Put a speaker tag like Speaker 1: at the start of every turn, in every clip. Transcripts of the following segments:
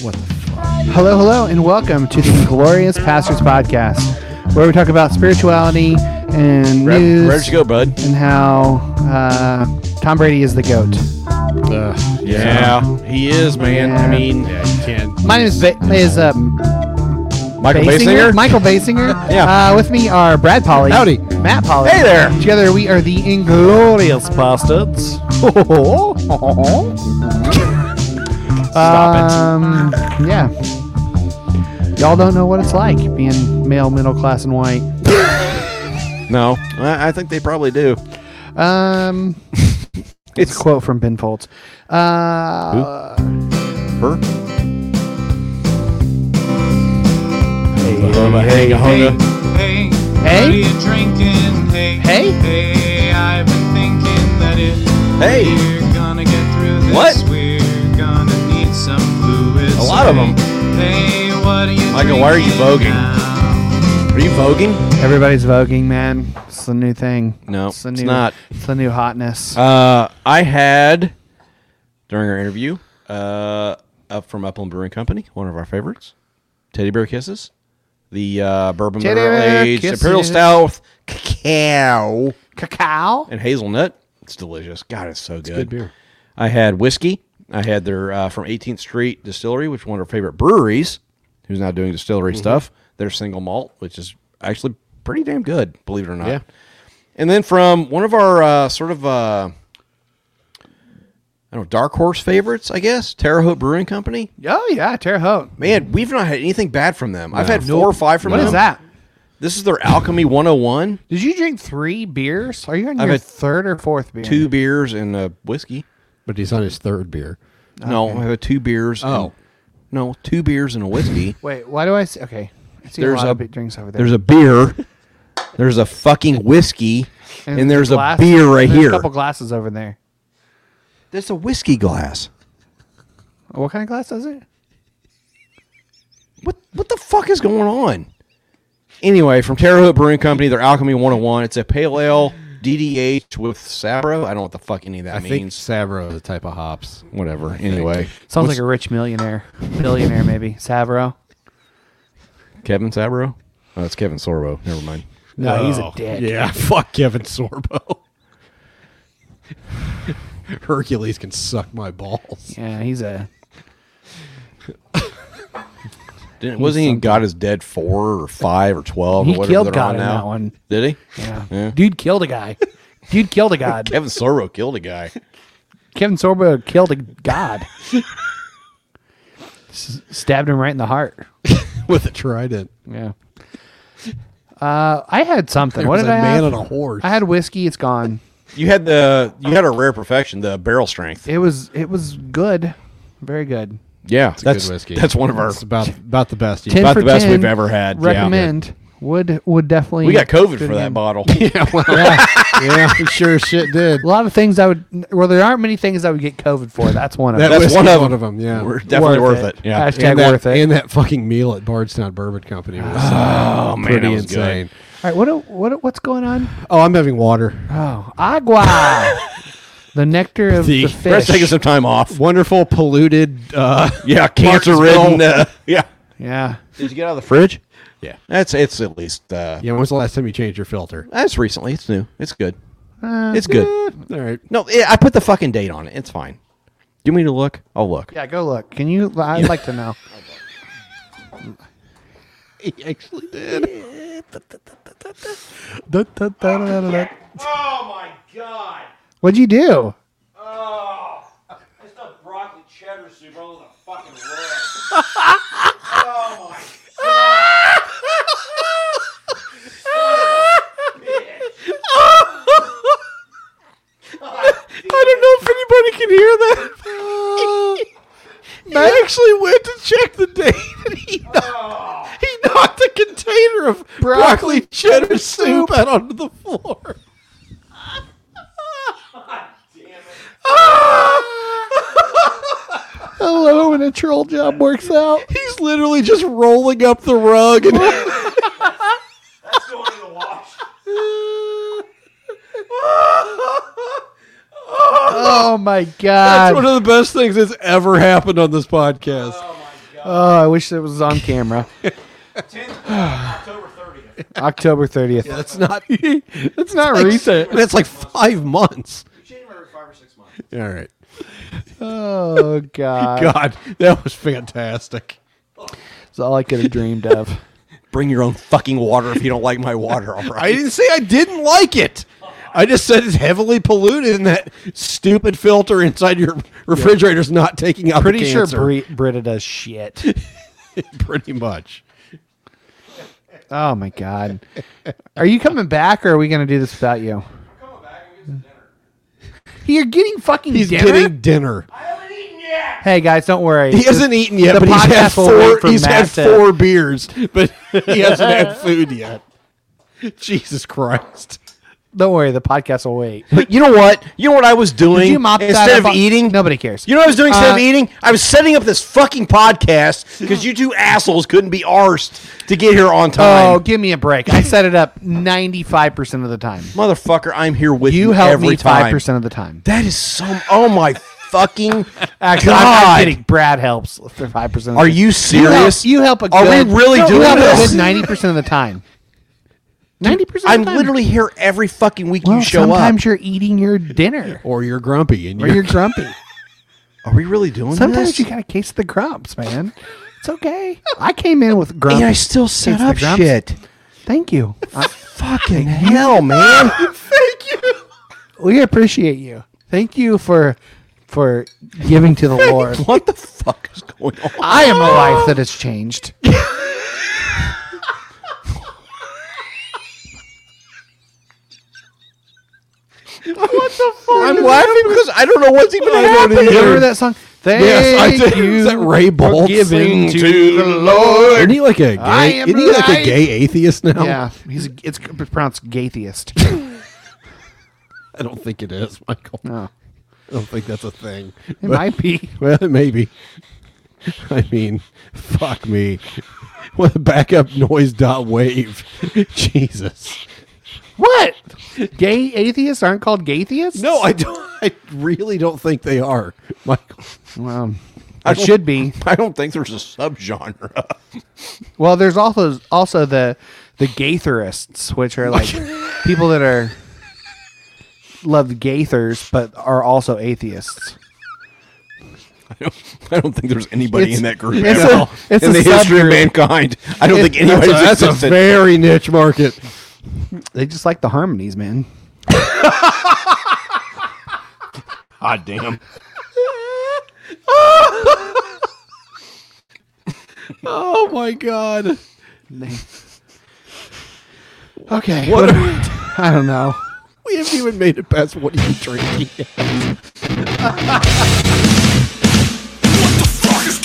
Speaker 1: What the fuck? Hello, hello, and welcome to the Glorious Pastors Podcast, where we talk about spirituality and
Speaker 2: Rev-
Speaker 1: news
Speaker 2: Ready to go, bud.
Speaker 1: and how uh, Tom Brady is the GOAT.
Speaker 2: Yeah, he is, man. I
Speaker 1: Yeah.
Speaker 2: mean,
Speaker 3: Yeah, you can't.
Speaker 1: My name is, ba- is um,
Speaker 2: Michael Basinger.
Speaker 1: Michael Basinger.
Speaker 2: Yeah.
Speaker 1: Uh, with me are Brad Polly.
Speaker 2: Howdy.
Speaker 1: Matt Polly.
Speaker 2: Hey there.
Speaker 1: Together we are the Inglorious
Speaker 2: bastards. Stop
Speaker 1: Um, yeah. Y'all don't know what it's like being male, middle class, and white.
Speaker 2: it. No, I, I think they probably do.
Speaker 1: Um, it's a quote from Ben Folds. Uh,
Speaker 2: Her?
Speaker 1: hey,
Speaker 2: Hey, hey,
Speaker 4: Hey,
Speaker 1: Hey?
Speaker 4: what are you drinking? Hey,
Speaker 1: Hey?
Speaker 4: hey, I've been thinking that if
Speaker 2: Hey.
Speaker 4: we're gonna get through this,
Speaker 2: What?
Speaker 4: we're gonna need some fluids.
Speaker 2: A lot of 'em.
Speaker 4: Hey, hey, what are you
Speaker 2: Michael,
Speaker 4: drinking?
Speaker 2: why are you voguing?
Speaker 4: now?
Speaker 2: Are you voguing?
Speaker 1: everybody's voguing, man. It's the new thing.
Speaker 2: No,
Speaker 1: it's, the
Speaker 2: it's
Speaker 1: new,
Speaker 2: not.
Speaker 1: It's the new hotness.
Speaker 2: Uh, I had during our interview, uh, up from Upland Brewing Company, one of our favorites, Teddy Bear Kisses, the uh, bourbon
Speaker 1: Teddy
Speaker 2: barrel
Speaker 1: Bear
Speaker 2: aged
Speaker 1: Kisses.
Speaker 2: imperial stout, with cacao,
Speaker 1: Cacao.
Speaker 2: and hazelnut. It's delicious. God, it's so good.
Speaker 3: good beer.
Speaker 2: I had whiskey. I had their uh, from 18th Street Distillery, which is one of our favorite breweries, who's now doing distillery stuff. Their single malt, which is actually pretty damn good, believe it or not.
Speaker 3: Yeah.
Speaker 2: And then from one of our uh, sort of uh, I don't know, dark horse favorites, I guess, Terre Haute Brewing Company.
Speaker 1: Oh yeah, Terre Haute.
Speaker 2: Man, we've not had anything bad from them. I've had four or five from
Speaker 1: What
Speaker 2: them.
Speaker 1: is that?
Speaker 2: This is their Alchemy 101.
Speaker 1: Did you drink three beers? Are you on
Speaker 2: I've
Speaker 1: your
Speaker 2: had
Speaker 1: third or fourth beer?
Speaker 2: Two beers and a whiskey.
Speaker 3: But he's on his third beer.
Speaker 2: No, I have two beers. and-
Speaker 3: Oh.
Speaker 2: no, two beers and a whiskey.
Speaker 1: Wait, why do I see? Okay, I see
Speaker 2: There's
Speaker 1: a lot
Speaker 2: a-
Speaker 1: of big drinks over there.
Speaker 2: There's a beer. There's a fucking whiskey, and, there's a
Speaker 1: glass-
Speaker 2: beer right
Speaker 1: there's
Speaker 2: here.
Speaker 1: A couple glasses over there.
Speaker 2: There's a whiskey glass.
Speaker 1: What kind of glass is it?
Speaker 2: What what the fuck is going on? Anyway, from Terre Haute Brewing Company, their Alchemy 101. It's a pale ale DDH with Sabro. I don't know what the fuck any of that
Speaker 3: I think
Speaker 2: means.
Speaker 3: Savro, the type of hops.
Speaker 2: Whatever. Anyway,
Speaker 1: Sounds
Speaker 2: What's-
Speaker 1: like a rich millionaire, billionaire maybe. Savro.
Speaker 2: Kevin Sabro. Oh, that's Kevin Sorbo. Never mind.
Speaker 1: No, he's a
Speaker 3: Oh,
Speaker 1: dick.
Speaker 3: Yeah, fuck Kevin Sorbo. Hercules can suck my balls.
Speaker 1: Yeah, he's a.
Speaker 2: Didn't, wasn't he in God is Dead four or five or twelve?
Speaker 1: He
Speaker 2: or whatever
Speaker 1: killed
Speaker 2: they're
Speaker 1: God
Speaker 2: on
Speaker 1: in
Speaker 2: now?
Speaker 1: that one.
Speaker 2: Did he?
Speaker 1: Yeah.
Speaker 2: Yeah.
Speaker 1: Dude killed a guy. Dude killed a god.
Speaker 2: Kevin Sorbo killed a guy.
Speaker 1: Kevin Sorbo killed a god. S- stabbed him right in the heart.
Speaker 3: With a trident.
Speaker 1: Yeah. Uh, I had something.
Speaker 3: There
Speaker 1: what
Speaker 3: was
Speaker 1: did
Speaker 3: a
Speaker 1: I
Speaker 3: man
Speaker 1: have?
Speaker 3: on a horse.
Speaker 1: I had whiskey. It's gone.
Speaker 2: You had the you had a rare perfection, the barrel strength.
Speaker 1: It was. It was good. Very good.
Speaker 2: Yeah,
Speaker 3: It's a
Speaker 2: that's
Speaker 3: good whiskey.
Speaker 2: That's one of our.
Speaker 3: It's about about the best. you
Speaker 1: Ten
Speaker 3: can-
Speaker 2: About
Speaker 1: for
Speaker 2: the best
Speaker 1: 10,
Speaker 2: we've ever had. Yeah.
Speaker 1: Recommend. Would would definitely.
Speaker 2: we got COVID
Speaker 1: do it
Speaker 2: for that
Speaker 1: again.
Speaker 2: bottle.
Speaker 3: yeah, well, yeah, yeah, we sure as shit did.
Speaker 1: A lot of things I would. Well, there aren't many things I would get COVID for. That's one of
Speaker 3: That
Speaker 1: them.
Speaker 2: That's
Speaker 3: whiskey
Speaker 2: one of,
Speaker 3: one of 'em, yeah.
Speaker 2: we're definitely worth,
Speaker 1: Worth
Speaker 2: it.
Speaker 1: it.
Speaker 2: Yeah,
Speaker 1: Hashtag
Speaker 3: that,
Speaker 1: worth it.
Speaker 3: and that fucking meal at Bardstown Bourbon Company was
Speaker 2: oh man,
Speaker 3: pretty
Speaker 2: that was
Speaker 3: insane.
Speaker 1: All right. What do- what do- what's going on?
Speaker 3: Oh, I'm having water.
Speaker 1: Oh, agua. the nectar of the,
Speaker 3: The-
Speaker 2: good. Brett's
Speaker 1: fish.
Speaker 2: taking some time off.
Speaker 3: Wonderful polluted. Uh,
Speaker 2: Yeah, cancer ridden. Uh, yeah.
Speaker 1: yeah.
Speaker 2: Did you get out of the fridge?
Speaker 3: yeah.
Speaker 2: That's it's at least. Uh,
Speaker 3: Yeah. When was the last time you changed your filter?
Speaker 2: That's recently. It's new. It's good.
Speaker 1: Uh,
Speaker 2: It's good.
Speaker 3: All right.
Speaker 2: No, it, I put the fucking date on it. It's fine. Do you mean to look? I'll look.
Speaker 1: Yeah, go look. Can you? I'd like to know.
Speaker 3: He actually did. Da, da, da, da, da, da.
Speaker 5: Oh my god!
Speaker 1: What'd you do?
Speaker 5: Oh, it's the broccoli cheddar soup all over the fucking world. oh my
Speaker 3: I don't know if anybody can hear that. I actually went to check the date, and he knocked, he knocked a container of Oh. broccoli cheddar soup out onto the floor.
Speaker 1: I love when a troll job works out.
Speaker 3: He's literally just rolling up the rug, and
Speaker 5: That's going in the wash.
Speaker 1: Oh my
Speaker 3: that's one
Speaker 1: god!
Speaker 3: Oh,
Speaker 1: Oh,
Speaker 3: of the best things that's ever happened on this podcast.
Speaker 5: Oh my god.
Speaker 1: Oh, I wish it was on camera.
Speaker 4: 10th, October 30th.
Speaker 1: October 30th.
Speaker 3: That's not. That's not
Speaker 1: recent.
Speaker 3: That's like five months.
Speaker 4: You change them every five or six months.
Speaker 3: All right.
Speaker 1: Oh, God.
Speaker 2: Uh,
Speaker 3: God, that was fantastic.
Speaker 1: It's all I could have dreamed of.
Speaker 2: Bring your own fucking water if you don't like my water. All
Speaker 3: I
Speaker 2: right.
Speaker 3: didn't say I didn't like it. I just said it's heavily polluted, and that stupid filter inside your refrigerator's not taking out.
Speaker 1: Pretty
Speaker 3: the
Speaker 1: sure
Speaker 3: cancer.
Speaker 1: Bri- Britta does shit.
Speaker 3: pretty much.
Speaker 1: Oh, my God. Are you coming back or are we going to do this without you?
Speaker 4: I'm coming back and get some dinner.
Speaker 1: You're getting fucking
Speaker 3: He's
Speaker 1: dinner?
Speaker 3: getting dinner.
Speaker 4: I haven't eaten yet.
Speaker 1: Hey, guys, don't worry.
Speaker 3: He hasn't eaten yet,
Speaker 1: The
Speaker 3: but he's had
Speaker 1: podcast will wait
Speaker 3: four.
Speaker 1: for
Speaker 3: He's had
Speaker 1: Matt to-
Speaker 3: four beers, but he hasn't had food yet. Jesus Christ!
Speaker 1: Don't worry. The podcast will wait.
Speaker 2: But you know what? You know what I was doing
Speaker 1: Did you mop that
Speaker 2: instead of
Speaker 1: up on-
Speaker 2: eating.
Speaker 1: Nobody cares.
Speaker 2: You know what I was doing instead
Speaker 1: Uh,
Speaker 2: of eating? I was setting up this fucking podcast because you two assholes couldn't be arsed to get here
Speaker 1: Oh,
Speaker 2: on time.
Speaker 1: give me a break. I set it up 95% of the time.
Speaker 2: motherfucker! I'm here with you,
Speaker 1: You help
Speaker 2: every
Speaker 1: me
Speaker 2: time.
Speaker 1: 5% of the time.
Speaker 2: That is so. Oh my fucking
Speaker 1: Actually, I'm- I'm,
Speaker 2: god!
Speaker 1: kidding. Brad helps for 5%.
Speaker 2: Are you
Speaker 1: You help-
Speaker 2: serious?
Speaker 1: You help, a
Speaker 2: Are we
Speaker 1: good,
Speaker 2: really
Speaker 1: you
Speaker 2: doing
Speaker 1: help
Speaker 2: this?
Speaker 1: a good 90% of the time. 90% of the
Speaker 2: I'm
Speaker 1: time.
Speaker 2: literally here every fucking week
Speaker 1: Well,
Speaker 2: you show
Speaker 1: sometimes
Speaker 2: up.
Speaker 1: you're eating your dinner
Speaker 3: Or you're grumpy, and
Speaker 1: or
Speaker 3: you're,
Speaker 1: you're grumpy.
Speaker 2: Are we really doing
Speaker 1: Sometimes
Speaker 2: this?
Speaker 1: you got a case of the grumps, man. It's okay. I came in with grumps.
Speaker 2: and I still set
Speaker 1: It's the
Speaker 2: up
Speaker 1: grumps.
Speaker 2: shit.
Speaker 1: Thank you. I-
Speaker 2: Fucking hell, man!
Speaker 1: we appreciate you. Thank you for for giving to the Lord.
Speaker 2: what the fuck is going on?
Speaker 1: I am a life that has changed.
Speaker 2: I'm laughing because I don't know what's even
Speaker 1: You
Speaker 2: happening.
Speaker 1: remember that song? Thank
Speaker 3: Yes, I did.
Speaker 1: you.
Speaker 3: Is that Ray Bolt?
Speaker 1: giving to the
Speaker 3: Lord. Isn't he like a
Speaker 1: I
Speaker 3: gay?
Speaker 1: am
Speaker 3: Isn't he like a
Speaker 1: life.
Speaker 3: gay atheist now?
Speaker 1: Yeah, he's a, it's pronounced gaytheist.
Speaker 3: I don't think it is, Michael.
Speaker 1: No,
Speaker 3: I don't think that's a thing.
Speaker 1: Oh, it might be.
Speaker 3: Well, maybe. I mean, fuck me. With a backup noise dot wave. Jesus.
Speaker 1: What? Gay atheists aren't called gaytheists?
Speaker 3: No, I don't. I really don't think they are, Michael.
Speaker 1: Well, it should be.
Speaker 2: I don't think there's a subgenre.
Speaker 1: Well, there's also also the the gaytherists, which are like people that are love gaythers but are also atheists.
Speaker 2: I don't, I don't think there's anybody
Speaker 1: It's-
Speaker 2: in that group
Speaker 1: it's
Speaker 2: at
Speaker 1: a-
Speaker 2: all.
Speaker 1: it's
Speaker 2: in
Speaker 1: a
Speaker 2: the history
Speaker 1: subgroup.
Speaker 2: of mankind. I don't think
Speaker 3: That's a,
Speaker 2: anybody's
Speaker 3: that's a
Speaker 2: existed.
Speaker 3: very niche market.
Speaker 1: They just like the harmonies, man.
Speaker 2: God "Ah, damn.
Speaker 3: Oh my god.
Speaker 1: Okay.
Speaker 3: What
Speaker 1: what-
Speaker 3: are-
Speaker 1: I don't know.
Speaker 3: we haven't even made it past what are you drinking?
Speaker 1: Never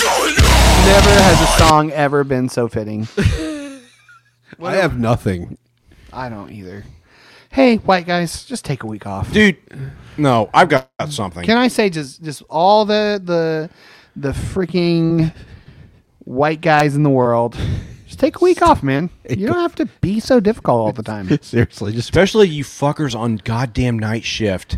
Speaker 1: has a song ever been so fitting.
Speaker 3: I have nothing.
Speaker 1: I don't either. Hey, white guys, just take a week off.
Speaker 2: Dude, no, I've got something.
Speaker 1: Can I say just just all the the the freaking white guys in the world? Just take a week off, man. You don't have to be so difficult all the time.
Speaker 3: Seriously, just
Speaker 2: Especially you fuckers on goddamn night shift.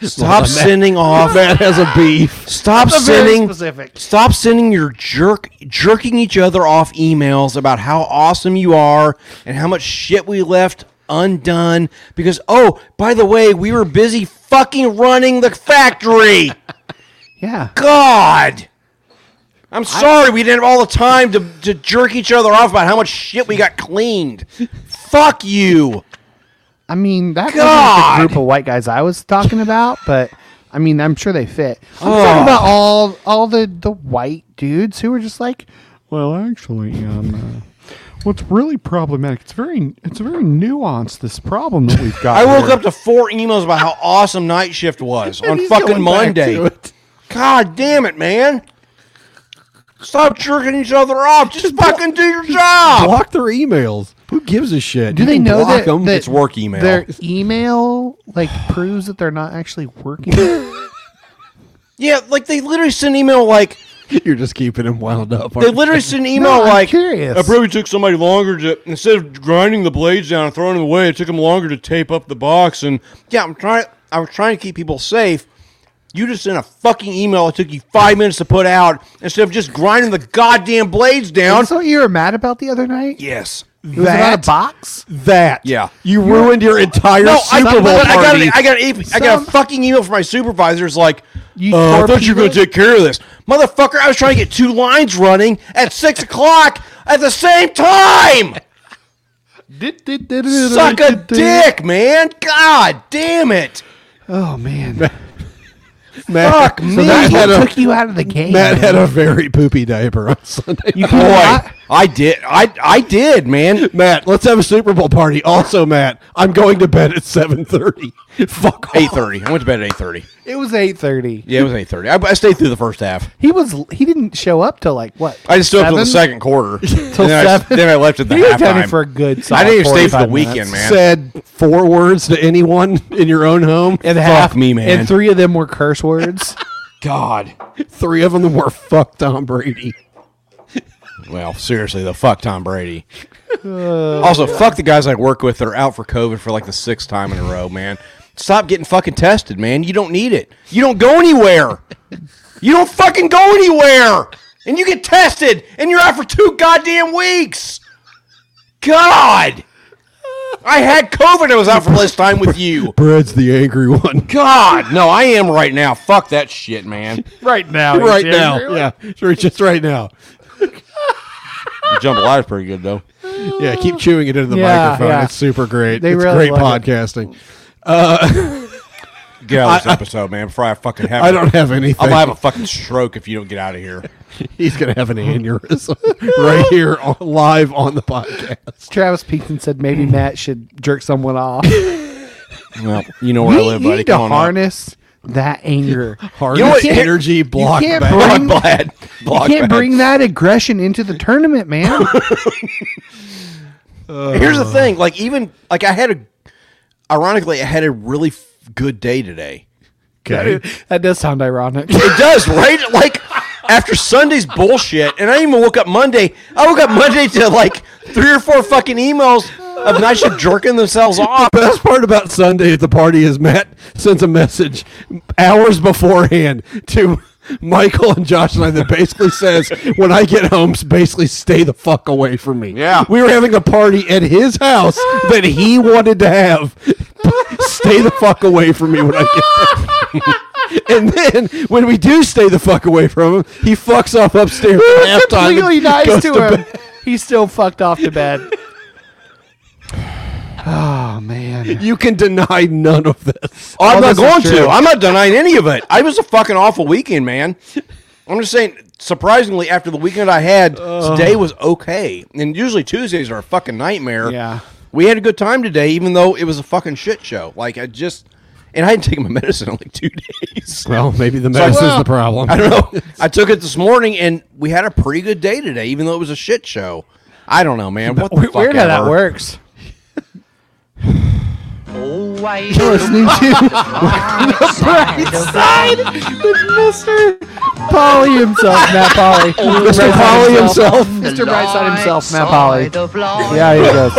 Speaker 2: Stop sending off.
Speaker 3: Matt has a beef.
Speaker 2: Stop
Speaker 1: Very
Speaker 2: sending.
Speaker 1: specific.
Speaker 2: Stop sending your jerk jerking each other off emails about how awesome you are and how much shit we left undone because oh by the way we were busy fucking running the factory.
Speaker 1: Yeah.
Speaker 2: God. I'm sorry we didn't have all the time to, to jerk each other off about how much shit we got cleaned. Fuck you.
Speaker 1: I mean, that was
Speaker 2: God.
Speaker 1: the group of white guys I was talking about, but I mean, I'm sure they fit. I'm
Speaker 2: Oh.
Speaker 1: talking about all all the the white dudes who were just like, well, actually, um, uh, what's really problematic? It's very it's a very nuanced this problem that we've got.
Speaker 2: I woke
Speaker 1: here."
Speaker 2: up to four emails about how awesome night shift was on
Speaker 3: He's
Speaker 2: fucking
Speaker 3: going back
Speaker 2: Monday.
Speaker 3: to it.
Speaker 2: God damn it, man. Stop jerking each other off. Just fucking do your job.
Speaker 3: block their emails. Who gives a shit?
Speaker 1: Do
Speaker 3: You
Speaker 1: they
Speaker 3: can
Speaker 1: know
Speaker 3: block
Speaker 1: that,
Speaker 3: 'em.
Speaker 1: that
Speaker 2: It's work email.
Speaker 1: Their email like proves that they're not actually working.
Speaker 2: Yeah, like they literally sent an email like
Speaker 3: You're just keeping them wound up.
Speaker 2: they
Speaker 3: aren't
Speaker 2: literally sent an email
Speaker 1: No, I'm
Speaker 2: like
Speaker 1: curious.
Speaker 2: It probably took somebody longer to instead of grinding the blades down and throwing them away, it took them longer to tape up the box and yeah, I'm trying I was trying to keep people safe. You just sent a fucking email it took you five minutes to put out instead of just grinding the goddamn blades down.
Speaker 1: That's what you were mad about the other night?
Speaker 2: Yes.
Speaker 1: It was about a box?
Speaker 3: That.
Speaker 2: Yeah.
Speaker 3: You ruined your entire
Speaker 2: No, I, but
Speaker 3: Super Bowl party.
Speaker 2: I got an, I got an, I got
Speaker 1: Some-
Speaker 2: a fucking email from my supervisors like,
Speaker 1: You
Speaker 2: uh, I thought you were going to
Speaker 1: torpedoed?
Speaker 2: take care of this, motherfucker. I was trying to get two lines running at six o'clock at the same time. Suck a dick, man. God damn it.
Speaker 1: Oh, man.
Speaker 3: Matt,
Speaker 2: Fuck
Speaker 3: so
Speaker 2: me.
Speaker 3: Matt had
Speaker 1: He
Speaker 3: a,
Speaker 1: took you out of the game.
Speaker 3: Matt had a very poopy diaper on Sunday.
Speaker 1: You
Speaker 3: night.
Speaker 1: could
Speaker 2: Boy,
Speaker 1: not-
Speaker 2: I did. I I did, man.
Speaker 3: Matt, let's have a Super Bowl party. Also, Matt, I'm going to bed at 7:30. Fuck off.
Speaker 2: Eight thirty. I went to bed at eight thirty.
Speaker 1: It was 8.30.
Speaker 2: Yeah, it was eight thirty. I, I stayed through the first half.
Speaker 1: He was. He didn't show up till like what?
Speaker 2: I just stood up for the
Speaker 1: Seven?
Speaker 2: second quarter.
Speaker 1: Till
Speaker 2: and then, I,
Speaker 1: seven?
Speaker 2: then I left at the
Speaker 1: You were down
Speaker 2: halftime
Speaker 1: here for a good.
Speaker 2: I
Speaker 1: solid
Speaker 2: didn't even stay for the
Speaker 1: 45
Speaker 2: weekend,
Speaker 1: minutes.
Speaker 2: man.
Speaker 3: Said four words to anyone in your own home.
Speaker 1: And
Speaker 2: Fuck
Speaker 1: half
Speaker 2: me, man.
Speaker 1: And three of them were curse words.
Speaker 2: God.
Speaker 3: Three of them were fuck Tom Brady.
Speaker 2: Well, seriously, though, fuck Tom Brady. also, fuck the guys I work with that are out for COVID for like the sixth time in a row, man. Stop getting fucking tested, man. You don't need it. You don't go anywhere. You don't fucking go anywhere. And you get tested and you're out for two goddamn weeks. God. I had COVID. I was out for less time with you.
Speaker 3: Brad's the angry one.
Speaker 2: God. No, I am right now. Fuck that shit, man.
Speaker 1: right now.
Speaker 3: right now. Yeah, sure, just right now.
Speaker 2: The jambalaya is pretty good, though.
Speaker 3: Yeah, keep chewing it into the
Speaker 1: Yeah,
Speaker 3: microphone.
Speaker 1: yeah.
Speaker 3: It's super great.
Speaker 1: They
Speaker 3: it's
Speaker 1: really
Speaker 3: great
Speaker 1: like it.
Speaker 3: podcasting.
Speaker 2: Get out of this episode, man, before I fucking have
Speaker 3: I don't have anything.
Speaker 2: I'm gonna have a fucking stroke if you don't get out of here.
Speaker 3: He's gonna have an aneurysm right here on, live on the podcast.
Speaker 1: Travis Pinkston said maybe Matt should jerk someone off.
Speaker 2: Well, you know where
Speaker 1: we
Speaker 2: I live,
Speaker 1: need
Speaker 2: buddy.
Speaker 1: to
Speaker 2: Come on up.
Speaker 1: harness that anger.
Speaker 3: Hard
Speaker 2: You know what?
Speaker 3: energy block
Speaker 1: can't
Speaker 3: back.
Speaker 1: bring-
Speaker 2: Block bad. Block
Speaker 1: you can't
Speaker 2: bad.
Speaker 1: bring that aggression into the tournament, man.
Speaker 2: Here's the thing. Like even like I had a, ironically, I had a really f- good day today.
Speaker 3: Okay.
Speaker 1: that does sound ironic.
Speaker 2: It does, right? Like after Sunday's bullshit, and I even woke up Monday. I woke up Monday to like three or four fucking emails of night shift jerking themselves off.
Speaker 3: Best part about Sunday at the party is Matt sends a message hours beforehand to Michael and Josh and I that basically says, "When I get home, s- basically stay the fuck away from me."
Speaker 2: Yeah.
Speaker 3: we were having a party at his house that he wanted to have. stay the fuck away from me when I get home. And then when we do stay the fuck away from him, he fucks off upstairs. at halftime and
Speaker 1: completely nice
Speaker 3: goes
Speaker 1: to, him. He's still fucked off to bed. oh man.
Speaker 3: You can deny none of this.
Speaker 2: Oh,
Speaker 1: Well,
Speaker 2: I'm not
Speaker 1: Oh, this
Speaker 2: going
Speaker 1: is true.
Speaker 2: to. I'm not denying any of it. I was a fucking awful weekend, man. I'm just saying, surprisingly, after the weekend I had, today was okay. And usually Tuesdays are a fucking nightmare.
Speaker 1: Yeah.
Speaker 2: We had a good time today, even though it was a fucking shit show. Like, I just. And I hadn't taken my medicine in like two days.
Speaker 3: Well, maybe the medicine's the problem.
Speaker 2: I don't know. I took it this morning, and we had a pretty good day today, even though it was a shit show. I don't know, man. What the fuck
Speaker 1: Weird how that
Speaker 2: ever.
Speaker 1: works.
Speaker 6: You're
Speaker 1: listening to Side with Mr. Polly himself, Matt Polly. Mr.
Speaker 3: Polly himself.
Speaker 1: Mr. Brightside himself, Matt Polly. Yeah, he does.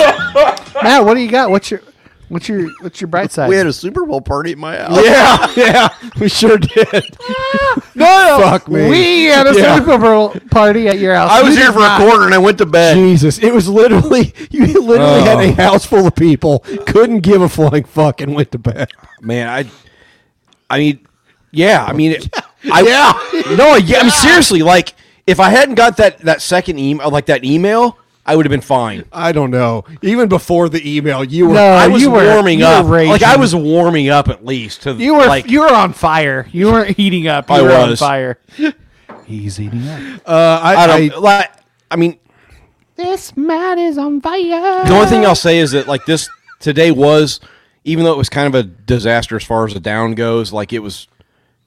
Speaker 1: Matt, what do you got? What's your what's your what's your bright side?
Speaker 2: We had a Super Bowl party at my house.
Speaker 3: Yeah, yeah, we sure did.
Speaker 1: no, no.
Speaker 3: Fuck me.
Speaker 1: We had a
Speaker 3: Yeah.
Speaker 1: Super Bowl party at your house.
Speaker 2: I was
Speaker 1: You
Speaker 2: here
Speaker 1: did
Speaker 2: for a
Speaker 1: not.
Speaker 2: quarter, and I went to bed.
Speaker 3: Jesus, it was literally you literally had a house full of people, couldn't give a flying fuck, and went to bed.
Speaker 2: man i i mean yeah i mean it, i yeah no yeah, i mean seriously like if i hadn't got that that second email like that email i would have been fine
Speaker 3: I don't know. Even before the email, you were.
Speaker 1: No,
Speaker 2: i was
Speaker 1: Uh, you were
Speaker 2: warming
Speaker 1: you were
Speaker 2: up like i
Speaker 1: raging.
Speaker 2: was warming up at least to
Speaker 1: You were
Speaker 2: like
Speaker 1: you were on fire. You weren't heating up. You
Speaker 2: I
Speaker 1: were on
Speaker 2: was.
Speaker 1: fire.
Speaker 3: Uh, I,
Speaker 2: i
Speaker 3: I,
Speaker 2: don't like i mean
Speaker 1: This man is on fire.
Speaker 2: the only thing i'll say is that like this today was even though it was kind of a disaster as far as the down goes like it was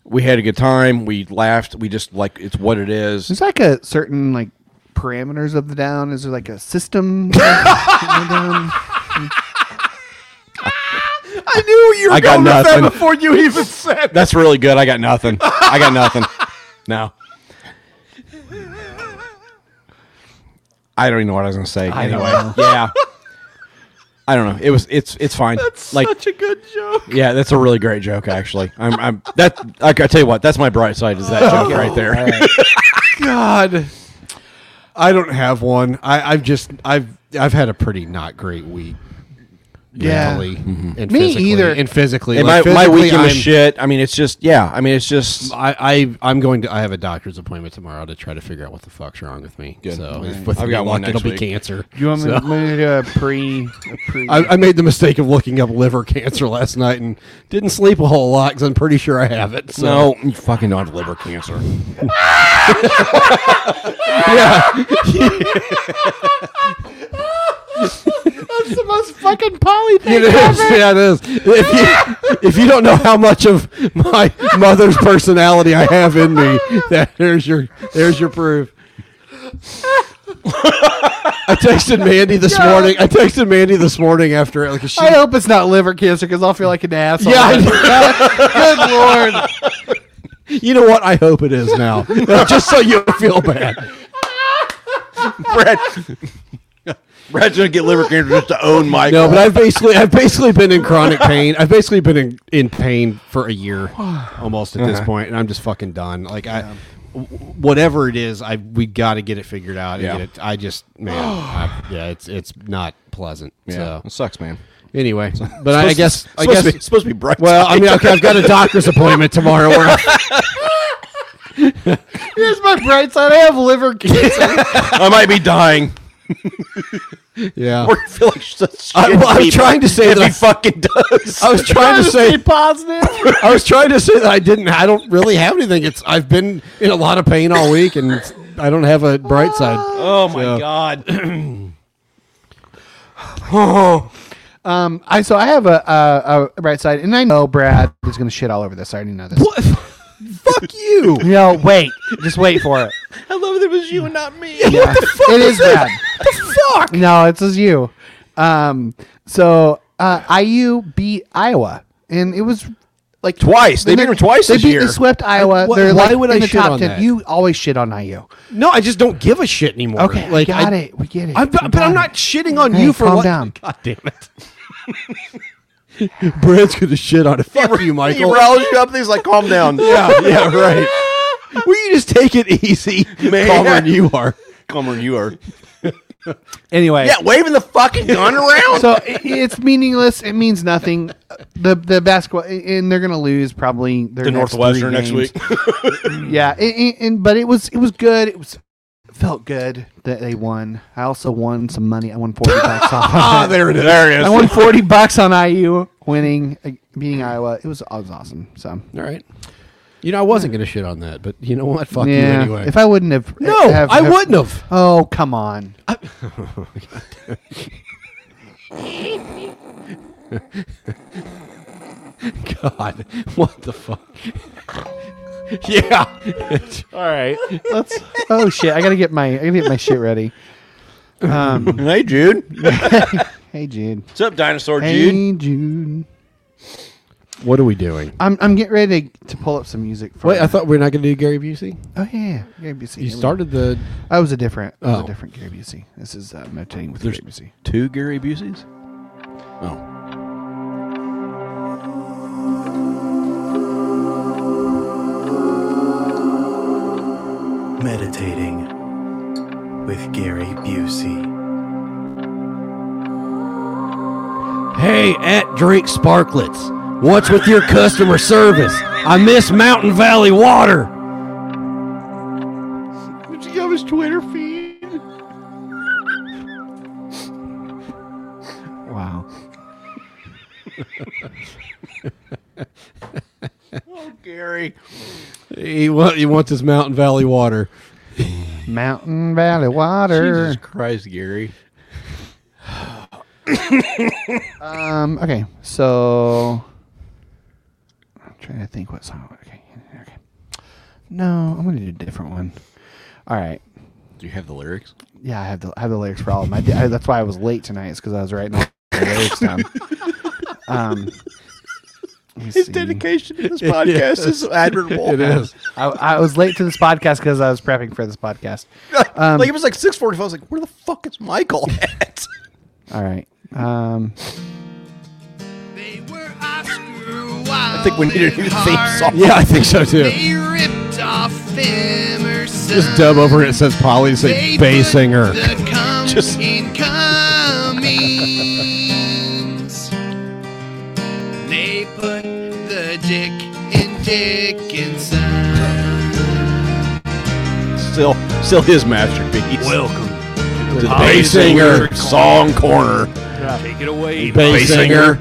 Speaker 2: we had a good time we laughed we just like it's what it is
Speaker 1: There's like a certain like parameters of the down. Is there like a system? I
Speaker 3: knew you were
Speaker 2: I got
Speaker 3: going with that
Speaker 2: nothing.
Speaker 3: before you even said.
Speaker 2: That's really good. I got nothing. I got nothing. No. I don't even know what I was going to say. anyway, yeah. I don't know. It was it's it's fine.
Speaker 3: That's
Speaker 2: like
Speaker 3: such a good joke.
Speaker 2: yeah, that's a really great joke actually. I'm I'm that I, I tell you what, that's my bright side is that
Speaker 3: Oh,
Speaker 2: joke right there.
Speaker 3: God. I don't have one. I, I've just I've I've had a pretty not great week.
Speaker 1: Yeah.
Speaker 3: Mentally and
Speaker 1: Me
Speaker 3: physically,
Speaker 1: either.
Speaker 3: And physically.
Speaker 2: And my,
Speaker 3: Like,
Speaker 2: my
Speaker 3: physically,
Speaker 2: weekend was
Speaker 3: I'm-
Speaker 2: shit. I mean, it's just yeah. I mean, it's just
Speaker 3: I, I I'm going to I have a doctor's appointment tomorrow to try to figure out what the fuck's wrong with me.
Speaker 2: Good.
Speaker 3: So
Speaker 2: All
Speaker 3: if-
Speaker 2: right.
Speaker 3: with
Speaker 2: I've
Speaker 3: any
Speaker 2: got one
Speaker 3: luck,
Speaker 2: next
Speaker 3: it'll
Speaker 2: week.
Speaker 3: be cancer.
Speaker 1: Do you want me
Speaker 3: So-
Speaker 1: to move to a pre? A pre
Speaker 3: I, I made the mistake of looking up liver cancer last night and didn't sleep a whole lot because I'm pretty sure I have it. So
Speaker 2: no. You fucking don't have liver cancer.
Speaker 1: that's the most fucking poly thing
Speaker 3: It is. Yeah, it is. If you, if you don't know how much of my mother's personality I have in me, that there's your there's your proof. I texted Mandy this morning. I texted Mandy this morning after like she.
Speaker 1: I hope it's not liver cancer because I'll feel like an asshole.
Speaker 3: yeah, I
Speaker 1: good lord.
Speaker 3: you know what? I hope it is now, Uh, just so you don't feel bad.
Speaker 2: Brad, Brad's gonna get liver cancer just to own Mike.
Speaker 3: No, but I've basically I've basically been in chronic pain. I've basically been in, in pain for a year almost at
Speaker 2: Uh-huh.
Speaker 3: this point, and I'm just fucking done. Like I, w- whatever it is, I we got to get it figured out. and
Speaker 2: Yeah.
Speaker 3: get it- I just man, I- yeah, it's it's not pleasant.
Speaker 2: yeah, it
Speaker 3: So
Speaker 2: sucks, man.
Speaker 3: anyway, but I, I guess I
Speaker 2: Supposed
Speaker 3: guess
Speaker 2: to be- supposed to be bright.
Speaker 3: well, I mean, okay, I've got a doctor's appointment tomorrow. Where
Speaker 1: Here's my bright side. I have liver cancer.
Speaker 2: I might be dying.
Speaker 3: yeah,
Speaker 2: Or feel like such
Speaker 3: I,
Speaker 2: shit
Speaker 3: well, I'm
Speaker 2: people.
Speaker 3: trying to say
Speaker 2: If he
Speaker 3: that
Speaker 2: fucking does.
Speaker 3: I, I was trying to say
Speaker 1: Stay positive.
Speaker 3: I was trying to say that I didn't. I don't really have anything. It's I've been in a lot of pain all week, and it's- I don't have a bright side.
Speaker 2: oh my
Speaker 3: So-
Speaker 2: god.
Speaker 1: Um, I so I have a, a, a bright side, and I know Brad is going to shit all over this. I already know this.
Speaker 3: What? Fuck you!
Speaker 1: No, wait. Just wait for it.
Speaker 2: I love that it was you and not me.
Speaker 1: What the fuck? It is Brad. the fuck? No, it's just you. Um, so uh, IU beat Iowa, and it was like
Speaker 2: Twice. They beat 'em twice
Speaker 1: They
Speaker 2: this
Speaker 1: beat.
Speaker 2: year.
Speaker 1: They swept Iowa.
Speaker 3: wh-
Speaker 1: They're
Speaker 3: why
Speaker 1: like
Speaker 3: would
Speaker 1: in
Speaker 3: I
Speaker 1: the
Speaker 3: shit
Speaker 1: top
Speaker 3: on
Speaker 1: ten.
Speaker 3: that?
Speaker 1: You always shit on IU.
Speaker 3: No, I just don't give a shit anymore.
Speaker 1: Okay,
Speaker 3: like
Speaker 1: got
Speaker 3: I,
Speaker 1: it. We get it.
Speaker 3: I'm, but, but I'm
Speaker 1: Got
Speaker 3: not
Speaker 1: it.
Speaker 3: shitting on
Speaker 1: Hey,
Speaker 3: you for
Speaker 1: calm
Speaker 3: what?
Speaker 1: down.
Speaker 3: God damn it! Brad's gonna shit on it. Fuck you,
Speaker 2: He
Speaker 3: Michael.
Speaker 2: riles you up. and He's like, calm down.
Speaker 3: yeah, yeah, right. Will you just take it easy,
Speaker 2: Man.
Speaker 3: calmer than you are?
Speaker 2: calmer than you are.
Speaker 1: Anyway,
Speaker 2: Yeah, waving the fucking gun around.
Speaker 1: so i- it's meaningless. It means nothing. The the basketball, and they're gonna lose probably their
Speaker 2: the
Speaker 1: next three
Speaker 2: Northwestern next
Speaker 1: games.
Speaker 2: week.
Speaker 1: yeah, and, and- and- but it was it was good. It was felt good that they won. I also won some money. I won forty bucks
Speaker 3: Ah,
Speaker 1: on.
Speaker 3: there it is.
Speaker 2: there it
Speaker 1: I won forty bucks on IU winning uh, beating Iowa. It was it was awesome. So
Speaker 3: All right. You know, I wasn't gonna shit on that, but you know what? Fuck you
Speaker 1: yeah,
Speaker 3: anyway.
Speaker 1: if I wouldn't have
Speaker 3: no,
Speaker 1: have-
Speaker 3: I
Speaker 1: have-
Speaker 3: wouldn't have.
Speaker 1: Oh come on!
Speaker 3: God, what the fuck? yeah. All right.
Speaker 1: Let's. Oh shit! I gotta get my I gotta get my shit ready. Um.
Speaker 2: Hey, Jude.
Speaker 1: hey Jude.
Speaker 2: What's up, dinosaur Jude?
Speaker 1: Hey Jude.
Speaker 3: What are we doing?
Speaker 1: I'm I'm getting ready to, to pull up some music. For
Speaker 3: Wait, I thought we are not going to do Gary Busey.
Speaker 1: Oh yeah. Gary Busey.
Speaker 3: You started the.
Speaker 1: I was a different. I was
Speaker 3: Oh.
Speaker 1: a different Gary Busey. This is uh, meditating with
Speaker 2: There's-
Speaker 1: Gary Busey.
Speaker 2: Two Gary Buseys. Oh,
Speaker 7: Meditating with Gary Busey.
Speaker 3: Hey, at Drink Sparklets, what's with your customer service? I miss Mountain Valley water.
Speaker 1: Did you have his Twitter feed? wow.
Speaker 2: Gary.
Speaker 3: He, wa- he wants his Mountain Valley water.
Speaker 1: Mountain Valley Water.
Speaker 2: Jesus Christ, Gary.
Speaker 1: Um. Okay. So. I'm trying to think what song. Okay. Okay. No, I'm gonna do a different one. All right.
Speaker 2: Do you have the lyrics?
Speaker 1: Yeah, I have the I have the lyrics for all of them. I did, I, that's why I was late tonight. Is because I was writing all the lyrics down. Um. His
Speaker 2: to this podcast is admirable.
Speaker 3: It is.
Speaker 1: I, I was late to this podcast because I was prepping for this podcast.
Speaker 8: Um,
Speaker 2: like it was like six forty-five. I was like, "Where the fuck is Michael at?"
Speaker 1: All right, Um,
Speaker 4: They were Oscar Wilde.
Speaker 2: I think we need a new theme song.
Speaker 8: Yeah, I think so too.
Speaker 4: They ripped off Emerson.
Speaker 8: Just dub over it. It says Polly's
Speaker 4: They
Speaker 8: a bass
Speaker 4: put
Speaker 8: singer.
Speaker 4: The cum
Speaker 2: Just-
Speaker 4: in Cummings. they put the dick in Dickinson.
Speaker 2: Still, still his masterpiece.
Speaker 9: Welcome.
Speaker 2: the
Speaker 8: Bass singer, song corner.
Speaker 9: Take it away.
Speaker 8: Bass singer.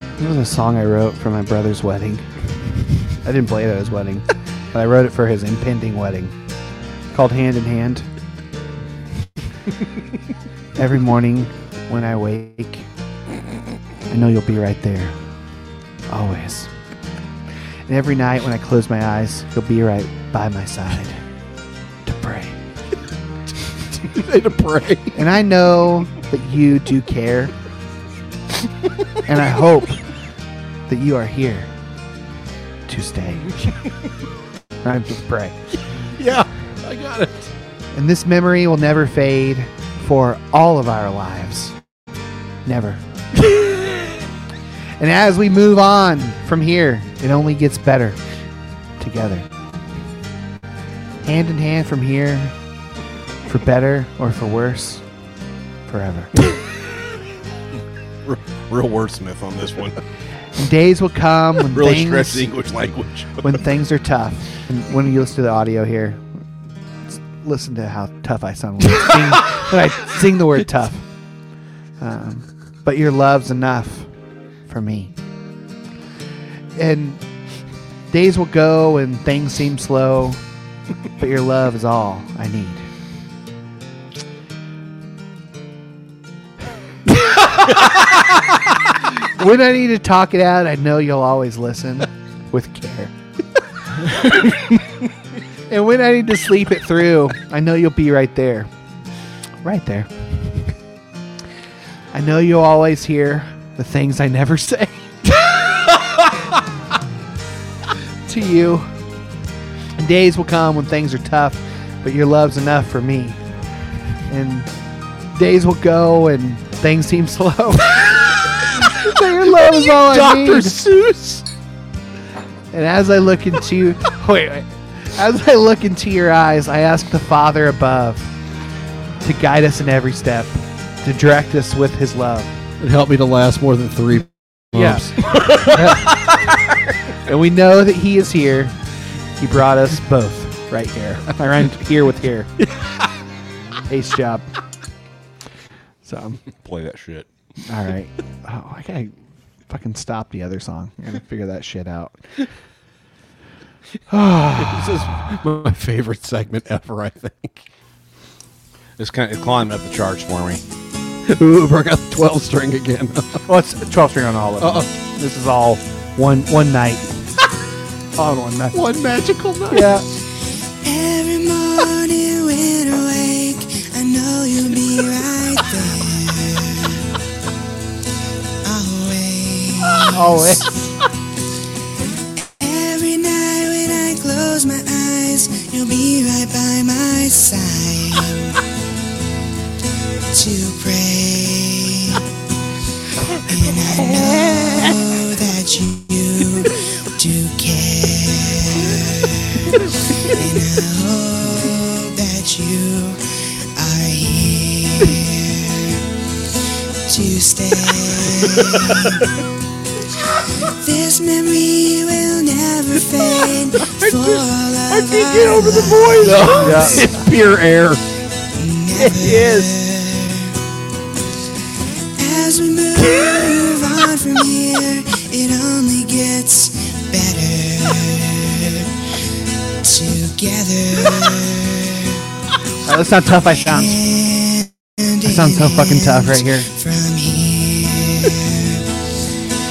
Speaker 1: It was a song I wrote for my brother's wedding. I didn't play it at his wedding, but I wrote it for his impending wedding. Called Hand in Hand. Every morning when I wake, I know you'll be right there. Always. And every night when I close my eyes, you'll be right by my side to pray.
Speaker 8: To pray.
Speaker 1: And I know that you do care. and I hope that you are here to stay. And I just pray.
Speaker 8: Yeah, I got it.
Speaker 1: And this memory will never fade for all of our lives. Never. and as we move on from here, it only gets better together. Hand in hand from here, for better or for worse, forever.
Speaker 2: Real wordsmith on this one.
Speaker 1: days will come when
Speaker 2: Really stretch the
Speaker 1: things
Speaker 2: English language.
Speaker 1: when things are tough. And when you listen to the audio here, s- listen to how tough I sound when I sing, when I sing the word tough. Um, but your love's enough for me. And days will go and things seem slow, but your love is all I need. when I need to talk it out, I know you'll always listen with care. and when I need to sleep it through, I know you'll be right there. Right there. I know you'll always hear the things I never say. to you. Days will come when things are tough, but your love's enough for me. And days will go and things seem slow. but your love is all I need.
Speaker 8: Dr. Seuss.
Speaker 1: And as I look into wait, wait, as I look into your eyes, I ask the Father above to guide us in every step, to direct us with His love.
Speaker 8: It helped me to last more than three months.
Speaker 1: And we know that He is here. He brought us both right here. I rhymed here with here. Ace job. So, all
Speaker 2: Play that shit.
Speaker 1: right. Oh, I gotta fucking stop the other song. I gotta figure that shit out.
Speaker 8: This is my favorite segment ever, I think.
Speaker 2: It's kind of climbing up the charts for me.
Speaker 8: Ooh, broke out the 12 string again.
Speaker 1: Well, it's 12 string on all of them. This is all one one night. all in one night.
Speaker 8: One magical night.
Speaker 1: Yeah.
Speaker 10: Every morning when I wake, I know you'll be right there. Always.
Speaker 1: Always.
Speaker 10: Every night when I close my eyes, you'll be right by my side to pray. And I know that you do care. And I hope that you are here to stay. This memory will never fade. I, for all of I can't get over the voice.
Speaker 8: It's pure air.
Speaker 10: It is. As we move on from here, it only gets better together.
Speaker 1: Oh, that's not tough I sound. I sound so fucking tough right here.
Speaker 10: from here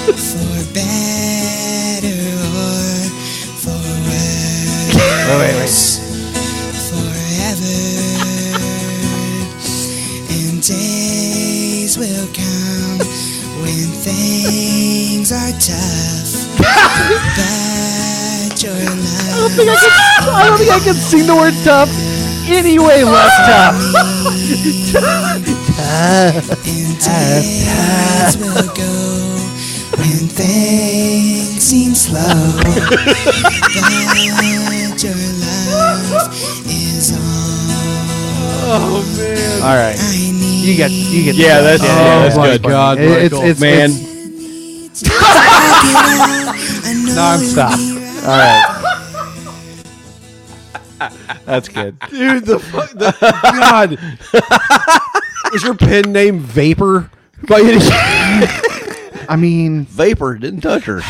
Speaker 10: for better or for worse. Forever and days will come when things are tough. but your love
Speaker 1: I don't think I can sing the word tough any way less tough.
Speaker 10: into heads will go when things seem slow. but your love is all
Speaker 1: All right.
Speaker 10: I need.
Speaker 1: You get you get
Speaker 2: Yeah, that's-
Speaker 1: it.
Speaker 2: yeah,
Speaker 8: Oh,
Speaker 2: that's
Speaker 1: my
Speaker 2: good. Oh God,
Speaker 1: It- it's,
Speaker 2: Michael.
Speaker 1: it's
Speaker 2: Man.
Speaker 1: it's-
Speaker 10: Non-stop.
Speaker 1: all right.
Speaker 2: That's good.
Speaker 8: dude. The, fuck, the God was your pen name Vapor by any
Speaker 1: I mean,
Speaker 2: Vapor didn't touch her.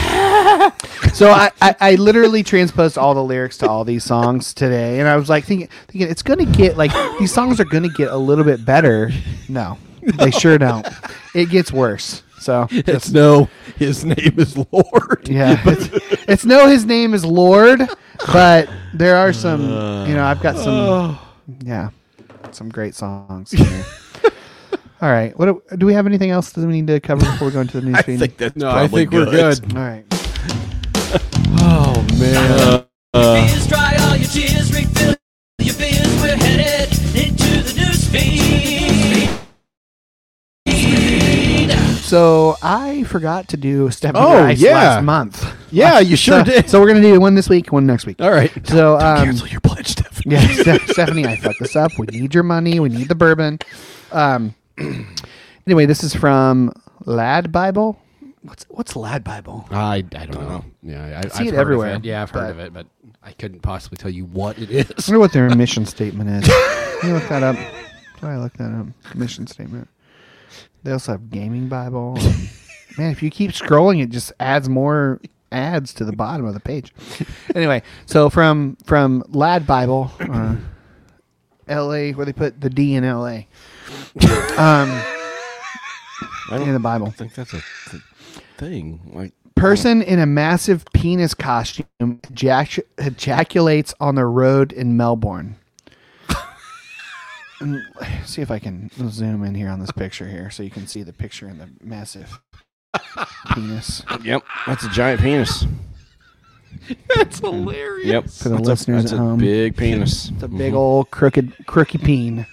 Speaker 1: so I, I I literally transposed all the lyrics to all these songs today, and I was like thinking thinking it's gonna get like these songs are gonna get a little bit better. No, they sure don't. It gets worse. So
Speaker 8: It's no. His name is Lord.
Speaker 1: Yeah, it's, it's no. His name is Lord, but there are some. you know, I've got some. Yeah, some great songs. in here. All right, what do, do we have? Anything else that we need to cover before we go into the news feed?
Speaker 2: that's
Speaker 8: No, I think we're good.
Speaker 1: All right.
Speaker 8: Oh man.
Speaker 9: Beers, dry all your tears, refill your beers. We're headed into the news feed.
Speaker 1: So I forgot to do Step Under
Speaker 8: Oh,
Speaker 1: Ice
Speaker 8: yeah.
Speaker 1: last month.
Speaker 8: Yeah, you sure
Speaker 1: so,
Speaker 8: did.
Speaker 1: So we're gonna do one this week, one next week.
Speaker 8: All right.
Speaker 1: So um,
Speaker 8: your pledge, Stephanie.
Speaker 1: Yeah, Ste- Stephanie, I fucked this up. We need your money. We need the bourbon. Um, anyway, this is from Lad Bible. What's what's Lad Bible?
Speaker 3: I, I don't know. Yeah,
Speaker 1: see it
Speaker 3: I, I've heard of
Speaker 1: everywhere,
Speaker 3: Yeah, I've heard
Speaker 1: but-
Speaker 3: of it, but I couldn't possibly tell you what it
Speaker 1: I
Speaker 3: is.
Speaker 1: wonder what their mission statement is. Can you look that up? Why I look that up? Mission statement. They also have Gaming Bible. Man, if you keep scrolling, it just adds more ads to the bottom of the page. Anyway, so from from Lad Bible, uh, L.A. where they put the D in L.A. Um, in the Bible.
Speaker 2: I think that's a th- thing. Like
Speaker 1: Person in a massive penis costume ejac- ejaculates on the road in Melbourne. And see if I can zoom in here on this picture here so you can see the picture in the massive penis.
Speaker 2: Yep, that's a giant penis.
Speaker 8: That's hilarious.
Speaker 2: Yep,
Speaker 1: For the listeners
Speaker 2: that's
Speaker 1: at
Speaker 2: a
Speaker 1: home.
Speaker 2: big penis.
Speaker 1: It's a big old crooked crooky peen.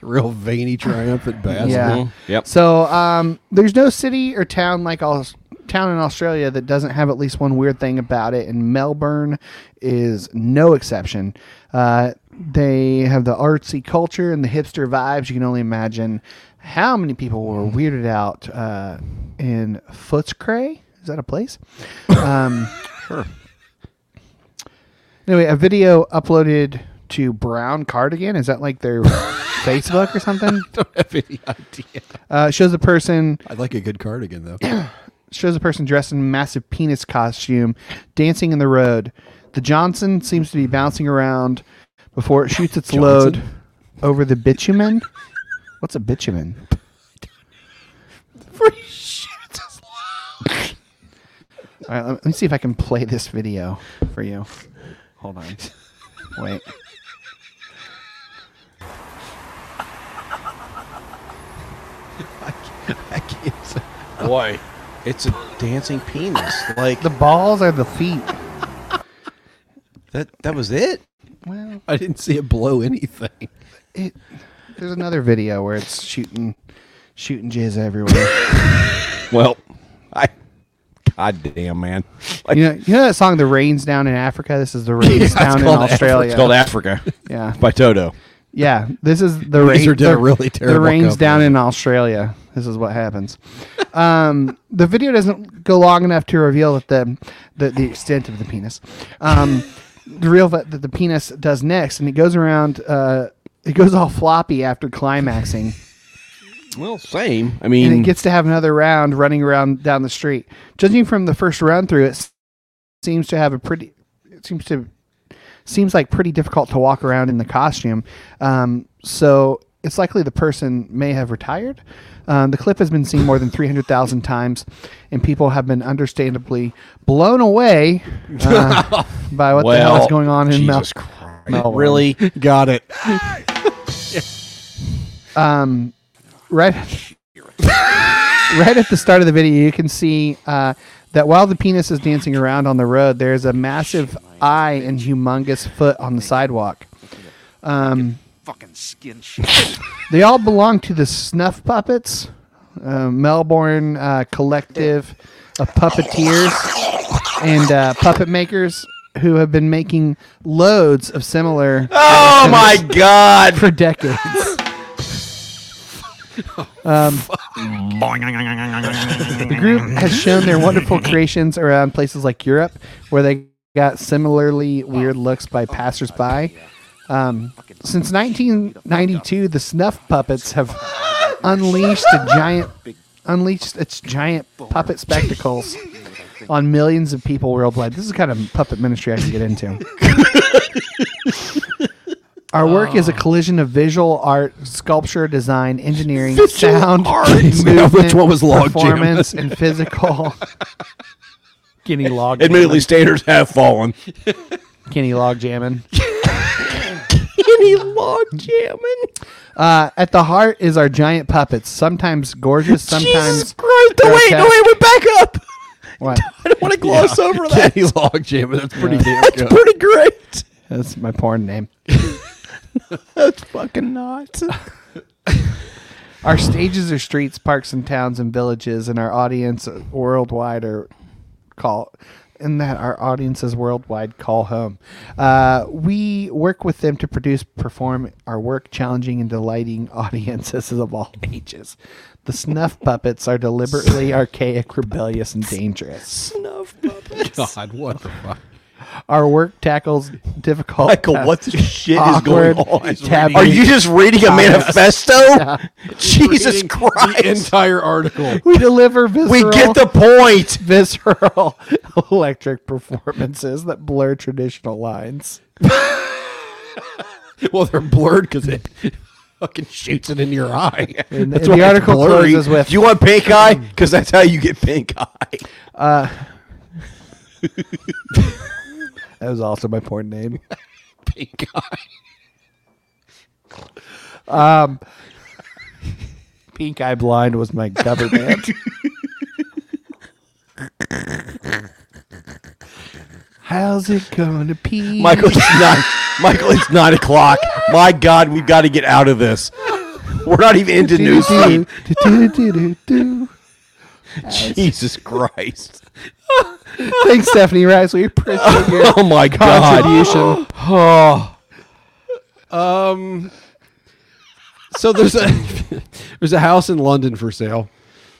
Speaker 8: Real veiny, triumphant bastard.
Speaker 1: Yeah.
Speaker 2: Yep.
Speaker 1: So um, there's no city or town like all town in Australia that doesn't have at least one weird thing about it, and Melbourne is no exception. Uh, they have the artsy culture and the hipster vibes. You can only imagine how many people were weirded out uh, in Footscray. Is that a place? Um, Anyway, a video uploaded to Brown Cardigan. Is that like their Facebook or something?
Speaker 8: have any idea.
Speaker 1: Uh, shows a person
Speaker 8: I'd like a good cardigan though.
Speaker 1: shows a person dressed in a massive penis costume dancing in the road. The Johnson seems to be bouncing around before it shoots its load over the bitumen. What's a bitumen? All right, let me see if I can play this video for you. Hold on. Wait.
Speaker 2: Boy, it's a dancing penis. Like
Speaker 1: The balls are the feet.
Speaker 2: that. That was it.
Speaker 1: Well,
Speaker 8: I didn't see it blow anything.
Speaker 1: it, there's another video where it's shooting shooting jizz everywhere.
Speaker 2: Well, I. God damn, man. Like,
Speaker 1: you know, you know that song "The Rains Down in Africa." This is "The Rains Down in
Speaker 8: called Africa.
Speaker 1: Australia."
Speaker 2: It's called Africa
Speaker 1: yeah,
Speaker 2: by Toto.
Speaker 1: Yeah, this is the
Speaker 8: These
Speaker 1: rain.
Speaker 8: are did a
Speaker 1: the,
Speaker 8: really
Speaker 1: the
Speaker 8: terrible
Speaker 1: rain's
Speaker 8: cover.
Speaker 1: down in Australia. This is what happens. Um, the video doesn't go long enough to reveal that the the, the extent of the penis. Um, the real that the penis does next, and it goes around. Uh, it goes all floppy after climaxing,
Speaker 2: Well, same. I
Speaker 1: and it
Speaker 2: mean,
Speaker 1: gets to have another round running around down the street. Judging from the first run through, it s- seems to have a pretty. It seems to seems like pretty difficult to walk around in the costume. Um, so it's likely the person may have retired. Um, the clip has been seen more than 300,000 times, and people have been understandably blown away uh, by what the hell
Speaker 2: Well,
Speaker 1: is going on in Mel-
Speaker 2: Jesus Christ.
Speaker 1: Melbourne.
Speaker 2: really?
Speaker 8: Got it.
Speaker 1: um, right, right at the start of the video, you can see uh, that while the penis is dancing around on the road, there's a massive eye and humongous foot on the sidewalk. Um,
Speaker 11: fucking skin shit.
Speaker 1: They all belong to the Snuff Puppets, uh, Melbourne uh, collective of puppeteers and uh, puppet makers who have been making loads of similar.
Speaker 2: Oh, my
Speaker 1: God! For decades. Um, the group has shown their wonderful creations around places like Europe, where they got similarly weird looks by passersby. Um, since 1992, the snuff puppets have unleashed a giant, unleashed its giant puppet spectacles on millions of people worldwide. This is the kind of puppet ministry I can get into. Our work
Speaker 2: Oh.
Speaker 1: is a collision of visual art, sculpture, design, engineering, sound,
Speaker 2: art. Yeah,
Speaker 1: movement,
Speaker 2: which one was log jam?
Speaker 1: performance, and physical. Guinea log.
Speaker 2: Admittedly,
Speaker 1: jamming.
Speaker 2: standards have fallen.
Speaker 1: Guinea log jamming.
Speaker 2: Any log jamming?
Speaker 1: Uh, at the heart is our giant puppets, sometimes gorgeous, sometimes
Speaker 2: Jesus Christ! No, wait, no, wait,
Speaker 1: grotesque.
Speaker 2: we're back up.
Speaker 1: What?
Speaker 2: I don't want to gloss
Speaker 3: Yeah.
Speaker 2: over that.
Speaker 3: Kenny log jam. That's pretty damn
Speaker 2: That's
Speaker 3: good.
Speaker 2: pretty great.
Speaker 1: That's my porn name.
Speaker 2: That's fucking not.
Speaker 1: Our stages are streets, parks, and towns and villages, and our audience worldwide are call. And that our audiences worldwide call home. Uh, we work with them to produce, perform our work, challenging and delighting audiences of all ages. The snuff puppets are deliberately archaic, rebellious, and dangerous.
Speaker 2: Snuff puppets.
Speaker 3: God, what the fuck?
Speaker 1: Our work tackles difficult.
Speaker 2: Michael,
Speaker 1: ta-
Speaker 2: what the shit is going
Speaker 1: awkward,
Speaker 2: on?
Speaker 1: taboo-
Speaker 2: Are you just reading a manifesto?
Speaker 1: Yeah.
Speaker 2: Jesus Christ!
Speaker 3: entire article.
Speaker 1: We deliver visceral.
Speaker 2: We get the point.
Speaker 1: visceral electric performances that blur traditional lines.
Speaker 3: Well, they're blurred because it fucking shoots it in your eye.
Speaker 1: And
Speaker 3: That's
Speaker 1: the
Speaker 3: why it's
Speaker 1: article
Speaker 3: blurry.
Speaker 1: closes with
Speaker 2: Do you want pink eye? Because that's how you get pink eye.
Speaker 1: uh, that was also my porn name.
Speaker 3: pink eye.
Speaker 1: Um, Pink Eye Blind was my cover band. How's it gonna be?
Speaker 2: Michael, it's nine. Michael, it's nine o'clock. My God, we've got to get out of this. We're not even into newsfeed.
Speaker 1: Do-do-do-do-do-do.
Speaker 2: Jesus Christ!
Speaker 1: Thanks, Stephanie Rice. We appreciate your
Speaker 2: Oh my God!
Speaker 1: contribution.
Speaker 3: Oh. Um. So there's a there's a house in London for sale.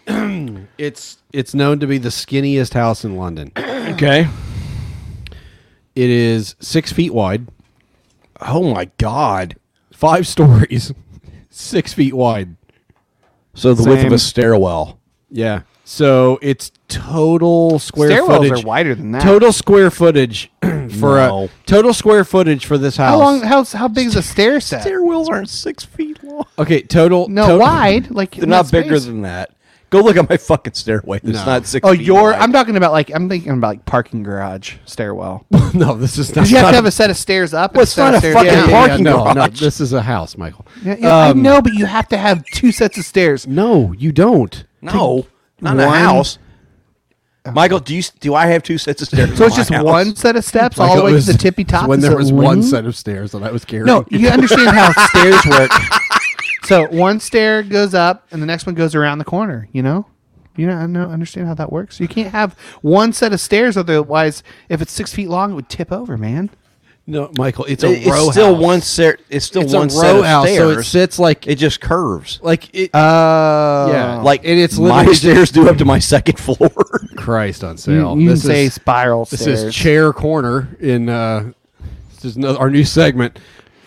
Speaker 3: it's it's known to be the skinniest house in London.
Speaker 2: Okay.
Speaker 3: It is six feet wide,
Speaker 2: Oh my God!
Speaker 3: five stories, six feet wide.
Speaker 2: So the width of
Speaker 1: Same.
Speaker 2: a stairwell.
Speaker 3: Yeah. So it's total square
Speaker 1: Stairwells
Speaker 3: footage
Speaker 1: are wider than that.
Speaker 3: Total square footage for
Speaker 2: No.
Speaker 3: a total square footage for this house.
Speaker 1: How long? How how big is a stair set?
Speaker 2: Stairwells aren't six feet long.
Speaker 3: Okay, total.
Speaker 1: No,
Speaker 3: total-
Speaker 1: wide. Like
Speaker 2: They're
Speaker 1: in
Speaker 2: not
Speaker 1: that
Speaker 2: bigger
Speaker 1: space.
Speaker 2: than that. Go look at my fucking stairway. It's
Speaker 3: No.
Speaker 2: not six.
Speaker 1: Oh,
Speaker 2: feet
Speaker 1: your.
Speaker 2: wide.
Speaker 1: I'm talking about like I'm thinking about like parking garage stairwell.
Speaker 3: No, this is not.
Speaker 1: Because you have
Speaker 3: not
Speaker 1: to have a set of stairs up.
Speaker 2: Well,
Speaker 1: and
Speaker 2: it's
Speaker 1: set of
Speaker 2: not a
Speaker 1: stairs
Speaker 2: fucking
Speaker 1: down.
Speaker 3: yeah,
Speaker 2: park- parking
Speaker 3: yeah, no, No,
Speaker 2: garage.
Speaker 3: this is a house, Michael.
Speaker 1: Yeah, yeah, I know, but you have to have two sets of stairs.
Speaker 3: No, you don't.
Speaker 2: No, not in a
Speaker 1: One-
Speaker 2: house. Michael, do you do I have two sets of stairs?
Speaker 1: So
Speaker 2: in
Speaker 1: it's
Speaker 2: my
Speaker 1: just
Speaker 2: house?
Speaker 1: one set of steps all
Speaker 3: Michael,
Speaker 1: the way
Speaker 3: it
Speaker 1: to
Speaker 3: was-
Speaker 1: the tippy top.
Speaker 3: When
Speaker 1: Is
Speaker 3: there
Speaker 1: it
Speaker 3: was one
Speaker 1: wing?
Speaker 3: set of stairs that I was carrying.
Speaker 1: No, you understand how stairs work. So one stair goes up, and the next one goes around the corner. You know, you know, I know, understand how that works. You can't have one set of stairs, otherwise, if it's six feet long, it would tip over, man.
Speaker 3: no, Michael, it's a
Speaker 2: It- It's
Speaker 3: row
Speaker 2: still
Speaker 3: house.
Speaker 2: one stair. It's still
Speaker 3: It's a
Speaker 2: one set
Speaker 3: row
Speaker 2: of
Speaker 3: house, so
Speaker 2: stairs.
Speaker 3: it sits like-
Speaker 2: it just curves.
Speaker 3: Like it.
Speaker 1: Oh,
Speaker 3: yeah,
Speaker 2: Like
Speaker 3: and it's
Speaker 2: my
Speaker 3: literally just-
Speaker 2: stairs do up to my second floor.
Speaker 3: Christ on
Speaker 1: You,
Speaker 3: sale.
Speaker 1: you
Speaker 3: this
Speaker 1: say
Speaker 3: is
Speaker 1: spiral
Speaker 3: this
Speaker 1: stairs.
Speaker 3: is chair corner in. uh This is another, our new segment,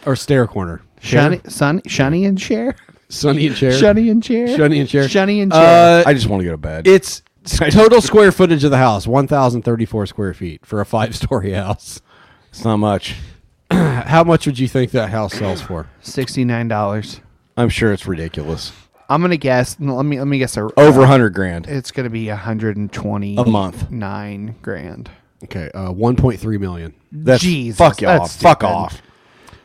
Speaker 3: our stair corner.
Speaker 1: Shunny, sun, shunny and chair.
Speaker 3: Sunny and chair.
Speaker 1: Shunny and chair.
Speaker 3: Shunny and chair. Uh,
Speaker 1: Shunny and chair.
Speaker 2: I just want to go to bed.
Speaker 3: It's total square footage of the house, one thousand thirty-four square feet for a five-story house.
Speaker 2: it's not much.
Speaker 3: How much would you think that house sells for?
Speaker 1: Sixty nine dollars.
Speaker 2: I'm sure it's ridiculous.
Speaker 1: I'm gonna guess. no, Let me let me guess. A,
Speaker 2: Over a hundred grand.
Speaker 1: It's gonna be hundred and twenty
Speaker 2: A month.
Speaker 1: Nine grand.
Speaker 3: Okay, uh, one point three million.
Speaker 2: That's
Speaker 1: Jesus,
Speaker 2: fuck you
Speaker 1: that's
Speaker 2: off. Fuck
Speaker 1: stupid.
Speaker 2: off.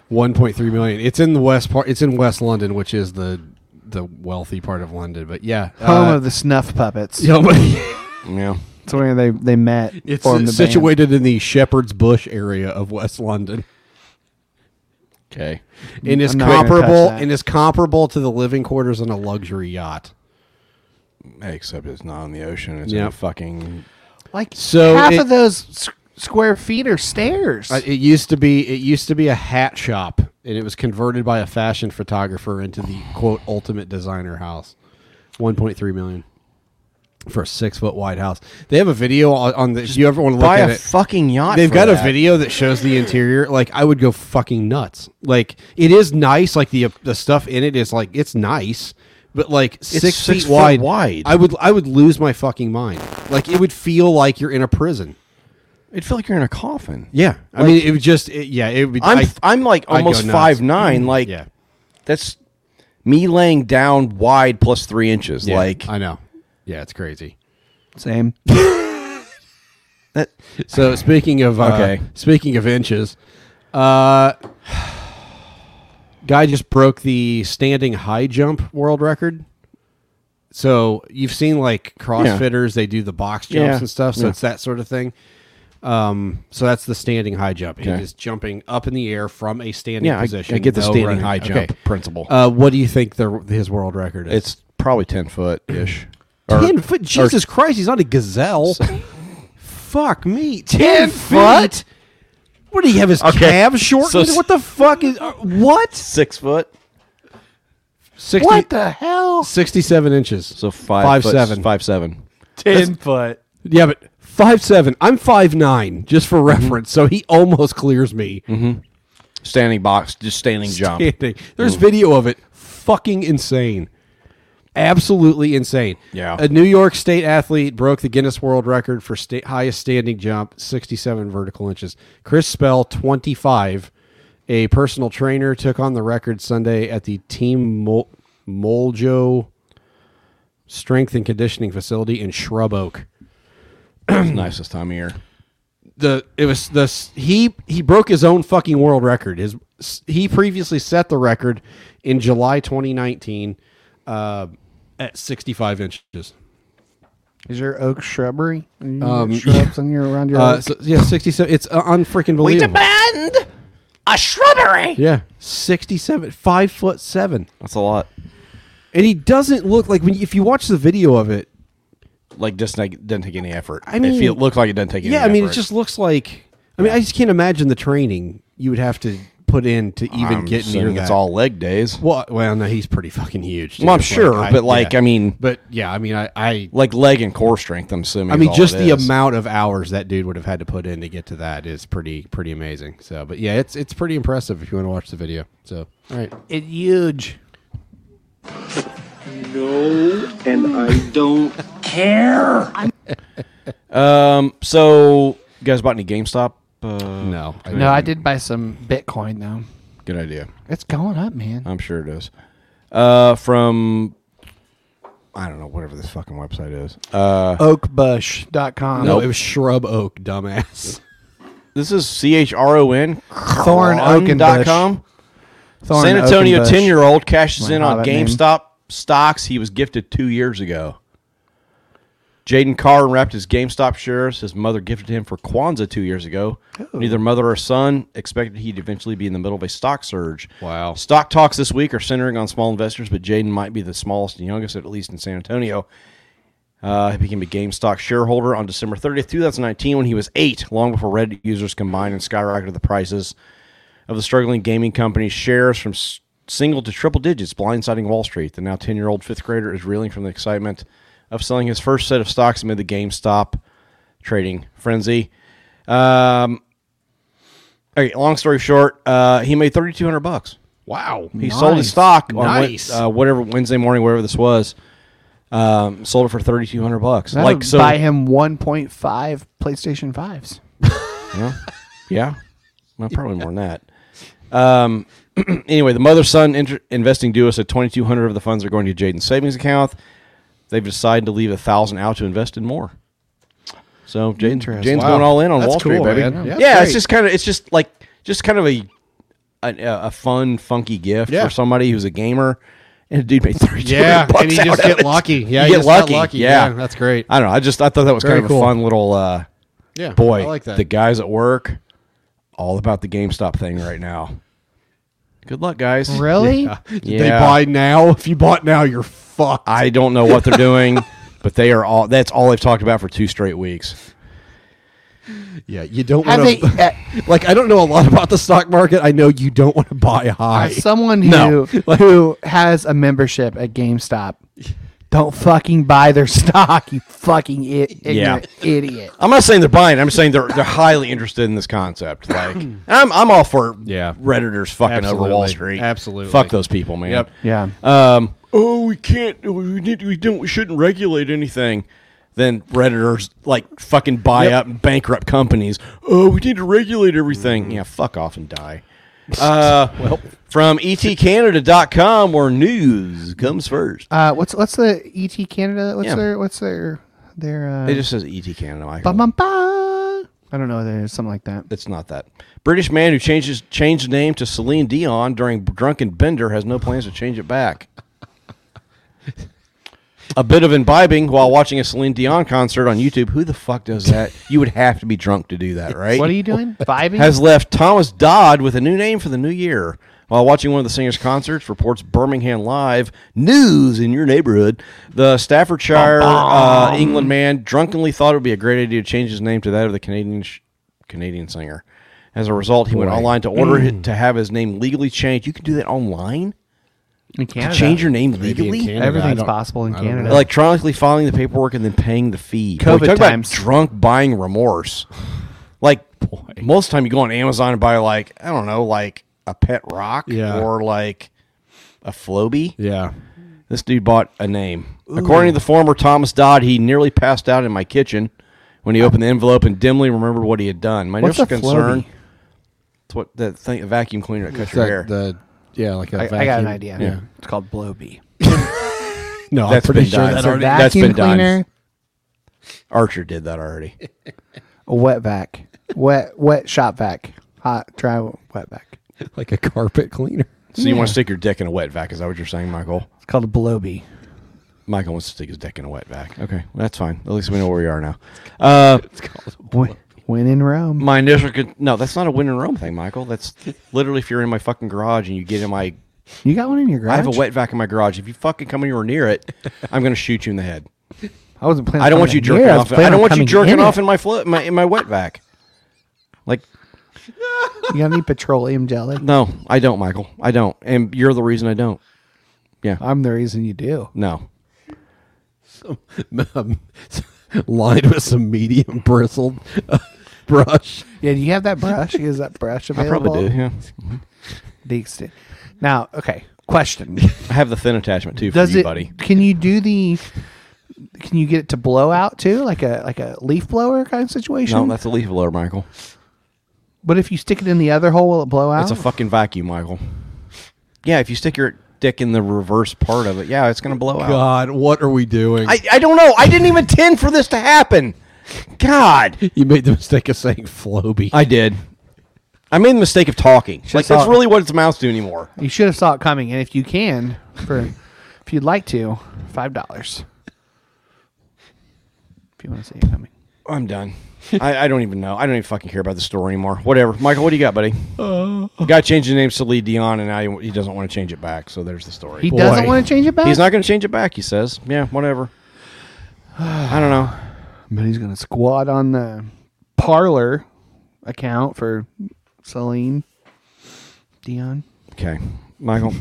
Speaker 3: One point three million. It's in the west part. It's in West London, which is the the wealthy part of London. But yeah,
Speaker 1: Home
Speaker 3: uh,
Speaker 1: of the snuff puppets.
Speaker 3: yeah, but
Speaker 2: Yeah.
Speaker 1: It's where they they met.
Speaker 3: it's
Speaker 1: formed the band.
Speaker 3: situated in the Shepherd's Bush area of West London.
Speaker 2: Okay.
Speaker 3: and is
Speaker 1: I'm not gonna touch
Speaker 3: comparable
Speaker 1: that.
Speaker 3: and is comparable to the living quarters on a luxury yacht.
Speaker 2: Except it's not on the ocean. It's in
Speaker 3: Yeah.
Speaker 2: a fucking.
Speaker 1: Like
Speaker 3: So
Speaker 1: half
Speaker 3: it-
Speaker 1: of those s- square feet are stairs.
Speaker 3: Uh, It used to be it used to be a hat shop, and it was converted by a fashion photographer into the quote ultimate designer house. One point three million for a six foot wide house. They have a video on, on the. If you ever want to look
Speaker 2: buy
Speaker 3: at
Speaker 2: a
Speaker 3: it,
Speaker 2: fucking yacht
Speaker 3: They've
Speaker 2: for
Speaker 3: got
Speaker 2: that.
Speaker 3: a video that shows the interior. Like I would go fucking nuts. Like it is nice. Like the the stuff in it is like it's nice. But like six,
Speaker 2: six
Speaker 3: feet
Speaker 2: foot
Speaker 3: wide,
Speaker 2: wide.
Speaker 3: I would I would lose my fucking mind. Like it would feel like you're in a prison.
Speaker 2: It'd feel like you're in a coffin.
Speaker 3: Yeah, I mean, it would just it, yeah, it would be.
Speaker 2: I'm
Speaker 3: I-
Speaker 2: I, am like
Speaker 3: I'd go
Speaker 2: almost
Speaker 3: nuts.
Speaker 2: five nine.
Speaker 3: Mhm.
Speaker 2: Like
Speaker 3: yeah,
Speaker 2: that's me laying down wide plus three inches.
Speaker 3: yeah,
Speaker 2: Like
Speaker 3: I know. Yeah, it's crazy.
Speaker 1: Same.
Speaker 2: that.
Speaker 3: So speaking of uh,
Speaker 2: Okay.
Speaker 3: speaking of inches, uh, guy just broke the standing high jump world record. So you've seen like CrossFitters, they do the box jumps
Speaker 2: Yeah.
Speaker 3: and stuff. So
Speaker 2: Yeah.
Speaker 3: it's that sort of thing. Um, so that's the standing high jump. It
Speaker 2: Okay.
Speaker 3: is jumping up in the air from a standing
Speaker 2: Yeah, I- I
Speaker 3: position.
Speaker 2: get the
Speaker 3: no
Speaker 2: standing
Speaker 3: running
Speaker 2: high jump
Speaker 3: Okay.
Speaker 2: principle.
Speaker 3: Uh, what do you think the, his world record is?
Speaker 2: It's probably ten foot ish.
Speaker 3: ten foot. Jesus Christ, he's not a gazelle. fuck me, ten,
Speaker 1: foot?
Speaker 3: feet? What do you have his
Speaker 2: Okay.
Speaker 3: calves shortened?
Speaker 2: So-
Speaker 3: what the fuck is uh, what?
Speaker 2: six foot.
Speaker 3: 60,
Speaker 1: what the hell?
Speaker 3: Sixty-seven inches.
Speaker 2: So five
Speaker 3: Five
Speaker 2: foot-
Speaker 3: seven.
Speaker 2: five seven.
Speaker 1: Ten foot.
Speaker 3: yeah, but five seven. I'm five nine, just for reference. So he almost clears me.
Speaker 2: Standing box, just standing jump.
Speaker 3: Standing. There's video of it. Fucking insane. Absolutely insane.
Speaker 2: Yeah.
Speaker 3: A New York State athlete broke the Guinness World Record for sta- highest standing jump, 67 vertical inches. Chris Spell, 25. A personal trainer took on the record Sunday at the Team Mol- Moljo Strength and Conditioning Facility in Shrub Oak
Speaker 2: It's nice this time of year.
Speaker 3: the it was the he he broke his own fucking world record. His he previously set the record in July 2019 uh, at 65 inches.
Speaker 1: Is your oak shrubbery? You got shrubs on your around your.
Speaker 3: Um, Uh,
Speaker 1: oak?
Speaker 3: so, yeah, 67. It's uh, unfreaking believable.
Speaker 2: demand a shrubbery.
Speaker 3: Yeah, 67, five foot seven,
Speaker 2: That's a lot.
Speaker 3: and he doesn't look like when you, if you watch the video of it.
Speaker 2: Like just like, doesn't take any effort.
Speaker 3: I mean-
Speaker 2: if it looks like it doesn't take any.
Speaker 3: yeah, I mean,
Speaker 2: effort.
Speaker 3: it just looks like. I mean, I just can't imagine the training you would have to put in to even
Speaker 2: I'm
Speaker 3: get near
Speaker 2: assuming
Speaker 3: that.
Speaker 2: It's all leg days.
Speaker 3: Well, well, no, he's pretty fucking huge. dude.
Speaker 2: Well, I'm sure, but, like,
Speaker 3: yeah.
Speaker 2: I mean-
Speaker 3: but yeah, I mean, I, I,
Speaker 2: like leg and core strength. I'm assuming.
Speaker 3: I
Speaker 2: is
Speaker 3: mean,
Speaker 2: all
Speaker 3: just
Speaker 2: it
Speaker 3: the
Speaker 2: is.
Speaker 3: amount of hours that dude would have had to put in to get to that is pretty, pretty amazing. So, but yeah, it's it's pretty impressive if you want to watch the video. So, all right,
Speaker 1: it's huge.
Speaker 2: Um. So, you guys bought any GameStop? Uh,
Speaker 3: no, I
Speaker 1: No, I did buy some Bitcoin though.
Speaker 2: Good idea.
Speaker 1: It's going up, man.
Speaker 2: I'm sure it is. Uh, from I don't know whatever this fucking website is. Uh,
Speaker 1: Oakbush.com.
Speaker 3: no, it was shrub oak, dumbass.
Speaker 2: this is C H R O N
Speaker 1: Thorn Oakenbush.
Speaker 2: com.
Speaker 1: Thorn
Speaker 2: San Antonio
Speaker 1: Oakenbush.
Speaker 2: ten year old cashes
Speaker 1: My
Speaker 2: in on
Speaker 1: hobbit name.
Speaker 2: GameStop stocks he was gifted two years ago. Jaden Carr unwrapped his GameStop shares his mother gifted him for Kwanzaa two years ago. Neither mother or son expected he'd eventually be in the middle of a stock surge.
Speaker 3: Wow.
Speaker 2: Stock talks this week are centering on small investors, but Jaden might be the smallest and youngest, at least in San Antonio. Uh, he became a GameStop shareholder on December 30th, 2019, when he was eight, long before Reddit users combined and skyrocketed the prices of the struggling gaming company's shares from s- single to triple digits, blindsiding Wall Street. The now 10 year old fifth grader is reeling from the excitement of selling his first set of stocks amid the GameStop trading frenzy. Um, okay, long story short, uh, he made 3200 bucks.
Speaker 3: Wow,
Speaker 2: He sold his stock on Wed-
Speaker 3: nice.
Speaker 2: uh, whatever Wednesday morning, whatever this was. Um, sold it for thirty two hundred bucks.
Speaker 1: That'll
Speaker 2: Like so,
Speaker 1: buy him 1.5 PlayStation 5s.
Speaker 2: yeah, well, probably more than that. Um, anyway, the mother son inter- investing duo said twenty two hundred of the funds are going to Jaden's savings account. They've decided to leave a thousand out to invest in more. So Jaden,
Speaker 1: Interesting.
Speaker 2: Jaden's
Speaker 3: Wow.
Speaker 2: going all in on
Speaker 3: That's
Speaker 2: Wall Street,
Speaker 3: cool,
Speaker 2: baby.
Speaker 3: man.
Speaker 2: Yeah,
Speaker 3: Yeah,
Speaker 2: it's
Speaker 3: great.
Speaker 2: just kind of it's just like just kind of a an- a, a fun, funky gift
Speaker 3: Yeah.
Speaker 2: for somebody who's a gamer. And a dude made thirty two hundred
Speaker 3: yeah,
Speaker 2: bucks
Speaker 3: and you
Speaker 2: out
Speaker 3: just
Speaker 2: of
Speaker 3: get
Speaker 2: it.
Speaker 3: lucky. Yeah,
Speaker 2: you
Speaker 3: he
Speaker 2: get
Speaker 3: just got
Speaker 2: lucky. Yeah.
Speaker 3: that's great.
Speaker 2: I don't know. I just I thought that was
Speaker 3: Very
Speaker 2: kind of
Speaker 3: cool.
Speaker 2: a fun little uh,
Speaker 3: yeah,
Speaker 2: boy.
Speaker 3: I like that.
Speaker 2: The guys at work, all about the GameStop thing right now. Good luck, guys.
Speaker 1: Really?
Speaker 2: Yeah.
Speaker 3: They buy now. If you bought now, you're fucked.
Speaker 2: I don't know what they're doing, but they are all. That's all they've talked about for two straight weeks.
Speaker 3: Yeah, you don't
Speaker 1: Have uh,
Speaker 3: want to. like, I don't know a lot about the stock market. I know you don't want to buy high.
Speaker 1: As someone
Speaker 3: No.
Speaker 1: who who has a membership at GameStop, don't fucking buy their stock, you fucking I- ignorant idiot.
Speaker 2: I'm not saying they're buying. it, I'm saying they're they're highly interested in this concept. Like, and I'm I'm all for
Speaker 3: Yeah.
Speaker 2: redditors fucking over Wall
Speaker 3: Absolutely.
Speaker 2: Street.
Speaker 3: Absolutely.
Speaker 2: fuck those people, man.
Speaker 3: Yep.
Speaker 1: Yeah.
Speaker 2: Um. Oh, we can't. We need. We don't. We shouldn't regulate anything. Then redditors like fucking buy up and bankrupt companies. Oh, we need to regulate everything. Yeah, fuck off and die. Uh, Mm-hmm. well, from etcanada.com where news comes first.
Speaker 1: Uh, what's what's the ET Canada? What's
Speaker 2: Yeah.
Speaker 1: their what's their their? Uh,
Speaker 2: It just says ET Canada. Michael.
Speaker 1: bum, bum, bum. I don't know. There's something like that.
Speaker 2: It's not that. British man who changes changed the name to Celine Dion during drunken bender has no plans to change it back. a bit of imbibing while watching a Celine Dion concert on YouTube. Who the fuck does that? You would have to be drunk to do that, right?
Speaker 1: What are you doing? Vibing?
Speaker 2: Has left Thomas Dodd with a new name for the new year. While watching one of the singer's concerts, reports Birmingham Live news in your neighborhood. The Staffordshire, uh, England man drunkenly thought it would be a great idea to change his name to that of the Canadian sh- Canadian singer. As a result, he went online to order it to have his name legally changed. You can do that online.
Speaker 1: in
Speaker 2: To
Speaker 1: Canada.
Speaker 2: change your name
Speaker 3: Maybe in
Speaker 2: legally,
Speaker 3: Canada, I
Speaker 1: Everything's
Speaker 3: don't-
Speaker 1: possible in
Speaker 3: I don't
Speaker 1: Canada.
Speaker 3: know.
Speaker 2: electronically filing the paperwork and then paying the fee. Boy,
Speaker 1: COVID
Speaker 2: talk about
Speaker 1: times.
Speaker 2: drunk buying remorse. Like most of the time, you go on Amazon and buy like I don't know, like a pet rock
Speaker 3: Yeah.
Speaker 2: or like a Floby.
Speaker 3: yeah.
Speaker 2: This dude bought a name. According to the former Thomas Dodd, he nearly passed out in my kitchen when he opened the envelope and dimly remembered what he had done. My
Speaker 1: What's
Speaker 2: initial
Speaker 1: a Floby?
Speaker 2: concern. It's what that thing, a vacuum cleaner that cuts your hair.
Speaker 3: That, the, yeah, like a
Speaker 1: I,
Speaker 3: vacuum.
Speaker 1: I got an idea.
Speaker 2: Yeah.
Speaker 1: It's called Blowbee.
Speaker 3: No,
Speaker 2: That's
Speaker 3: I'm
Speaker 2: been
Speaker 3: pretty sure
Speaker 2: done.
Speaker 3: that
Speaker 2: That's
Speaker 3: already.
Speaker 2: That's been
Speaker 1: Vacuum
Speaker 2: done.
Speaker 1: cleaner,
Speaker 2: Archer did that already.
Speaker 1: a wet vac, wet wet shop vac, hot dry wet vac.
Speaker 3: Like a carpet cleaner.
Speaker 2: So you want to stick your dick in a wet vac? Is that what you're saying, Michael?
Speaker 1: It's called a Blowbee.
Speaker 2: Michael wants to stick his dick in a wet vac. Okay, well, that's fine. At least we know where we are now. Uh,
Speaker 1: When, when in Rome.
Speaker 2: my initial con- no, that's not a win in Rome thing, Michael. That's literally if you're in my fucking garage and you get in my.
Speaker 1: You got one in your garage?
Speaker 2: I have a wet vac in my garage. If you fucking come anywhere near it, I'm gonna shoot you in the head.
Speaker 1: I wasn't planning.
Speaker 2: I don't
Speaker 1: on
Speaker 2: want you
Speaker 1: coming in
Speaker 2: jerking
Speaker 1: here. was
Speaker 2: off. I
Speaker 1: planning
Speaker 2: don't
Speaker 1: on
Speaker 2: want you
Speaker 1: coming
Speaker 2: jerking
Speaker 1: in
Speaker 2: off
Speaker 1: it.
Speaker 2: in my flo- my in my wet vac. Like
Speaker 1: You got any petroleum jelly?
Speaker 2: no, I don't, Michael. I don't, and you're the reason I don't.
Speaker 1: I'm the reason you do.
Speaker 2: No,
Speaker 3: Um, lined with some medium bristled uh, brush.
Speaker 1: Yeah, do you have that brush? Is that brush
Speaker 2: I
Speaker 1: available?
Speaker 2: probably do. Yeah,
Speaker 1: Decent. Now, okay. Question:
Speaker 2: I have the thin attachment too for
Speaker 1: Does
Speaker 2: you,
Speaker 1: it?
Speaker 2: buddy.
Speaker 1: Can you do the? Can you get it to blow out too, like a like a leaf blower kind of situation?
Speaker 2: No, that's a leaf blower, Michael.
Speaker 1: But if you stick it in the other hole, will it blow out?
Speaker 2: It's a fucking vacuum, Michael. Yeah, if you stick your dick in the reverse part of it, yeah, it's gonna blow out.
Speaker 3: God, what are we doing?
Speaker 2: I, I don't know. I didn't even intend for this to happen. God,
Speaker 3: you made the mistake of saying Floby.
Speaker 2: I did. I made the mistake of talking. like
Speaker 1: saw
Speaker 2: that's
Speaker 1: it.
Speaker 2: really what its mouths do anymore.
Speaker 1: you should have saw it coming, and if you can, for if you'd like to, five dollars. If you want to see it coming.
Speaker 2: I'm done. I, I don't even know. I don't even fucking care about the story anymore. Whatever, Michael. What do you got, buddy? The guy changed his name to Lee Dion, and now he, he doesn't want to change it back. So there's the story.
Speaker 1: He doesn't want to change it back.
Speaker 2: He's not going to change it back. He says, "Yeah, whatever." I don't know.
Speaker 1: But he's gonna squat on the parlor account for Celine Dion.
Speaker 2: Okay, Michael.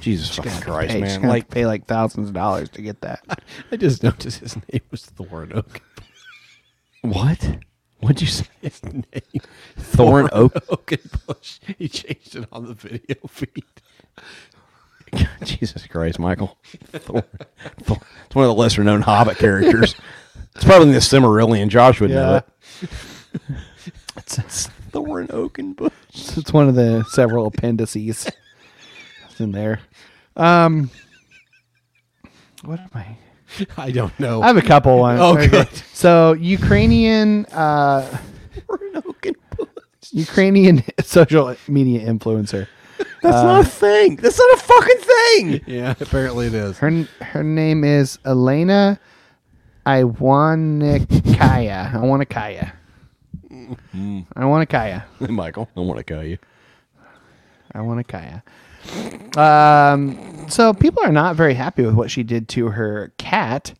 Speaker 2: Jesus fucking Christ,
Speaker 1: Hey, she's
Speaker 2: man!
Speaker 1: gonna
Speaker 2: Like,
Speaker 1: pay like thousands of dollars to get that.
Speaker 3: I just noticed his name was Thorn Oak.
Speaker 2: What? What'd you say?
Speaker 3: His name
Speaker 2: Thorn Oak?
Speaker 3: Oakenbush. He changed it on the video feed.
Speaker 2: Jesus Christ, Michael. Thorn, Thorn. It's one of the lesser known Hobbit characters. It's probably in the Cimmerillion. Josh would know
Speaker 1: Yeah.
Speaker 2: it. It's, it's Thorn Oakenbush.
Speaker 1: it's one of the several appendices that's in there. Um, what am I?
Speaker 3: I don't know.
Speaker 2: Uh,
Speaker 1: I have a couple ones.
Speaker 3: Oh,
Speaker 1: Okay.
Speaker 3: good.
Speaker 1: So Ukrainian, uh,
Speaker 2: Thorn Oakenbush.
Speaker 1: Ukrainian social media influencer.
Speaker 2: That's not a thing. That's not a fucking thing.
Speaker 3: yeah, apparently it is.
Speaker 1: Her her name is Elena Iwanikaya. Iwanikaya. Iwanikaya.
Speaker 2: Michael, I want to kill you.
Speaker 1: I want a kaya. Um, so people are not very happy with what she did to her cat.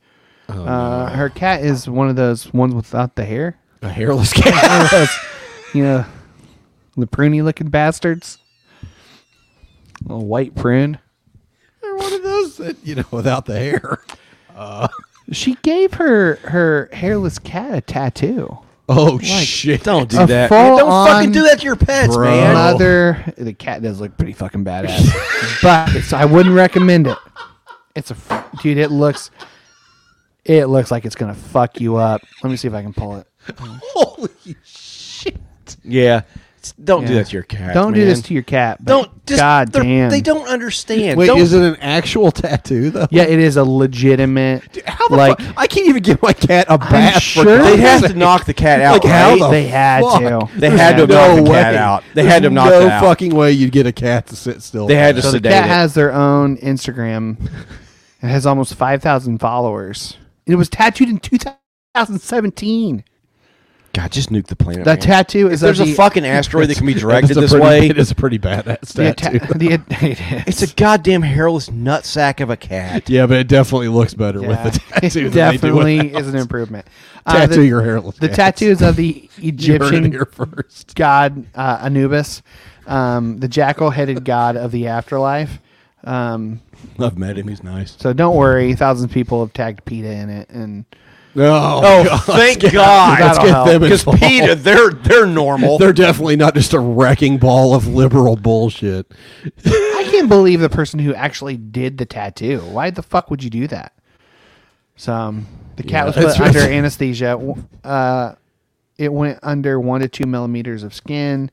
Speaker 1: uh, Her cat is one of those ones without the hair.
Speaker 3: A hairless cat.
Speaker 1: One of those, you know, the pruny looking bastards. Little white prune.
Speaker 3: They're one of those that you know without the hair. Uh,
Speaker 1: She gave her her hairless cat a tattoo.
Speaker 3: oh shit!
Speaker 2: Don't do
Speaker 1: a
Speaker 2: that.
Speaker 1: full
Speaker 2: Don't
Speaker 1: on
Speaker 2: fucking do that to your pets,
Speaker 3: Bro.
Speaker 2: man.
Speaker 1: Mother, the cat does look pretty fucking badass, but it's, I wouldn't recommend it. It's a f- dude. It looks, it looks like it's gonna fuck you up. Let me see if I can pull it.
Speaker 3: Holy shit!
Speaker 2: Yeah. It's- Don't do
Speaker 1: Yeah.
Speaker 2: that to your cat.
Speaker 1: don't do this
Speaker 2: man.
Speaker 1: to your cat. but
Speaker 2: Don't. Just,
Speaker 1: God
Speaker 2: they're-
Speaker 1: damn.
Speaker 2: They don't understand.
Speaker 3: Wait,
Speaker 2: Don't-
Speaker 3: is it an actual tattoo though?
Speaker 1: Yeah, it is a legitimate.
Speaker 3: How the
Speaker 1: like
Speaker 3: fuck? I can't even give my cat a bath.
Speaker 1: sure
Speaker 3: for God's
Speaker 2: They have
Speaker 3: sake.
Speaker 2: to knock the cat out.
Speaker 3: Like how
Speaker 2: right?
Speaker 3: the
Speaker 1: they had
Speaker 3: fuck?
Speaker 1: to.
Speaker 2: They
Speaker 1: They
Speaker 2: had to
Speaker 1: had
Speaker 2: have
Speaker 1: to.
Speaker 2: knocked the
Speaker 3: way.
Speaker 2: cat out. They had to have knocked
Speaker 3: no
Speaker 2: it out.
Speaker 3: fucking way you'd get a cat to sit still.
Speaker 2: They had to
Speaker 1: So the
Speaker 2: sedate
Speaker 1: cat
Speaker 2: it.
Speaker 1: has their own Instagram. It has almost five thousand followers. It was tattooed in two thousand seventeen.
Speaker 2: God, just nuke the planet.
Speaker 1: That
Speaker 2: man.
Speaker 1: tattoo is
Speaker 2: If there's
Speaker 1: of
Speaker 2: a
Speaker 1: the-
Speaker 2: fucking asteroid that can be directed
Speaker 3: It's a
Speaker 2: this
Speaker 3: pretty-
Speaker 2: way.
Speaker 3: It is a pretty badass
Speaker 1: The
Speaker 3: tattoo.
Speaker 1: atta- the at- it is.
Speaker 2: It's a goddamn hairless nutsack of a cat.
Speaker 3: yeah, but it definitely looks better with the
Speaker 1: Yeah.
Speaker 3: tattoo.
Speaker 1: It
Speaker 3: than they do
Speaker 1: definitely
Speaker 3: without.
Speaker 1: is an improvement. Uh,
Speaker 3: Tattoo
Speaker 1: the,
Speaker 3: your hairless.
Speaker 1: the
Speaker 3: cat.
Speaker 1: tattoos of the
Speaker 3: You heard it
Speaker 1: Egyptian
Speaker 3: here first.
Speaker 1: god uh, Anubis, um, the jackal-headed god of the afterlife. Um,
Speaker 2: I've met him. He's nice.
Speaker 1: so don't worry, thousands of people have tagged PETA in it, and
Speaker 3: No.
Speaker 2: Oh, thank God.
Speaker 1: Let's get them
Speaker 2: Because
Speaker 3: involved.
Speaker 2: Peter, they're they're normal.
Speaker 3: They're definitely not just a wrecking ball of liberal bullshit.
Speaker 1: I can't believe the person who actually did the tattoo. Why the fuck would you do that? So um, the cat was
Speaker 3: that's
Speaker 1: put
Speaker 3: right.
Speaker 1: under anesthesia. W- Uh, it went under one to two millimeters of skin.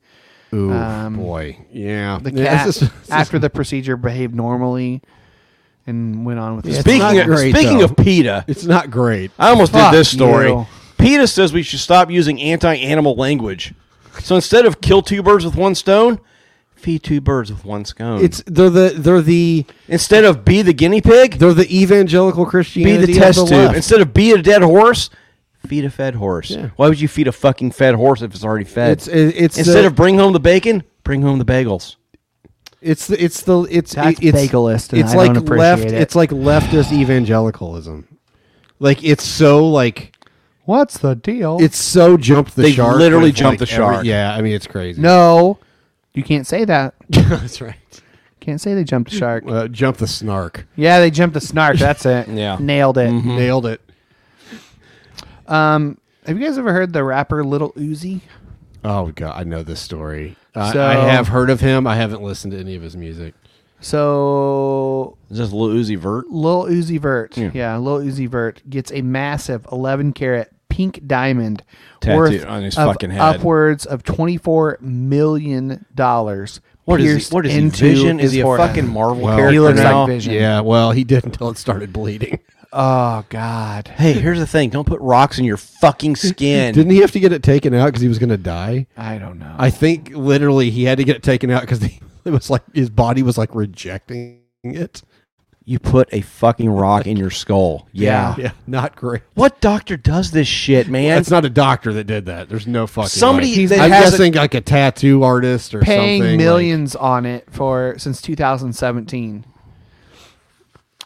Speaker 3: Ooh,
Speaker 1: Um,
Speaker 3: boy. Yeah.
Speaker 1: The
Speaker 3: Yeah,
Speaker 1: cat,
Speaker 3: it's just- it's just-
Speaker 1: after the procedure, behaved normally and went on with his
Speaker 2: speaking
Speaker 3: not
Speaker 2: of
Speaker 3: great,
Speaker 2: speaking
Speaker 3: though.
Speaker 2: of PETA,
Speaker 3: it's not great.
Speaker 2: I almost
Speaker 1: Fuck
Speaker 2: did this story.
Speaker 1: you.
Speaker 2: PETA says we should stop using anti-animal language. So instead of kill two birds with one stone, feed two birds with one scone.
Speaker 3: It's they're the they're the
Speaker 2: instead of be the guinea pig,
Speaker 3: they're the evangelical
Speaker 2: be
Speaker 3: Christianity.
Speaker 2: the
Speaker 3: of
Speaker 2: test tube.
Speaker 3: left.
Speaker 2: Instead of be a dead horse, feed a fed horse.
Speaker 3: Yeah.
Speaker 2: Why would you feed a fucking fed horse if it's already fed?
Speaker 3: It's it- it's
Speaker 2: instead
Speaker 3: the-
Speaker 2: of bring home the bacon, bring home the bagels.
Speaker 3: it's the it's the it's
Speaker 1: That's
Speaker 3: it's
Speaker 1: bagelist, and
Speaker 3: it's
Speaker 1: I
Speaker 3: like
Speaker 1: don't appreciate
Speaker 3: left.
Speaker 1: it.
Speaker 3: It's like leftist evangelicalism. Like it's so like
Speaker 1: What's the deal?
Speaker 3: it's so jumped the
Speaker 2: They
Speaker 3: shark.
Speaker 2: literally
Speaker 3: with,
Speaker 2: jumped
Speaker 3: like,
Speaker 2: the
Speaker 3: every-
Speaker 2: shark.
Speaker 3: yeah, I mean it's crazy.
Speaker 1: no, you can't say that.
Speaker 3: that's right.
Speaker 1: Can't say they jumped a shark.
Speaker 3: Uh, jump the snark.
Speaker 1: Yeah, they jumped a snark. That's it.
Speaker 2: Yeah. Mm-hmm.
Speaker 1: nailed it.
Speaker 3: Nailed it.
Speaker 1: Um, have you guys ever heard the rapper Little Uzi?
Speaker 3: Oh god, I know this story. I-
Speaker 1: So-
Speaker 3: I have heard of him. I haven't listened to any of his music.
Speaker 1: So
Speaker 2: Is this little Uzi Vert?
Speaker 1: Lil Uzi Vert, yeah.
Speaker 2: Yeah.
Speaker 1: Lil Uzi Vert gets a massive 11 carat pink diamond
Speaker 2: Tattoo
Speaker 1: worth
Speaker 2: on his
Speaker 1: of
Speaker 2: fucking head.
Speaker 1: upwards of 24 million dollars.
Speaker 2: What is
Speaker 1: pierced
Speaker 2: he? What is he?
Speaker 1: into
Speaker 2: Vision?
Speaker 1: his
Speaker 2: Is he a
Speaker 1: forehead.
Speaker 2: fucking Marvel
Speaker 3: Well,
Speaker 2: character
Speaker 1: He looks
Speaker 2: now?
Speaker 1: like Vision.
Speaker 3: Yeah, well, he did until it started bleeding.
Speaker 1: Oh God,
Speaker 2: Hey, here's the thing: don't put rocks in your fucking skin.
Speaker 3: Didn't he have to get it taken out because he was going to die?
Speaker 1: I don't know.
Speaker 3: I think literally he had to get it taken out because it was like his body was like rejecting it.
Speaker 2: you put a fucking rock in your skull? Yeah.
Speaker 3: Yeah, not great.
Speaker 2: What doctor does this shit, man?
Speaker 3: It's not a doctor that did that. There's no fucking
Speaker 2: Somebody
Speaker 3: way.
Speaker 2: that
Speaker 3: I'm
Speaker 2: has a-
Speaker 3: guessing like a tattoo artist or
Speaker 1: paying
Speaker 3: something, like-
Speaker 1: millions on it for since 2017.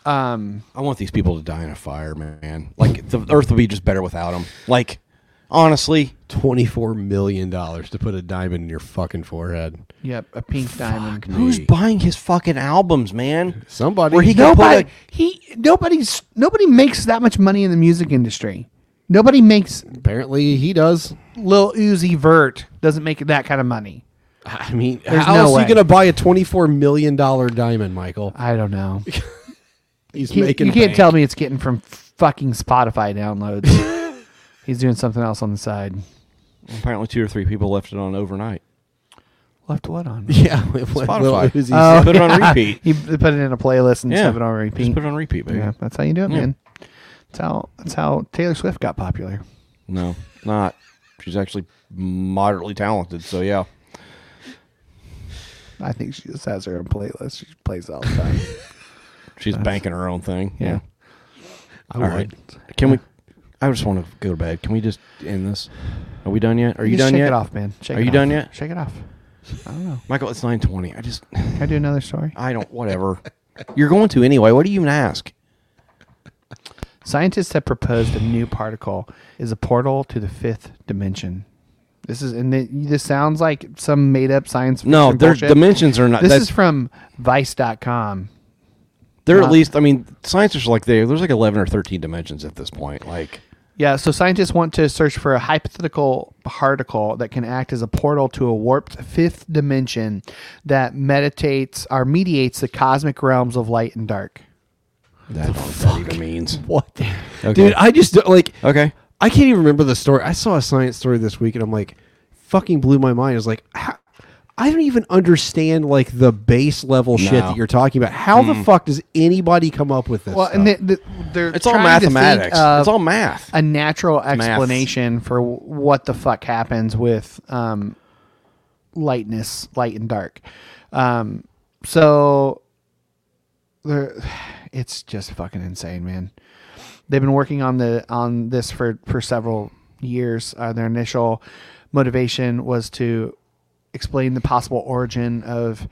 Speaker 1: Um,
Speaker 2: I want these people to die in a fire, man. Like the Earth would be just better without them. Like, honestly,
Speaker 3: Twenty-four million dollars to put a diamond in your fucking forehead.
Speaker 1: yep, a pink diamond.
Speaker 2: who's buying his fucking albums, man?
Speaker 3: Somebody.
Speaker 2: Where he can put
Speaker 1: Nobody,
Speaker 2: a-
Speaker 1: he, nobody's, nobody makes that much money in the music industry. Nobody makes
Speaker 3: Apparently, he does.
Speaker 1: Lil Uzi Vert doesn't make that kind of money.
Speaker 3: I mean,
Speaker 1: There's
Speaker 3: how
Speaker 1: no
Speaker 3: else are
Speaker 1: way.
Speaker 3: you going to buy a twenty-four million dollar diamond, Michael?
Speaker 1: I don't know.
Speaker 3: He's
Speaker 1: He- you
Speaker 3: making.
Speaker 1: can't
Speaker 3: bank.
Speaker 1: tell me it's getting from fucking Spotify downloads. He's doing something else on the side.
Speaker 2: Apparently, two or three people left it on overnight.
Speaker 1: Left what on?
Speaker 3: Yeah, it went
Speaker 2: Spotify. Uh,
Speaker 3: Lil Uzi
Speaker 1: Oh,
Speaker 2: put it on repeat.
Speaker 1: He put it in a playlist and
Speaker 2: Yeah.
Speaker 1: stuff it on
Speaker 2: Just
Speaker 1: repeat.
Speaker 2: put it on repeat, baby.
Speaker 1: yeah, that's how you do it,
Speaker 2: Yeah.
Speaker 1: man. That's how that's how Taylor Swift got popular.
Speaker 2: No, not. She's actually moderately talented. So yeah.
Speaker 1: I think she just has her own playlist. She plays it all the time.
Speaker 2: She's banking her own thing.
Speaker 1: Yeah.
Speaker 2: Yeah.
Speaker 3: I
Speaker 2: All
Speaker 3: would.
Speaker 2: right. Can we? I just want to go to bed. Can we just end this? Are we done yet? Are you
Speaker 1: Just
Speaker 2: done
Speaker 1: shake
Speaker 2: yet?
Speaker 1: it off, man. Shake
Speaker 2: Are
Speaker 1: it
Speaker 2: you
Speaker 1: off.
Speaker 2: done yet?
Speaker 1: Shake it off. I don't know.
Speaker 2: Michael, it's nine twenty. I just
Speaker 1: Can I do another story?
Speaker 2: I don't whatever. You're going to anyway. What do you even ask?
Speaker 1: Scientists have proposed a new particle is a portal to the fifth dimension. This is and it, this sounds like some made up science. Fiction
Speaker 2: No, their
Speaker 1: bullshit.
Speaker 2: dimensions are not-
Speaker 1: This
Speaker 2: that's-
Speaker 1: is from Vice.com.
Speaker 2: There are
Speaker 1: Uh,
Speaker 2: at least I mean, scientists are like they there's like eleven or thirteen dimensions at this point. Like
Speaker 1: Yeah, so scientists want to search for a hypothetical particle that can act as a portal to a warped fifth dimension that meditates or mediates the cosmic realms of light and dark.
Speaker 2: that, that even means.
Speaker 3: What?
Speaker 2: Okay.
Speaker 3: Dude, I just don't- like.
Speaker 2: Okay.
Speaker 3: I can't even remember the story. I saw a science story this week, and I'm like, fucking blew my mind. I was like, how, I don't even understand like the base level shit
Speaker 2: No.
Speaker 3: that you're talking about. How the
Speaker 2: Mm.
Speaker 3: fuck does anybody come up with this?
Speaker 1: Well, and the, the, they're
Speaker 2: It's all
Speaker 1: trying to think
Speaker 2: mathematics.
Speaker 1: of
Speaker 2: It's all math.
Speaker 1: A natural
Speaker 2: It's math.
Speaker 1: explanation for w- what the fuck happens with um, lightness, light and dark. Um, so there, it's just fucking insane, man. They've been working on the on this for for several years. Uh, their initial motivation was to explain the possible origin of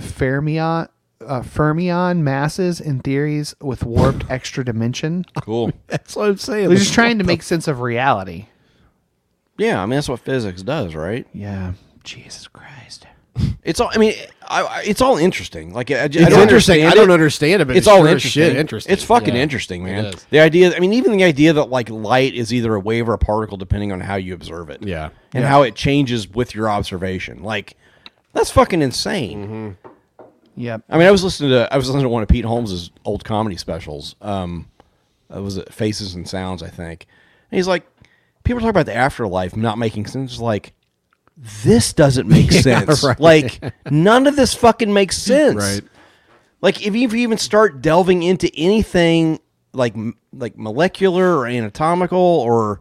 Speaker 1: fermion uh, fermion masses and theories with warped extra dimension.
Speaker 2: Cool.
Speaker 3: That's what I'm saying.
Speaker 1: They're just trying to make sense of reality.
Speaker 2: Yeah, I mean that's what physics does, right?
Speaker 1: Yeah. Jesus Christ.
Speaker 2: It's all. I mean, I, I, it's all interesting. Like I, I
Speaker 3: It's
Speaker 2: don't
Speaker 3: interesting.
Speaker 2: understand
Speaker 3: I don't understand it, but it's
Speaker 2: all
Speaker 3: sure as
Speaker 2: interesting.
Speaker 3: shit interesting.
Speaker 2: It's fucking
Speaker 3: Yeah,
Speaker 2: interesting,
Speaker 3: it
Speaker 2: man.
Speaker 3: is.
Speaker 2: The idea. I mean, even the idea that like light is either a wave or a particle, depending on how you observe it.
Speaker 3: Yeah.
Speaker 2: and
Speaker 3: Yeah.
Speaker 2: how it changes with your observation. Like that's fucking insane.
Speaker 1: Yep.
Speaker 2: I mean, I was listening to I was listening to one of Pete Holmes's old comedy specials. Um, it was at Faces and Sounds, I think. And he's like, people talk about the afterlife not making sense. It's Like, this doesn't make
Speaker 3: Yeah,
Speaker 2: sense.
Speaker 3: right.
Speaker 2: Like, none of this fucking makes sense.
Speaker 3: Right.
Speaker 2: Like, if you, if you even start delving into anything like m- like molecular or anatomical or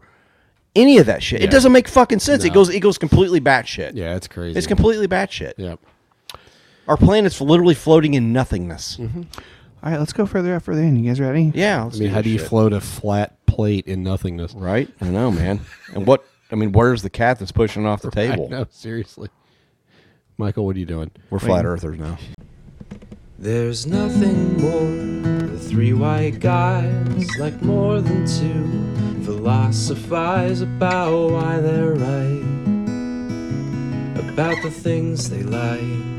Speaker 2: any of that shit,
Speaker 3: Yeah.
Speaker 2: it doesn't make fucking sense. It
Speaker 3: No.
Speaker 2: goes it goes completely batshit.
Speaker 3: Yeah, it's crazy.
Speaker 2: It's completely batshit.
Speaker 3: Yep.
Speaker 2: Our planet's literally floating in
Speaker 3: Mm-hmm.
Speaker 2: nothingness.
Speaker 1: All right, let's go further up further in. You guys ready?
Speaker 2: Yeah.
Speaker 3: I mean, how do you float a flat plate in nothingness?
Speaker 2: Right? I know, man. And what? I mean, where's the cat that's pushing off the table?
Speaker 3: No, seriously. Michael, what are you doing?
Speaker 2: We're flat earthers now.
Speaker 11: There's nothing more. The three white guys like more than two. Philosophize about why they're right. About the things they like.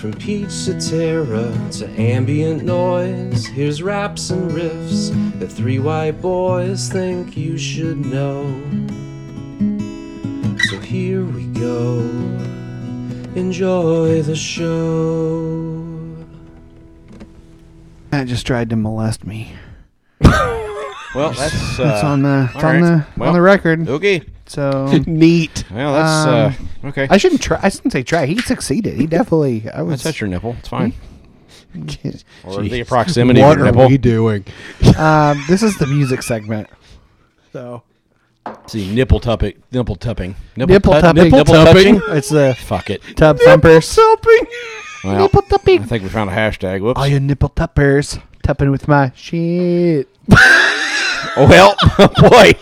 Speaker 11: From peach to terra to ambient noise. Here's raps and riffs that three white boys think you should know. So here we go. Enjoy the show.
Speaker 1: Matt just tried to molest me.
Speaker 2: Well, that's uh,
Speaker 1: It's on the it's
Speaker 2: all
Speaker 1: on the
Speaker 2: right. Well,
Speaker 1: on the record.
Speaker 2: Okay.
Speaker 1: So
Speaker 3: neat.
Speaker 2: Well, that's uh, okay.
Speaker 1: Um, I shouldn't try. I shouldn't say try. He succeeded. He definitely. I was.
Speaker 2: touched your nipple. It's fine.
Speaker 1: Hmm. Jeez.
Speaker 2: Or the proximity
Speaker 3: What
Speaker 2: of your
Speaker 3: are
Speaker 2: nipple.
Speaker 3: we doing?
Speaker 1: Um, this is the music segment. So
Speaker 2: See, nipple tupping, nipple tupping,
Speaker 1: Nipple
Speaker 2: tu-
Speaker 1: tupping.
Speaker 2: nipple
Speaker 1: Nipple
Speaker 2: touching.
Speaker 1: tupping. It's the
Speaker 2: fuck it.
Speaker 1: tub thumpers.
Speaker 2: Well,
Speaker 1: Nipple tupping.
Speaker 2: I think we found a hashtag. Whoops.
Speaker 1: All you nipple tuppers tupping with my shit.
Speaker 2: Oh, well, boy,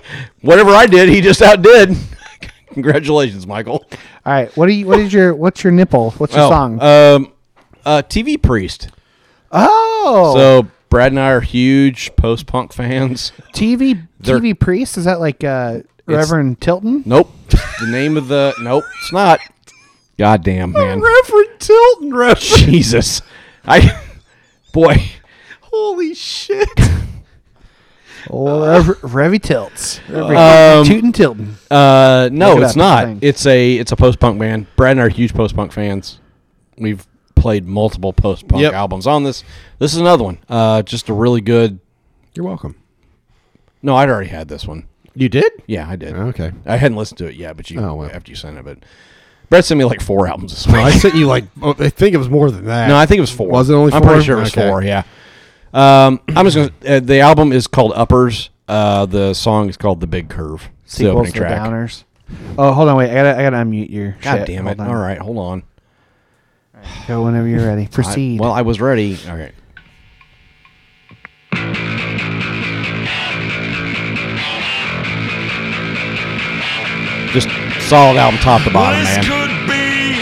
Speaker 2: whatever I did, he just outdid. Congratulations, Michael.
Speaker 1: All right. What do you? What is your? What's your nipple? What's your
Speaker 2: Oh,
Speaker 1: song?
Speaker 2: Um, uh, TV priest.
Speaker 1: oh,
Speaker 2: So Brad and I are huge post punk fans.
Speaker 1: TV
Speaker 2: they're-
Speaker 1: TV priest is that like uh,
Speaker 2: It's-
Speaker 1: Reverend Tilton?
Speaker 2: Nope. the name of the nope. It's not. Goddamn man.
Speaker 3: Reverend Tilton reference.
Speaker 2: Jesus. I. Boy.
Speaker 3: Holy shit.
Speaker 1: Or Rev- Revy Tilts. Revy
Speaker 2: uh, Um,
Speaker 1: Tootin' Tilton.
Speaker 2: Uh, no,
Speaker 1: Look it
Speaker 2: it's
Speaker 1: up, it's a
Speaker 2: not.
Speaker 1: thing.
Speaker 2: It's a it's a post punk band. Brad and I are huge post punk fans. We've played multiple post punk
Speaker 3: Yep.
Speaker 2: albums on this. This is another one. Uh, just a really good.
Speaker 3: You're welcome.
Speaker 2: No, I'd already had this one.
Speaker 3: You did?
Speaker 2: Yeah, I did.
Speaker 3: Okay.
Speaker 2: I hadn't listened to it yet, but you
Speaker 3: Oh, well.
Speaker 2: after you sent it, but Brad sent me like four albums this week.
Speaker 3: No, I sent you like. Oh, I think it was more than that.
Speaker 2: No, I think it was four.
Speaker 3: Was it only
Speaker 2: I'm pretty
Speaker 3: four?
Speaker 2: sure it was
Speaker 3: Okay.
Speaker 2: four. Yeah. Um, I'm just gonna. Uh, the album is called Uppers. Uh, the song is called The Big Curve. It's the
Speaker 1: Sequels
Speaker 2: opening
Speaker 1: to
Speaker 2: track.
Speaker 1: Downers. Oh, hold on, wait. I gotta, I gotta unmute your.
Speaker 2: God
Speaker 1: shit.
Speaker 2: damn it!
Speaker 1: Hold on.
Speaker 2: All right, hold on.
Speaker 1: Go whenever you're ready.
Speaker 2: I-
Speaker 1: Proceed.
Speaker 2: well, I was ready. All right. Just solid album, top to bottom,
Speaker 12: this
Speaker 2: man.
Speaker 12: could be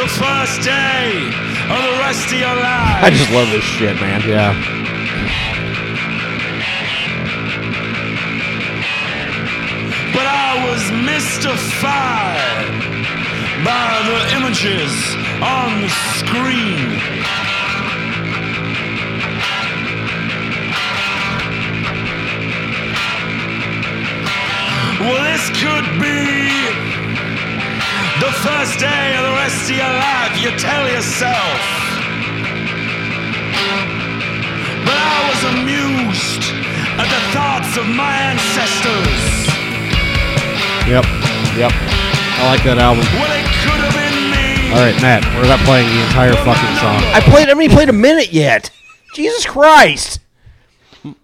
Speaker 12: the first day of the rest of your life.
Speaker 2: I just love this shit, man. Yeah.
Speaker 12: But I was mystified by the images on the screen. Well, this could be the first day of the rest of your life, you tell yourself. But I was amused at the thoughts of my ancestors.
Speaker 3: Yep. Yep. I like that album. All right, Matt, we're not playing the entire fucking song.
Speaker 2: I played. I haven't even played a minute yet. Jesus Christ!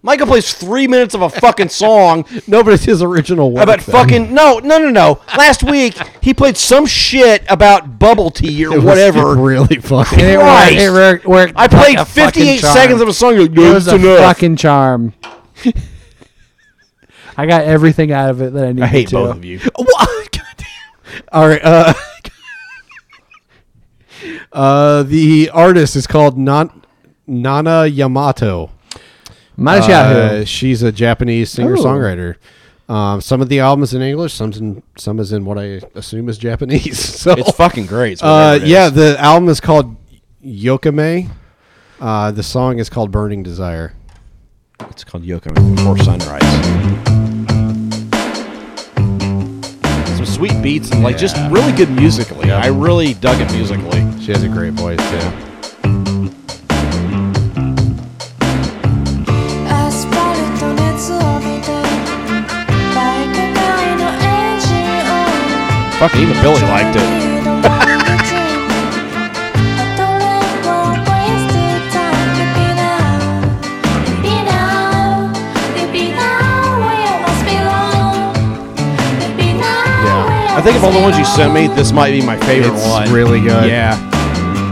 Speaker 2: Michael plays three minutes of a fucking song.
Speaker 3: Nobody's his original work.
Speaker 2: about
Speaker 3: though.
Speaker 2: fucking no, no, no, no. Last week he played some shit about bubble tea or
Speaker 3: It was
Speaker 2: whatever.
Speaker 3: really fucking.
Speaker 1: It worked, it worked, worked
Speaker 2: I
Speaker 1: like
Speaker 2: played
Speaker 1: a fucking
Speaker 2: 58
Speaker 1: charm.
Speaker 2: seconds of a song. You're like,
Speaker 1: It
Speaker 2: "No,
Speaker 1: was
Speaker 2: it's
Speaker 1: a
Speaker 2: enough."
Speaker 1: fucking charm. I got everything out of it that I needed.
Speaker 3: hate
Speaker 1: to.
Speaker 3: both of you.
Speaker 2: What?
Speaker 3: All right. Uh, uh, the artist is called Nan- Nana Yamato.
Speaker 1: Might as well
Speaker 3: Uh,
Speaker 1: who.
Speaker 3: she's a
Speaker 2: Oh.
Speaker 3: Japanese singer songwriter. Um, some of the albums in English, some in, some is in what I assume is Japanese. So
Speaker 2: It's fucking great, it's whatever
Speaker 3: uh,
Speaker 2: it
Speaker 3: yeah,
Speaker 2: is.
Speaker 3: the album is called Yokame. Uh, the song is called "Burning Desire."
Speaker 2: It's called Yokame Before Sunrise. Some sweet beats and like just really good musically. I really dug it musically.
Speaker 3: She has a great voice too.
Speaker 13: 「アスファルト熱を見て」「バイク界のエンジン
Speaker 2: Fuck, even Billy liked it.
Speaker 13: 音」「ドラムのチーム」「アトレも wasted time」「Be now, be now, be now where you must belong」「Be now where you
Speaker 2: I think of all the ones you sent me, this might be my favorite
Speaker 3: It's
Speaker 2: one.
Speaker 3: really good.
Speaker 2: Yeah.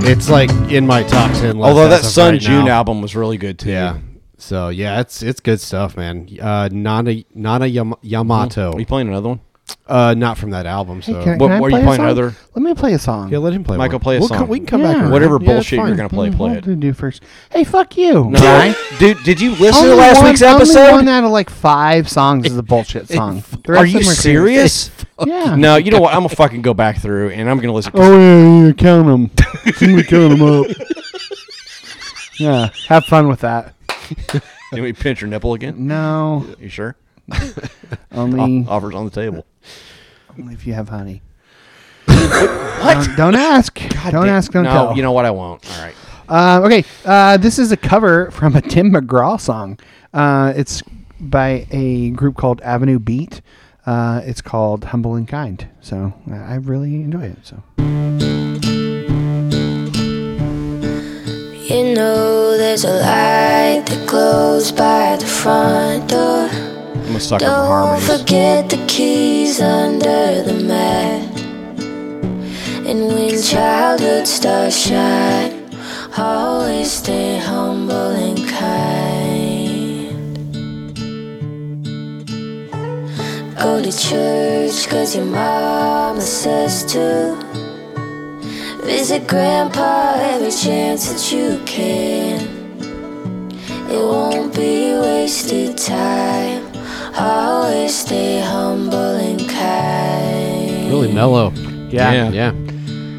Speaker 3: It's like in my top ten. list
Speaker 2: Although that
Speaker 3: as of
Speaker 2: Sun
Speaker 3: right
Speaker 2: June
Speaker 3: now.
Speaker 2: album was really good too.
Speaker 3: Yeah. So yeah, it's it's good stuff, man. Uh, Nana Nana Yam- Yamato.
Speaker 2: Are you playing another one?
Speaker 3: Uh, not from that album. So
Speaker 1: Can,
Speaker 2: Uh, What-
Speaker 1: can I
Speaker 2: what are you
Speaker 1: play a
Speaker 2: playing,
Speaker 1: song?
Speaker 2: Heather?
Speaker 1: Let me play a song.
Speaker 3: yeah, let him play.
Speaker 2: Michael,
Speaker 3: one.
Speaker 2: play a
Speaker 3: We'll
Speaker 2: song.
Speaker 3: co- we can come back.
Speaker 1: Yeah.
Speaker 3: around.
Speaker 2: Whatever
Speaker 1: Yeah, it's
Speaker 2: bullshit you're
Speaker 1: fine.
Speaker 2: gonna play, play
Speaker 1: I'll
Speaker 2: it.
Speaker 1: Do first. Hey, fuck you.
Speaker 2: No, dude, did you listen to
Speaker 1: Only
Speaker 2: last
Speaker 1: one-
Speaker 2: week's
Speaker 1: Only one
Speaker 2: episode?
Speaker 1: out of like five songs is a bullshit song. The rest
Speaker 2: Are
Speaker 1: of
Speaker 2: you
Speaker 1: them
Speaker 2: serious?
Speaker 1: Yeah.
Speaker 2: No, you know what? I'm gonna fucking go back through and I'm gonna listen.
Speaker 1: Oh yeah, yeah, count them. Somebody count them up. Yeah, have fun with that.
Speaker 2: Did we pinch your nipple again?
Speaker 1: No,
Speaker 2: You sure?
Speaker 1: only
Speaker 2: O- offers on the table. uh.
Speaker 1: only if you have honey. Don't, don't ask. don't
Speaker 2: damn-
Speaker 1: ask. Don't
Speaker 2: no,
Speaker 1: tell.
Speaker 2: you know what? I won't. All right.
Speaker 1: Uh, okay, uh, this is a cover from a Tim McGraw song. Uh, it's by a group called Avenue Beat. Uh, it's called Humble and Kind. So uh, I really enjoy it. So
Speaker 14: You know there's a light that glows by the front door.
Speaker 2: I'm a sucker for
Speaker 14: Don't
Speaker 2: harmonies.
Speaker 14: forget the keys under the mat. And when childhood stars shine, always stay humble and kind. Go to church cause your mama says to. Visit grandpa every chance that you can. It won't be wasted time. Always stay humble and kind.
Speaker 3: Really mellow.
Speaker 1: Yeah.
Speaker 3: Yeah.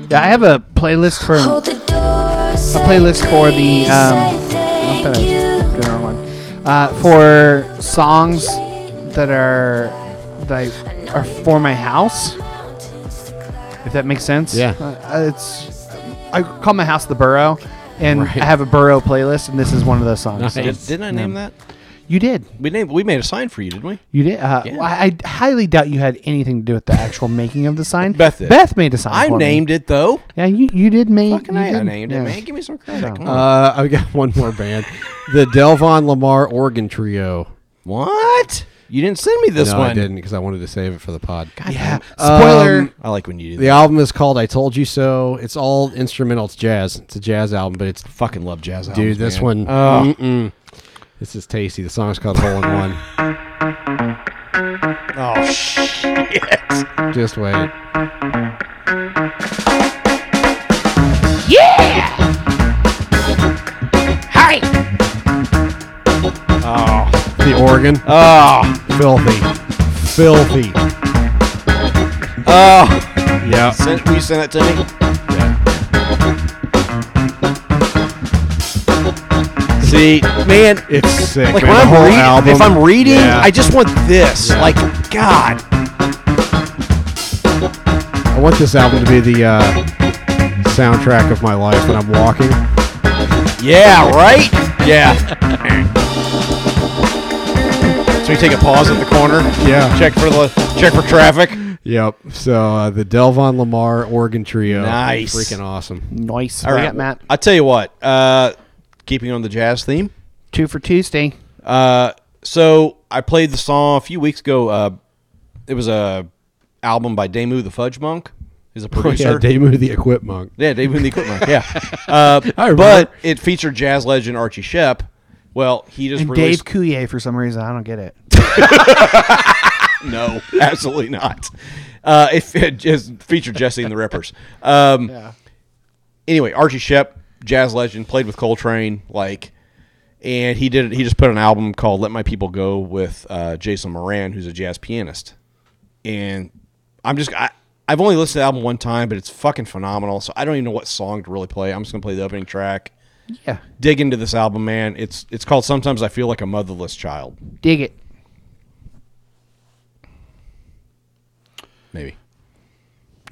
Speaker 1: yeah, I have a playlist for
Speaker 14: Hold
Speaker 1: a
Speaker 14: the door. say
Speaker 1: playlist for the
Speaker 14: please,
Speaker 1: um,
Speaker 14: say thank
Speaker 1: thought I was
Speaker 14: you.
Speaker 1: doing the wrong one. Uh, for songs that are that I- are for my house. If that makes sense.
Speaker 3: Yeah.
Speaker 1: Uh, it's I call my house the burrow, and I have a burrow playlist, and this is one of those songs. so-
Speaker 2: Did, didn't I name that?
Speaker 1: You did.
Speaker 2: We named. We made a sign for you, didn't we?
Speaker 1: You did. Uh,
Speaker 2: Yeah.
Speaker 1: well, I, I highly doubt you had anything to do with the actual making of the sign.
Speaker 2: Beth did.
Speaker 1: Beth made a sign.
Speaker 2: I
Speaker 1: for me.
Speaker 2: named it though.
Speaker 1: Yeah, you, you did make.
Speaker 2: Fucking
Speaker 1: you
Speaker 2: I, I
Speaker 1: did,
Speaker 2: named
Speaker 1: yeah.
Speaker 2: it, man. Give me some credit. Come on.
Speaker 3: Uh, I've got one more band, the Delvon Lamar Organ Trio.
Speaker 2: what? You didn't send me this
Speaker 3: no,
Speaker 2: one.
Speaker 3: I didn't because I wanted to save it for the pod.
Speaker 1: Yeah. Spoiler.
Speaker 3: Um,
Speaker 2: I like when you do
Speaker 3: The
Speaker 2: that.
Speaker 3: album is called "I Told You So." It's all instrumental. It's jazz. It's a jazz album, but it's
Speaker 2: Fucking love jazz albums,
Speaker 3: dude. This
Speaker 2: man.
Speaker 3: one,
Speaker 2: Oh.
Speaker 3: mm-mm. this is tasty. The song is called "Hole in One."
Speaker 2: Oh shit!
Speaker 3: Just wait.
Speaker 2: Yeah! Hi!
Speaker 3: Oh, the organ.
Speaker 2: Oh,
Speaker 3: filthy, filthy.
Speaker 2: Oh,
Speaker 3: Yeah.
Speaker 2: Send, will you send that to me? See, man,
Speaker 3: it's sick.
Speaker 2: Like
Speaker 3: man,
Speaker 2: when
Speaker 3: the
Speaker 2: I'm
Speaker 3: whole
Speaker 2: reading,
Speaker 3: album.
Speaker 2: if I'm reading,
Speaker 3: Yeah.
Speaker 2: I just want this.
Speaker 3: Yeah.
Speaker 2: Like, God,
Speaker 3: I want this album to be the uh, soundtrack of my life when I'm walking.
Speaker 2: yeah, right? Yeah. so we take a pause at the corner.
Speaker 3: Yeah.
Speaker 2: Check for the check for traffic.
Speaker 3: Yep. So uh, the Delvon Lamar organ trio.
Speaker 2: Nice.
Speaker 3: Freaking awesome.
Speaker 1: Nice. What
Speaker 2: All
Speaker 1: do
Speaker 2: right,
Speaker 1: you got, Matt.
Speaker 2: I tell you what. Uh, keeping on the jazz theme.
Speaker 1: Two for Tuesday.
Speaker 2: Uh, so I played the song a few weeks ago. Uh, it was a album by Damu the Fudge Monk. He's a
Speaker 3: Oh, yeah,
Speaker 2: producer.
Speaker 3: Damu the Equip Monk.
Speaker 2: Yeah, Dave Moon the Equipment. Yeah, uh,
Speaker 3: I remember.
Speaker 2: but it featured jazz legend Archie Shepp. Well, he just
Speaker 1: And
Speaker 2: released.
Speaker 1: Dave Coulier for some reason. I don't get it.
Speaker 2: no, absolutely not. Uh, it, fe- just featured Jesse and the Rippers. Um, Anyway, Archie Shepp, jazz legend, played with Coltrane, like, and he did. He just put an album called "Let My People Go" with uh, Jason Moran, who's a jazz pianist. And I'm just I, I've only listened to the album one time, but it's fucking phenomenal. So I don't even know what song to really play. I'm just gonna play the opening track.
Speaker 1: Yeah.
Speaker 2: dig into this album, man. It's it's called "Sometimes I Feel Like a Motherless Child."
Speaker 1: Dig it.
Speaker 2: Maybe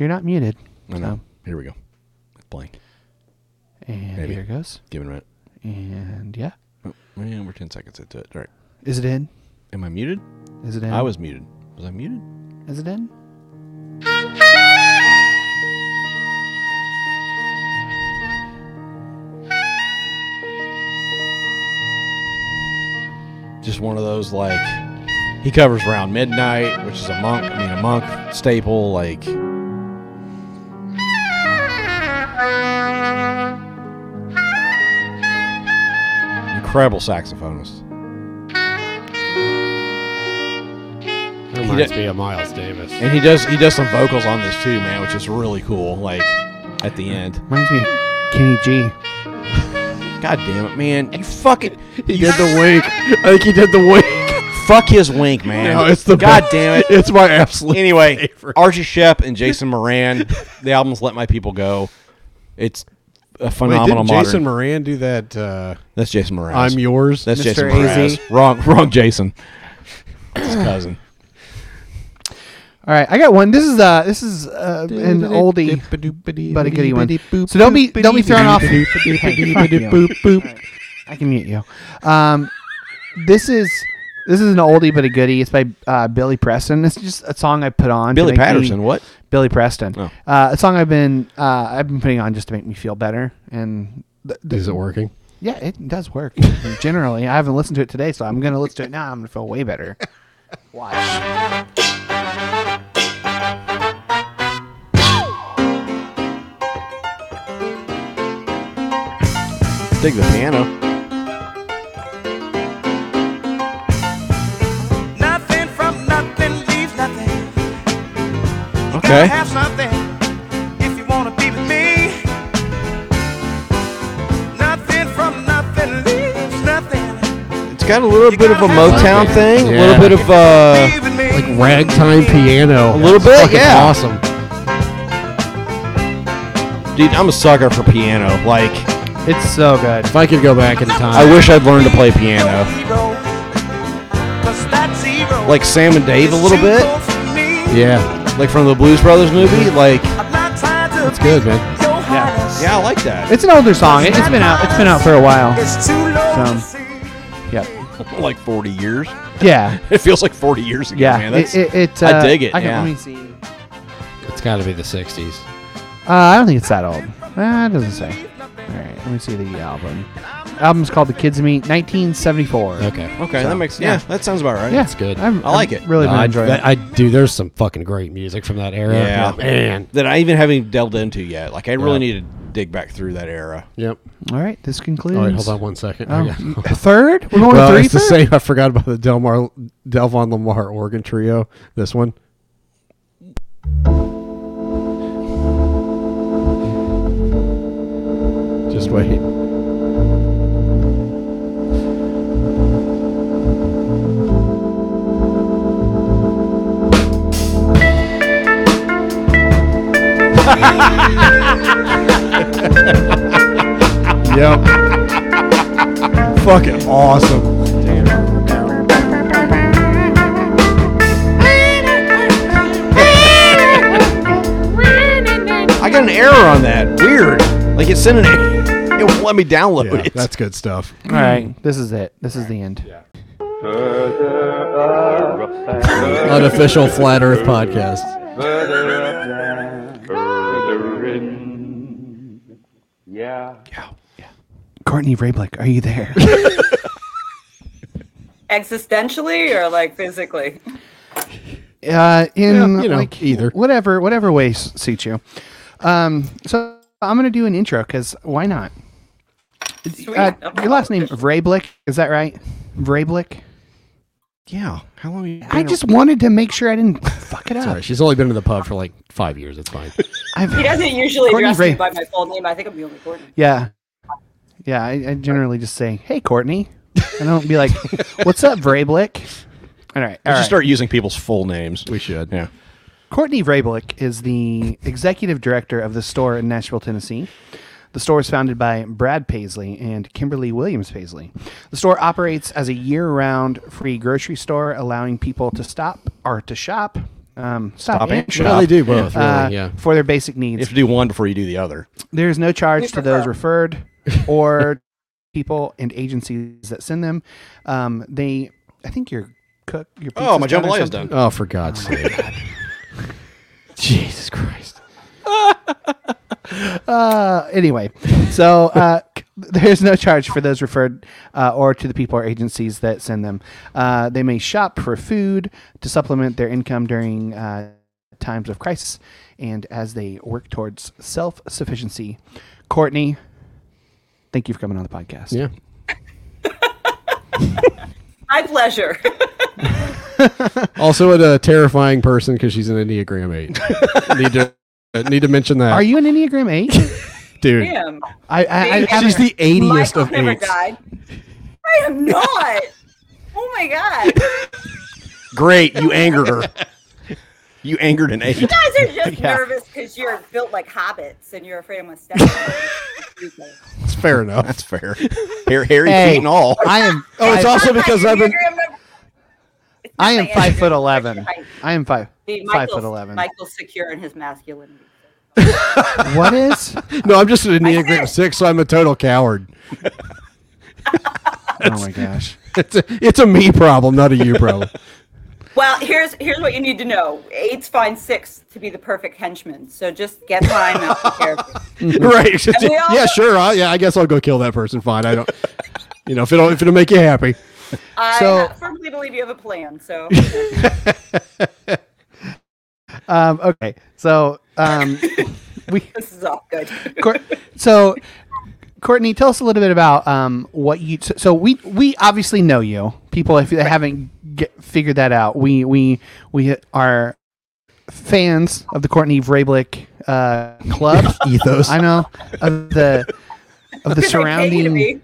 Speaker 1: You're not muted.
Speaker 2: I know. Here we go. It's playing.
Speaker 1: And
Speaker 2: Maybe.
Speaker 1: here it goes.
Speaker 2: Give it a minute.
Speaker 1: And yeah.
Speaker 2: Oh, yeah, we're ten seconds into it. All right.
Speaker 1: Is it in?
Speaker 2: Am I muted?
Speaker 1: Is it in?
Speaker 2: I was muted. Was I muted?
Speaker 1: Is it in?
Speaker 2: Just one of those like he covers "Round Midnight," which is a monk. I mean, a monk staple. Like incredible saxophonist.
Speaker 3: Reminds
Speaker 2: did-
Speaker 3: me of Miles Davis.
Speaker 2: And he does he does some vocals on this too, man, which is really cool. Like at the end.
Speaker 1: Reminds me of Kenny G.
Speaker 2: God damn it, man! You fucking
Speaker 3: He did the wink. I think he did the wink.
Speaker 2: fuck his wink, man.
Speaker 3: No, Oh, it's the
Speaker 2: God
Speaker 3: best.
Speaker 2: damn it.
Speaker 3: It's my absolute
Speaker 2: anyway. Archie Shepp and Jason Moran. the album's "Let My People Go." It's a phenomenal
Speaker 3: Wait, did
Speaker 2: modern.
Speaker 3: Jason Moran do that? Uh,
Speaker 2: That's Jason Moran.
Speaker 3: I'm yours.
Speaker 2: That's Jason
Speaker 3: Mr. AZ.
Speaker 2: Moran. Wrong, wrong, Jason. That's his cousin.
Speaker 1: All right, I got one. This is uh this is uh, an oldie but a goodie one. So don't be don't be thrown off. Hey, fuck you. I can mute you. Um, this is this is an oldie but a goodie. It's by uh, Billy Preston. It's just a song I put on. to
Speaker 2: Billy
Speaker 1: make me-
Speaker 2: Patterson, what?
Speaker 1: Billy Preston.
Speaker 2: Oh.
Speaker 1: Uh, a song I've been uh, I've been putting on just to make me feel better. And th- th-
Speaker 3: Is it working?
Speaker 1: Yeah, it does work. Generally, I haven't listened to it today, so I'm gonna listen to it now. I'm gonna feel way better.
Speaker 2: Dig the piano.
Speaker 15: Nothing from nothing leaves nothing. You gotta
Speaker 2: Okay.
Speaker 15: have something if you wanna be with me. Nothing from nothing leaves nothing.
Speaker 2: It's got a little bit of a Motown thing, a
Speaker 3: Yeah.
Speaker 2: little bit of uh,
Speaker 3: Like ragtime piano.
Speaker 2: A little
Speaker 3: That's
Speaker 2: bit,
Speaker 3: fucking
Speaker 2: yeah.
Speaker 3: Awesome.
Speaker 2: dude. I'm a sucker for piano. Like
Speaker 1: it's so good.
Speaker 3: If I could go back in time,
Speaker 2: I wish I'd learned to play piano,
Speaker 15: Cause that's zero.
Speaker 2: like Sam and Dave a little bit.
Speaker 3: Yeah,
Speaker 2: like from the Blues Brothers movie. Like
Speaker 3: That's good, man.
Speaker 2: yeah, yeah, I like that.
Speaker 1: It's an older song. It, it's been out. It's been out for a while. So, yeah,
Speaker 2: like 40 years.
Speaker 1: Yeah.
Speaker 2: it feels like 40 years ago,
Speaker 1: Yeah,
Speaker 2: man. That's,
Speaker 1: it- it- it,
Speaker 2: I
Speaker 1: uh,
Speaker 2: dig it.
Speaker 1: I can-
Speaker 2: yeah.
Speaker 1: let me see.
Speaker 3: It's got to be the '60s.
Speaker 1: uh, I don't think it's that old. Uh, it doesn't say. All right, let me see the album. Album's called The Kids Meet, 1974.
Speaker 3: Okay.
Speaker 2: Okay, that makes yeah, that sounds about right.
Speaker 1: Yeah.
Speaker 3: It's good.
Speaker 1: I'm-
Speaker 2: I like
Speaker 1: I'm
Speaker 2: it.
Speaker 1: Really been
Speaker 3: I,
Speaker 1: enjoying it.
Speaker 3: I do. There's some fucking great music from that era. Oh,
Speaker 2: Yeah,
Speaker 3: man.
Speaker 2: That I even haven't delved into yet. Like I really
Speaker 3: Yeah.
Speaker 2: need to dig back through that era.
Speaker 3: Yep.
Speaker 1: All right. This concludes.
Speaker 3: All right, hold on one second.
Speaker 1: Oh,
Speaker 3: I got-
Speaker 1: m- third? We're going to
Speaker 3: well,
Speaker 1: three
Speaker 3: it's the
Speaker 1: third?
Speaker 3: same. I forgot about the Delmar Delvon Lamar organ trio. This one. Just wait. Yep. Fucking awesome.
Speaker 2: I got an error on that. Weird. Like it sent an error. It won't let me download it.
Speaker 3: That's good stuff.
Speaker 1: All right. This is it. This is the end.
Speaker 3: Unofficial Flat Earth podcast.
Speaker 5: Yeah.
Speaker 1: Courtney Rayblick, are you there?
Speaker 14: Existentially or like physically?
Speaker 1: uh, in
Speaker 14: Yeah, you know,
Speaker 1: like either whatever whatever way s- suits you. Um, so I'm gonna do an intro because why not? Uh, your last name Vrablick, is that right? Vrablick.
Speaker 2: Yeah. How long? you
Speaker 1: I just wanted to make sure I didn't fuck it up.
Speaker 3: Sorry, she's only been in the pub for like five years. It's fine.
Speaker 1: I've,
Speaker 14: He doesn't usually
Speaker 1: Courtney
Speaker 14: address
Speaker 1: Ray-
Speaker 14: me by my full name. I think I'm the only Courtney.
Speaker 1: Yeah, yeah. I, I generally just say, "Hey, Courtney," and I don't be like, "What's up, Vrablick?" All right,
Speaker 2: We
Speaker 1: all
Speaker 2: should
Speaker 1: right.
Speaker 2: start using people's full names. We
Speaker 3: should.
Speaker 2: Yeah.
Speaker 1: Courtney Vrablick is the executive director of the store in Nashville, Tennessee. The store is founded by Brad Paisley and Kimberly Williams Paisley. The store operates as a year round free grocery store, allowing people to stop or to shop. Um, stop,
Speaker 2: Stop and
Speaker 1: shop.
Speaker 2: shop. Well, they do both, really,
Speaker 1: uh,
Speaker 2: yeah.
Speaker 1: For their basic
Speaker 2: You
Speaker 1: needs.
Speaker 2: have to do one before you do the other.
Speaker 1: There is no charge to those referred or people and agencies that send them. Um, they, I think your cook, your
Speaker 2: Oh, my
Speaker 1: pizza's done or
Speaker 2: jambalaya's
Speaker 1: something.
Speaker 2: done.
Speaker 3: Oh, for God's sake. Jesus Christ.
Speaker 1: Uh, anyway, so uh, there's no charge for those referred uh, or to the people or agencies that send them. Uh, they may shop for food to supplement their income during uh, times of crisis and as they work towards self sufficiency. Courtney, thank you for coming on the podcast.
Speaker 3: Yeah.
Speaker 14: My pleasure.
Speaker 3: Also, a terrifying person because she's an Enneagram eight. need to uh, need to mention that.
Speaker 1: Are you an Enneagram 8?
Speaker 3: dude?
Speaker 14: Damn.
Speaker 1: I, I, I
Speaker 3: she's the 80th of
Speaker 14: never
Speaker 3: eight.
Speaker 14: died. I am not. Oh my god.
Speaker 2: Great. You angered her. You angered an eight.
Speaker 14: You guys are just
Speaker 2: Yeah.
Speaker 14: nervous because you're built like hobbits and you're afraid I'm gonna step. on you.
Speaker 3: It's fair enough. That's
Speaker 2: fair. Hair, hairy
Speaker 1: Hey,
Speaker 2: feet and all.
Speaker 1: I am.
Speaker 2: Oh, it's
Speaker 1: I-
Speaker 2: also because I've been.
Speaker 1: I am
Speaker 14: my
Speaker 1: five
Speaker 14: Enneagram
Speaker 1: foot eleven.
Speaker 14: height.
Speaker 1: I am five
Speaker 14: See,
Speaker 1: five
Speaker 14: Michael's-
Speaker 1: foot eleven.
Speaker 14: Michael's secure in his masculinity.
Speaker 1: What is?
Speaker 3: No, I'm just an Enneagram six, so I'm a total coward.
Speaker 1: oh my gosh.
Speaker 3: It's a, it's a me problem, not a you problem.
Speaker 14: Well, here's here's what you need to know. Eights find six to be the perfect henchman. So just get behind that character.
Speaker 3: right.
Speaker 14: And we all-
Speaker 3: yeah, sure. I, yeah, I guess I'll go kill that person. Fine. I don't. You know, if it'll if it'll make you happy.
Speaker 14: I
Speaker 1: So-
Speaker 14: firmly believe you have a plan. So
Speaker 1: Um, okay, so um, we
Speaker 14: this is all good.
Speaker 1: Cour- so Courtney, tell us a little bit about um, what you. So, so we we obviously know you. People, if they haven't get, figured that out, we we we are fans of the Courtney Vrablick uh, club
Speaker 3: ethos.
Speaker 1: I know of the of the
Speaker 14: Because I pay you to
Speaker 1: surrounding.
Speaker 14: be.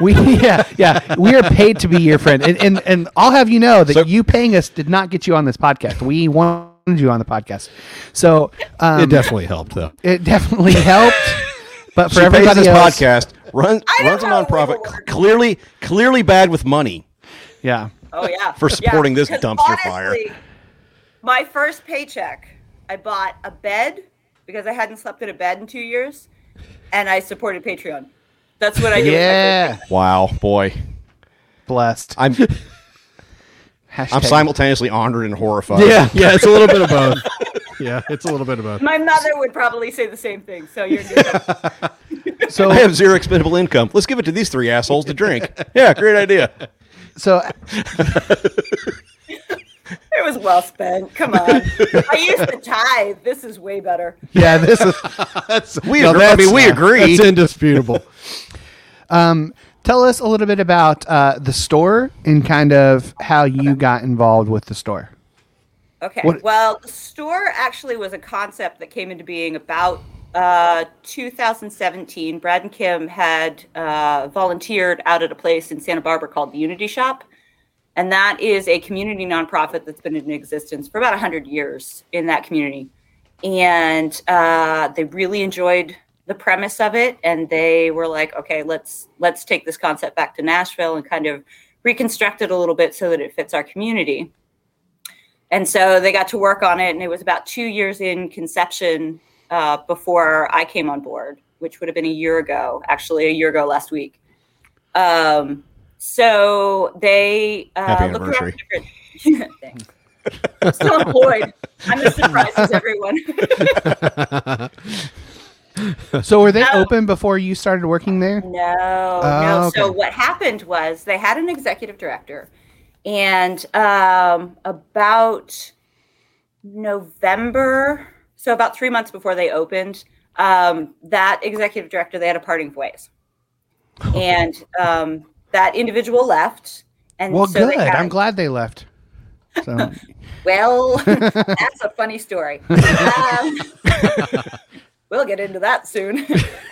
Speaker 1: We yeah yeah we are paid to be your friend, and and, and I'll have you know that you paying us did not get you on this podcast. We wanted you on the podcast, so um,
Speaker 3: it definitely helped though.
Speaker 1: it definitely helped. But for
Speaker 2: she pays
Speaker 1: everybody
Speaker 2: this
Speaker 1: else,
Speaker 2: podcast runs runs a nonprofit. cl- Clearly, clearly bad with money.
Speaker 1: Yeah.
Speaker 14: Oh yeah.
Speaker 2: For supporting this
Speaker 14: 'cause
Speaker 2: dumpster fire.
Speaker 14: My first paycheck, I bought a bed because I hadn't slept in a bed in two years, and I supported Patreon. That's what I did. with my first
Speaker 1: Yeah.
Speaker 2: Wow, boy.
Speaker 1: Blessed.
Speaker 2: I'm. I'm
Speaker 1: Hashtag-
Speaker 2: simultaneously honored and horrified.
Speaker 3: Yeah, yeah, it's a little bit of both. Yeah, it's a little bit of both.
Speaker 14: My mother would probably say the same thing. So you're good.
Speaker 1: So
Speaker 2: I have zero expendable income. Let's give it to these three assholes to drink. yeah, great idea.
Speaker 1: So
Speaker 14: it was well spent. Come on. I used to tithe. This is way better.
Speaker 1: Yeah, this is
Speaker 3: that's
Speaker 1: we.
Speaker 3: No,
Speaker 1: agree- I
Speaker 3: that's-
Speaker 1: mean, we agree.
Speaker 3: That's indisputable.
Speaker 1: um, tell us a little bit about uh, the store and kind of how you got involved with the store.
Speaker 14: Okay.
Speaker 1: What-
Speaker 14: Well, the store actually was a concept that came into being about uh, 2017. Brad and Kim had uh, volunteered out at a place in Santa Barbara called the Unity Shop. And that is a community nonprofit that's been in existence for about 100 years in that community. And uh, they really enjoyed the premise of it and they were like okay let's let's take this concept back to nashville and kind of reconstruct it a little bit so that it fits our community and so they got to work on it, and it was about two years in conception uh, before I came on board, which would have been a year ago, actually, a year ago last week. Um, so they uh,
Speaker 2: Happy
Speaker 14: looked around
Speaker 2: anniversary.
Speaker 14: different- Thanks. I'm still employed. I'm as surprised as everyone.
Speaker 1: so were they open before you started working there?
Speaker 14: No, no.
Speaker 1: Oh,
Speaker 14: So
Speaker 1: okay.
Speaker 14: what happened was they had an executive director, and um, about November, so about three months before they opened, um, that executive director they had a parting of ways,
Speaker 1: Oh.
Speaker 14: and um, that individual left. And
Speaker 1: well,
Speaker 14: so they
Speaker 1: good.
Speaker 14: had-
Speaker 1: I'm glad they left. So
Speaker 14: well, that's a funny story. Um, we'll get into that soon.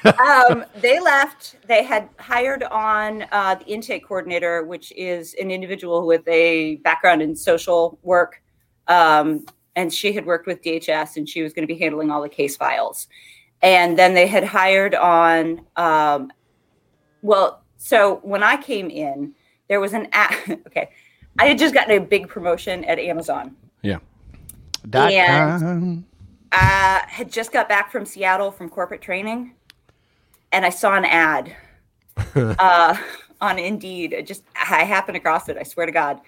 Speaker 14: um, they left. They had hired on uh, the intake coordinator, which is an individual with a background in social work. Um, and she had worked with DHS and she was going to be handling all the case files. And then they had hired on, um, well, so when I came in, there was an, a- okay, I had just gotten a big promotion at Amazon.
Speaker 3: Yeah.
Speaker 1: dot
Speaker 14: And-
Speaker 1: com.
Speaker 14: I had just got back from Seattle from corporate training, and I saw an ad uh, on Indeed. It just I happened across it. I swear to God,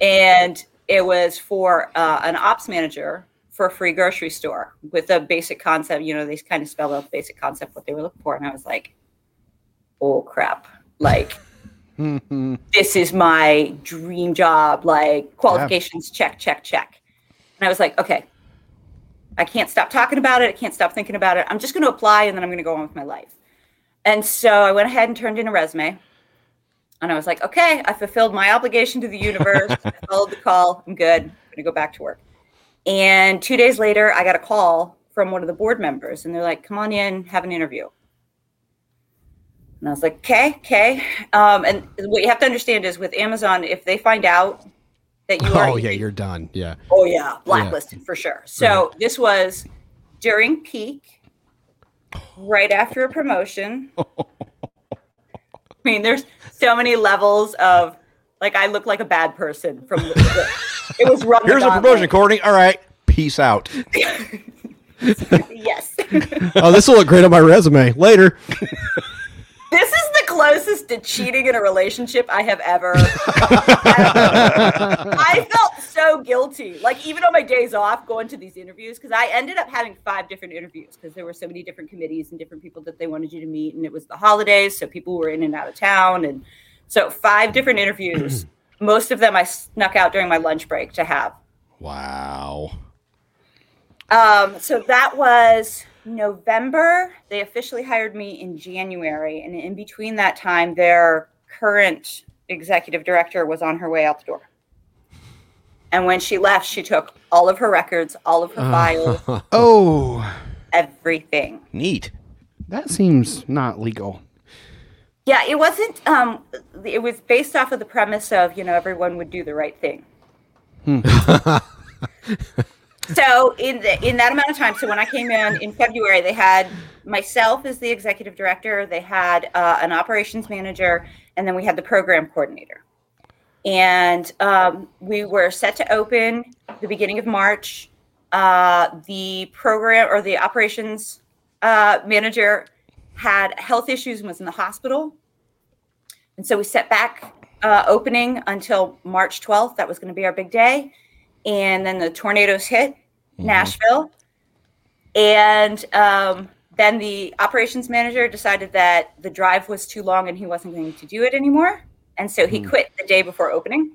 Speaker 14: and it was for uh, an ops manager for a free grocery store with a basic concept. You know, they kind of spelled out the basic concept what they were looking for, and I was like, "Oh crap!" Like this is my dream job. Like qualifications, check, check, check. And I was like, okay, I can't stop talking about it. I can't stop thinking about it. I'm just going to apply and then I'm going to go on with my life. And so I went ahead and turned in a resume. And I was like, okay, I fulfilled my obligation to the universe. I followed the call. I'm good. I'm going to go back to work. And two days later, I got a call from one of the board members and they're like, come on in, have an interview. And I was like, okay, okay. Um, and what you have to understand is with Amazon, if they find out that you are
Speaker 3: Oh yeah, you're done. Yeah.
Speaker 14: Oh yeah, blacklisted for sure. So this was during peak, right after a promotion. I mean, there's so many levels of like I look like a bad person from the, the- it was run. the
Speaker 2: Here's a
Speaker 14: gauntlet.
Speaker 2: promotion, Courtney. All right, peace out.
Speaker 14: Yes,
Speaker 3: oh, this will look great on my resume later.
Speaker 14: this is the closest to cheating in a relationship I have ever. I felt so guilty. Like even on my days off, going to these interviews because I ended up having five different interviews because there were so many different committees and different people that they wanted you to meet, and it was the holidays, so people were in and out of town, and so five different interviews. Most of them I snuck out during my lunch break to have.
Speaker 2: Wow.
Speaker 14: Um, so that was November. They officially hired me in January, and in between that time, their current executive director was on her way out the door. And when she left, she took all of her records, all of her files,
Speaker 1: oh,
Speaker 14: everything.
Speaker 2: neat.
Speaker 1: That seems not legal.
Speaker 14: Yeah, it wasn't. Um, it was based off of the premise of you know everyone would do the right thing. so in the, in that amount of time, so when I came in in February, they had myself as the executive director. They had uh, an operations manager, and then we had the program coordinator. And um, we were set to open the beginning of March. Uh, the program or the operations uh, manager had health issues and was in the hospital. And so we set back uh, opening until March 12th. That was going to be our big day. And then the tornadoes hit Nashville. And um, then the operations manager decided that the drive was too long and he wasn't going to do it anymore. And so he
Speaker 1: Hmm.
Speaker 14: quit the day before opening.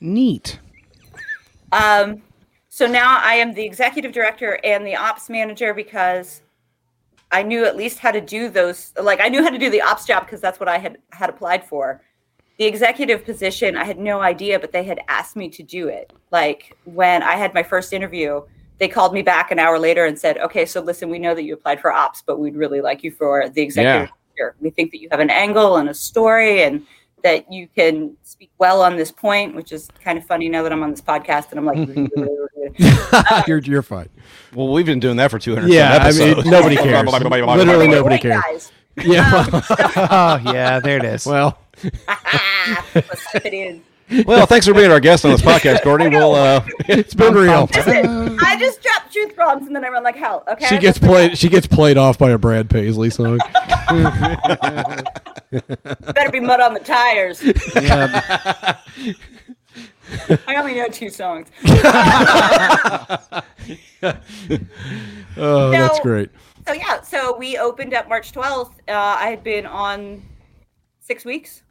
Speaker 1: Neat.
Speaker 14: Um, so now I am the executive director and the ops manager because I knew at least how to do those. Like I knew how to do the ops job because that's what I had had applied for. The executive position, I had no idea, but they had asked me to do it. Like when I had my first interview, they called me back an hour later and said, "Okay, so listen, we know that you applied for ops, but we'd really like you for the executive director. We think that you have an angle and a story, and that you can speak well on this point." Which is kind of funny now that I'm on this podcast and I'm like,
Speaker 3: you're you're fine.
Speaker 2: Well, we've been doing that for 200
Speaker 3: Yeah, I mean,
Speaker 2: episodes.
Speaker 3: nobody cares. Literally nobody
Speaker 14: Wait,
Speaker 3: cares.
Speaker 14: guys.
Speaker 3: Yeah.
Speaker 14: Um,
Speaker 1: oh yeah, there it is.
Speaker 3: Well,
Speaker 14: Let's type it in.
Speaker 2: Well, thanks for being our guest on this podcast, Courtney. We'll, uh,
Speaker 3: it's been real.
Speaker 14: Listen, I just dropped truth bombs and then I run like hell. Okay.
Speaker 3: She gets played. She gets played off by a Brad Paisley song.
Speaker 14: Better be mud on the tires.
Speaker 3: Yeah.
Speaker 14: I only know two songs.
Speaker 3: oh, that's
Speaker 14: So-
Speaker 3: great.
Speaker 14: So yeah, so we opened up March 12th. Uh, I had been on six weeks,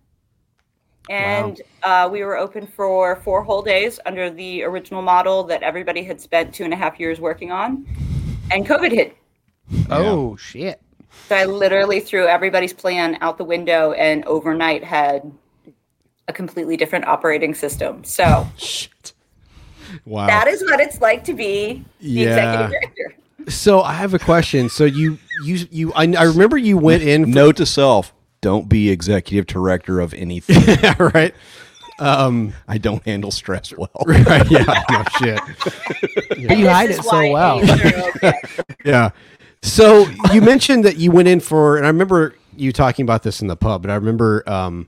Speaker 14: and uh, we were open for four whole days under the original model that everybody had spent two and a half years working on, and COVID hit.
Speaker 1: Oh shit.
Speaker 14: So I literally threw everybody's plan out the window, and overnight had a completely different operating system. So
Speaker 3: Wow.
Speaker 14: that is what it's like to be the
Speaker 3: Yeah.
Speaker 14: executive director.
Speaker 3: so I have a question. So you you you I, I remember you went in. For,
Speaker 2: Note to self: Don't be executive director of anything.
Speaker 3: right. Um,
Speaker 2: I don't handle stress well.
Speaker 3: Right, yeah, no shit.
Speaker 1: But you hide it so well.
Speaker 3: yeah. So you mentioned that you went in for, and I remember you talking about this in the pub, but I remember um,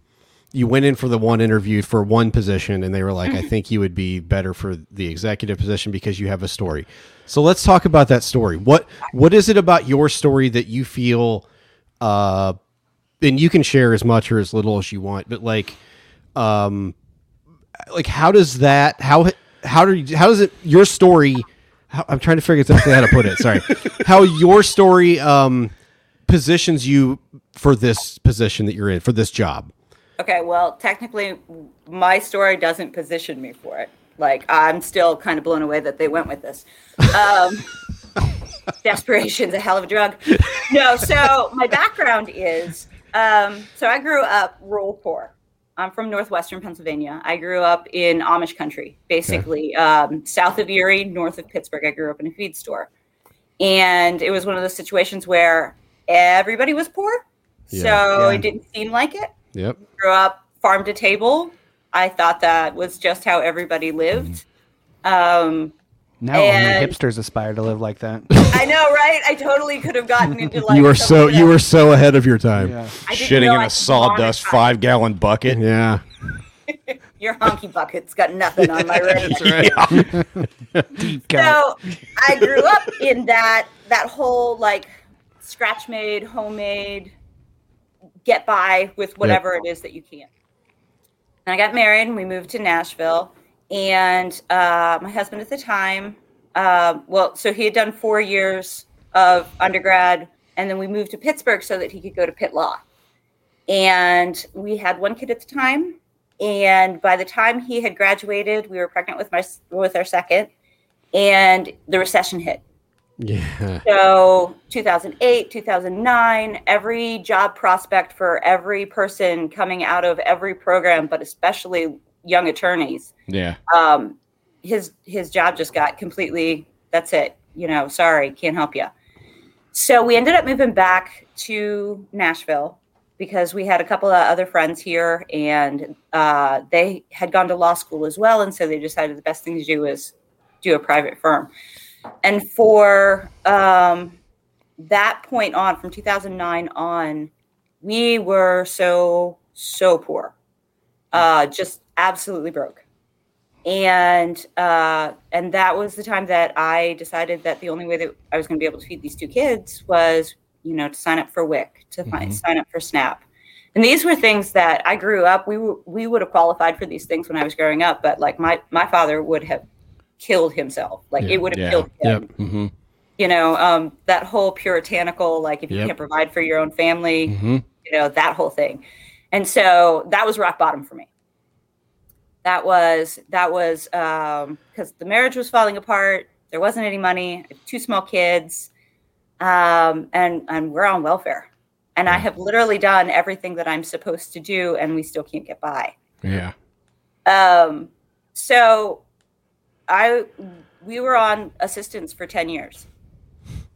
Speaker 3: you went in for the one interview for one position, and they were like, "I think you would be better for the executive position because you have a story." So let's talk about that story. What what is it about your story that you feel? Uh, and you can share as much or as little as you want, but like, um, like how does that how how do you, how does it your story how, i'm trying to figure exactly how to put it sorry how your story um positions you for this position that you're in for this job
Speaker 14: Okay, well, technically, my story doesn't position me for it. Like, I'm still kind of blown away that they went with this. Um, desperation's a hell of a drug. No, so my background is um, so I grew up rural poor. I'm from northwestern Pennsylvania. I grew up in Amish country, basically um, south of Erie, north of Pittsburgh. I grew up in a feed store. And it was one of those situations where everybody was poor.
Speaker 3: Yeah.
Speaker 14: So
Speaker 3: Yeah.
Speaker 14: it didn't seem like it
Speaker 3: yep
Speaker 14: grew up farm to table. I thought that was just how everybody lived. Um,
Speaker 1: Now only
Speaker 14: And-
Speaker 1: hipsters aspire to live like that.
Speaker 14: I know, right? I totally could have gotten into like
Speaker 3: you were
Speaker 14: some
Speaker 3: so
Speaker 14: of the-
Speaker 3: you were so ahead of your time yeah,
Speaker 14: I didn't
Speaker 2: Shitting in
Speaker 14: realize
Speaker 2: a sawdust five gallon bucket.
Speaker 3: Yeah.
Speaker 14: Your honky bucket's got nothing on my resume. So I grew up in that that whole like scratch made, homemade, get by with whatever it is that you can. And I got married and we moved to Nashville. And uh, my husband at the time, uh, well, so he had done four years of undergrad, and then we moved to Pittsburgh so that he could go to Pitt Law. And we had one kid at the time, and by the time he had graduated, we were pregnant with my s- with our second, and the recession hit.
Speaker 3: yeah.
Speaker 14: So 2008, 2009, every job prospect for every person coming out of every program, but especially young attorneys,
Speaker 2: Yeah.
Speaker 14: um, his his job just got completely. That's it. You know, sorry, can't help you. So we ended up moving back to Nashville because we had a couple of other friends here, and uh, they had gone to law school as well, and so they decided the best thing to do is do a private firm. And for um, that point on, from 2009 on, we were so so poor, uh, just absolutely broke and uh, and that was the time that I decided that the only way that I was going to be able to feed these two kids was, you know, to sign up for WIC, to
Speaker 3: Mm-hmm.
Speaker 14: find,
Speaker 16: Mhm.
Speaker 14: sign up for SNAP, and these were things that I grew up. We w- we would have qualified for these things when I was growing up, but like my my father would have killed himself. Like it would have killed
Speaker 3: yep.
Speaker 14: him
Speaker 3: mm-hmm.
Speaker 14: you know um, that whole puritanical like if you
Speaker 3: Yep.
Speaker 14: can't provide for your own family
Speaker 3: Mhm.
Speaker 14: you know that whole thing and so that was rock bottom for me That was that was because the marriage was falling apart. There wasn't any money. Two small kids, um, and and we're on welfare. And I have literally done everything that I'm supposed to do, and we still can't get by.
Speaker 3: Yeah.
Speaker 14: Um, so I we were on assistance for 10 years.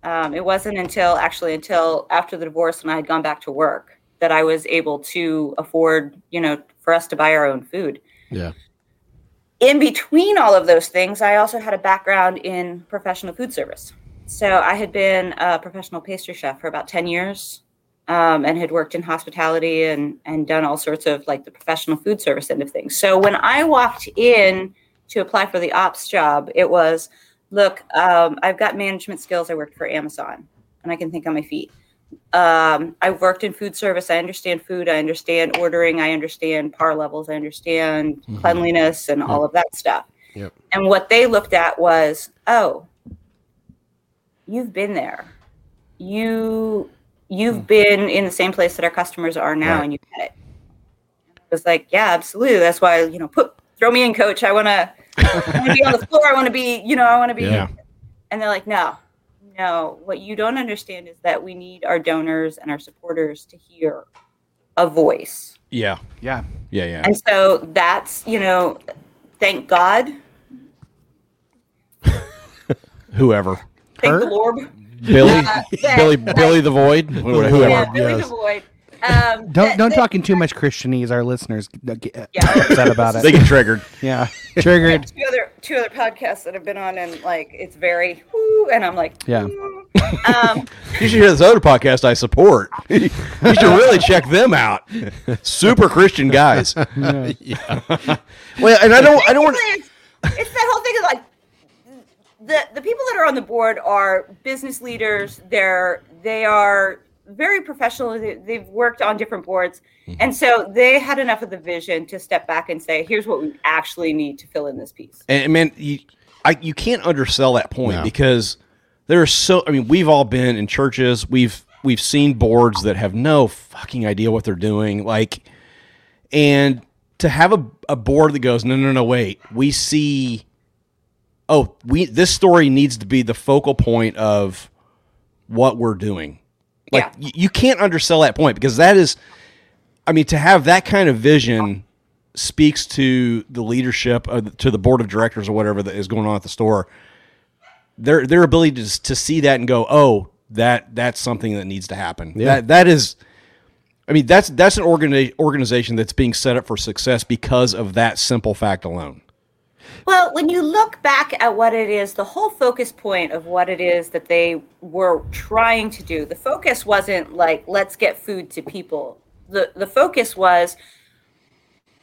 Speaker 14: Um, it wasn't until actually until after the divorce when I had gone back to work that I was able to afford, you know, for us to buy our own food.
Speaker 3: Yeah.
Speaker 14: In between all of those things, I also had a background in professional food service. So I had been a professional pastry chef for about 10 years um, and had worked in hospitality and, and done all sorts of like the professional food service end of things. So when I walked in to apply for the ops job, it was look, um, I've got management skills. I worked for Amazon and I can think on my feet. Um, I've worked in food service. I understand food. I understand ordering. I understand par levels. I understand
Speaker 17: Mhm.
Speaker 14: cleanliness and all of that stuff.
Speaker 3: Yep.
Speaker 14: And what they looked at was, oh, you've been there. You you've been in the same place that our customers are now
Speaker 17: Hmm. Right.
Speaker 14: and you get it. I was like, yeah, absolutely. That's why, you know, put throw me in coach. I wanna I wanna be on the floor. I wanna be, you know, I wanna be
Speaker 17: Yeah.
Speaker 14: and they're like, no, no. What you don't understand is that we need our donors and our supporters to hear a voice.
Speaker 2: Yeah.
Speaker 1: Yeah.
Speaker 2: Yeah. Yeah.
Speaker 14: And so that's, you know, thank God.
Speaker 2: Whoever.
Speaker 14: Thank the Lord.
Speaker 2: Billy.
Speaker 14: Uh, that-
Speaker 2: Billy.
Speaker 14: that-
Speaker 2: Billy the Void. Whoever.
Speaker 14: Yeah, Billy the Void. Um,
Speaker 1: Don't
Speaker 14: that-
Speaker 1: don't
Speaker 14: that-
Speaker 1: talk in too much Christianese. Our listeners get get
Speaker 14: Yeah.
Speaker 1: upset about it.
Speaker 2: They get triggered.
Speaker 1: Yeah, triggered.
Speaker 14: Two other two other podcasts that I've been on, and like it's very, woo, and I'm like,
Speaker 1: Yeah.
Speaker 14: um,
Speaker 2: You should hear this other podcast I support. you should really check them out. Super Christian guys.
Speaker 1: Yeah.
Speaker 2: well, and I don't. I don't want.
Speaker 14: Basically, It's, it's that whole thing of like the the people that are on the board are business leaders. They're they are very professional. They, they've worked on different boards,
Speaker 1: Mm-hmm.
Speaker 14: and so they had enough of the vision to step back and say, "Here's what we actually need to fill in this piece."
Speaker 2: And man, you, I, you can't undersell that point
Speaker 14: No.
Speaker 2: because there are so. I mean, we've all been in churches. We've we've seen boards that have no fucking idea what they're doing. Like, and to have a, a board that goes, no, no, no, wait, we see. Oh, we this story needs to be the focal point of what we're doing. Like, y- you can't undersell that point because that is. I mean, to have that kind of vision speaks to the leadership of, to the board of directors or whatever that is going on at the store. Their their ability to s- to see that and go, oh, that that's something that needs to happen.
Speaker 3: Yeah.
Speaker 2: That that is. I mean, that's that's an organi- organization that's being set up for success because of that simple fact alone.
Speaker 14: Well, when you look back at what it is, the whole focus point of what it is that they were trying to do, the focus wasn't like, let's get food to people. The, the focus was,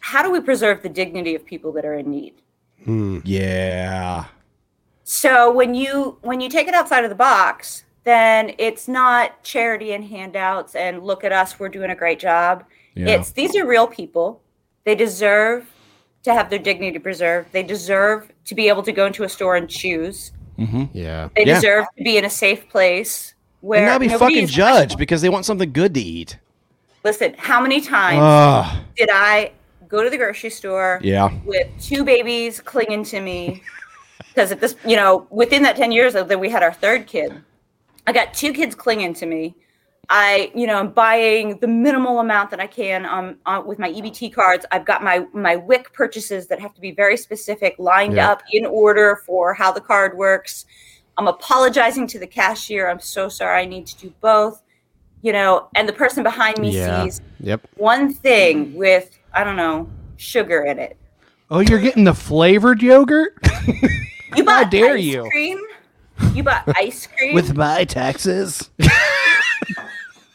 Speaker 14: how do we preserve the dignity of people that are in need?
Speaker 2: Hmm. Yeah.
Speaker 14: So when you when you take it outside of the box, then it's not charity and handouts and look at us, we're doing a great job.
Speaker 17: Yeah.
Speaker 14: It's these are real people. They deserve to have their dignity preserved. They deserve to be able to go into a store and choose.
Speaker 2: Mm-hmm. Yeah.
Speaker 14: They deserve to be in a safe place where
Speaker 2: and not be
Speaker 14: nobody
Speaker 2: fucking
Speaker 14: is-
Speaker 2: judged because they want something good to eat.
Speaker 14: Listen, how many times
Speaker 2: Ugh.
Speaker 14: did I go to the grocery store
Speaker 2: Yeah.
Speaker 14: with two babies clinging to me? Because at this, you know, within that 10 years, then we had our third kid. I got two kids clinging to me. I, you know, I'm buying the minimal amount that I can um, on, with my EBT cards. I've got my my WIC purchases that have to be very specific, lined
Speaker 17: Yeah.
Speaker 14: up in order for how the card works. I'm apologizing to the cashier. I'm so sorry. I need to do both. You know, and the person behind me sees
Speaker 3: Yep.
Speaker 14: one thing with I don't know sugar in it.
Speaker 1: Oh, you're getting the flavored yogurt.
Speaker 14: You
Speaker 1: How
Speaker 14: bought
Speaker 1: dare
Speaker 14: ice
Speaker 1: you?
Speaker 14: cream. You bought ice cream
Speaker 1: With my taxes.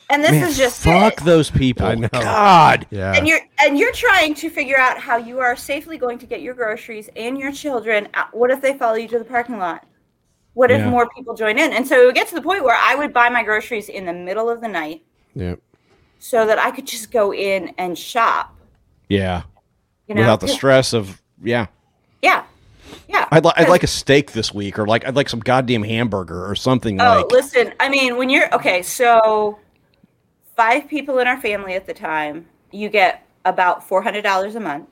Speaker 14: and this
Speaker 2: Man,
Speaker 14: is just
Speaker 2: fuck
Speaker 14: it.
Speaker 2: those people. God.
Speaker 3: Yeah.
Speaker 14: And you're and you're trying to figure out how you are safely going to get your groceries and your children. out- What if they follow you to the parking lot? What if
Speaker 3: Yeah.
Speaker 14: more people join in? And so it would get to the point where I would buy my groceries in the middle of the night
Speaker 3: Yep.
Speaker 14: so that I could just go in and shop.
Speaker 2: Yeah.
Speaker 14: You know,
Speaker 2: Without the
Speaker 14: just-
Speaker 2: stress of yeah.
Speaker 14: Yeah. Yeah.
Speaker 2: I'd, li- I'd like a steak this week, or like I'd like some goddamn hamburger or something
Speaker 14: Oh,
Speaker 2: like.
Speaker 14: listen. I mean, when you're okay, so five people
Speaker 2: Mm-hmm.
Speaker 14: in our family at the time, you get about four hundred dollars a month.